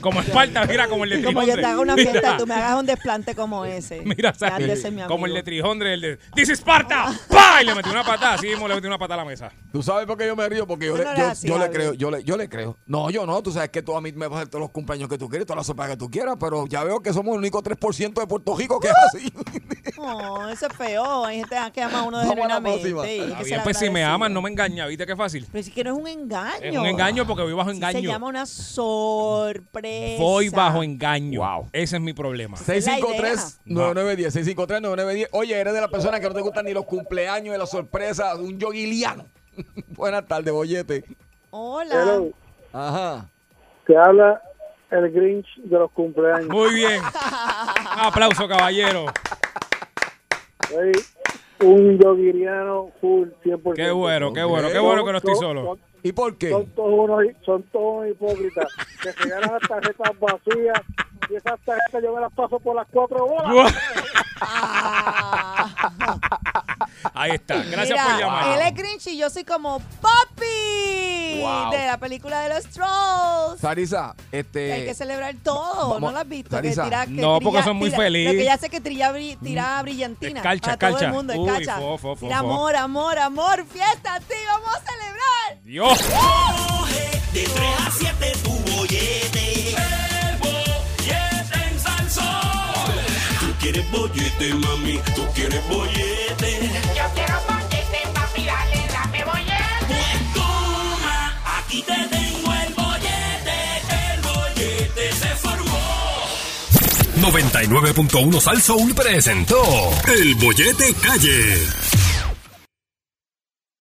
[SPEAKER 7] Como Esparta, mira, como el de
[SPEAKER 4] Como yo
[SPEAKER 7] Trijondre.
[SPEAKER 4] te haga una fiesta,
[SPEAKER 7] Mira,
[SPEAKER 4] y tú me hagas un desplante como ese.
[SPEAKER 7] Mira,
[SPEAKER 4] Ya
[SPEAKER 7] Sari,
[SPEAKER 4] de ser mi amigo.
[SPEAKER 7] como el de Trijondre, el de ¡Dice Esparta! ¡Pah! Y le metí una patada, así mismo le metí una patada a la mesa.
[SPEAKER 5] ¿Tú sabes por qué yo me río? Porque yo,
[SPEAKER 4] Tú
[SPEAKER 5] le,
[SPEAKER 4] no
[SPEAKER 5] yo,
[SPEAKER 4] eres así,
[SPEAKER 5] yo le
[SPEAKER 4] Javier.
[SPEAKER 5] creo, yo le, yo le creo. No, yo no. Tú sabes que tú a mí me vas a hacer todos los cumpleaños que tú quieres, todas las sopas que tú quieras, pero ya veo que somos el único 3% de Puerto Rico que es
[SPEAKER 4] ¡Uh!
[SPEAKER 5] así.
[SPEAKER 4] No, eso es feo. Hay gente que ama a uno de
[SPEAKER 5] Vamos a la
[SPEAKER 4] genuinamente.
[SPEAKER 5] próxima.
[SPEAKER 4] y hay que
[SPEAKER 7] Está
[SPEAKER 4] ser
[SPEAKER 7] bien, pues si me
[SPEAKER 4] agradecido.
[SPEAKER 7] aman, no me engañas, ¿viste qué fácil?
[SPEAKER 4] Pero es que no es un engaño.
[SPEAKER 7] Es un engaño porque voy bajo
[SPEAKER 4] Sí Se llama
[SPEAKER 7] engaño.
[SPEAKER 4] una sorpresa.
[SPEAKER 7] Voy bajo engaño.
[SPEAKER 5] Wow.
[SPEAKER 7] Ese es mi problema.
[SPEAKER 5] 653-9910. 653-9910. Oye, eres de las personas que no te gustan ni los cumpleaños, ni las sorpresas, un yoguiliano. Buenas tardes, bollete.
[SPEAKER 4] Hola.
[SPEAKER 12] Pero
[SPEAKER 5] Ajá.
[SPEAKER 12] te habla el Grinch de los cumpleaños.
[SPEAKER 7] Muy bien. Un aplauso, caballero.
[SPEAKER 12] Soy un yoguiriano full 100%.
[SPEAKER 7] Qué bueno, qué
[SPEAKER 5] Ok.
[SPEAKER 7] bueno, qué bueno que no estoy solo.
[SPEAKER 12] Son,
[SPEAKER 5] ¿Y por qué?
[SPEAKER 12] son todos unos, son todos unos hipócritas. que regalan las tarjetas vacías y esas tarjetas yo me las paso por las cuatro bolas.
[SPEAKER 4] Ah.
[SPEAKER 7] Ahí está. Gracias
[SPEAKER 4] Mira,
[SPEAKER 7] por llamar.
[SPEAKER 4] Él es Grinch y yo soy como Papi.
[SPEAKER 5] Wow.
[SPEAKER 4] de la película de los trolls.
[SPEAKER 5] Sarisa,
[SPEAKER 4] Que Hay
[SPEAKER 5] este.
[SPEAKER 4] que celebrar todo,
[SPEAKER 5] vamos-
[SPEAKER 4] ¿no lo has visto?
[SPEAKER 5] Sarisa,
[SPEAKER 4] que tira, que
[SPEAKER 5] no,
[SPEAKER 4] trilla-
[SPEAKER 5] porque son muy
[SPEAKER 4] tira-
[SPEAKER 5] feliz.
[SPEAKER 4] Lo que ya sé que trilla bri- tira brillantina.
[SPEAKER 7] Mm.
[SPEAKER 4] para
[SPEAKER 7] Escarcha,
[SPEAKER 4] todo
[SPEAKER 7] escarcha.
[SPEAKER 4] el mundo,
[SPEAKER 7] Uy,
[SPEAKER 4] escarcha.
[SPEAKER 7] fo, fo, fo,
[SPEAKER 4] Tira
[SPEAKER 7] fo.
[SPEAKER 4] amor, amor, amor, fiesta, sí, vamos a celebrar.
[SPEAKER 7] Dios.
[SPEAKER 2] De 3 a 7 tu bollete. El bollete en salsón.
[SPEAKER 1] Tú quieres bollete, mami, tú quieres bollete.
[SPEAKER 11] Yo quiero bollete, papi, dale, dame bollete.
[SPEAKER 2] Pues toma, aquí te tengo el bollete. El bollete se formó.
[SPEAKER 13] 99.1 Sal Soul presentó El Bollete Calle.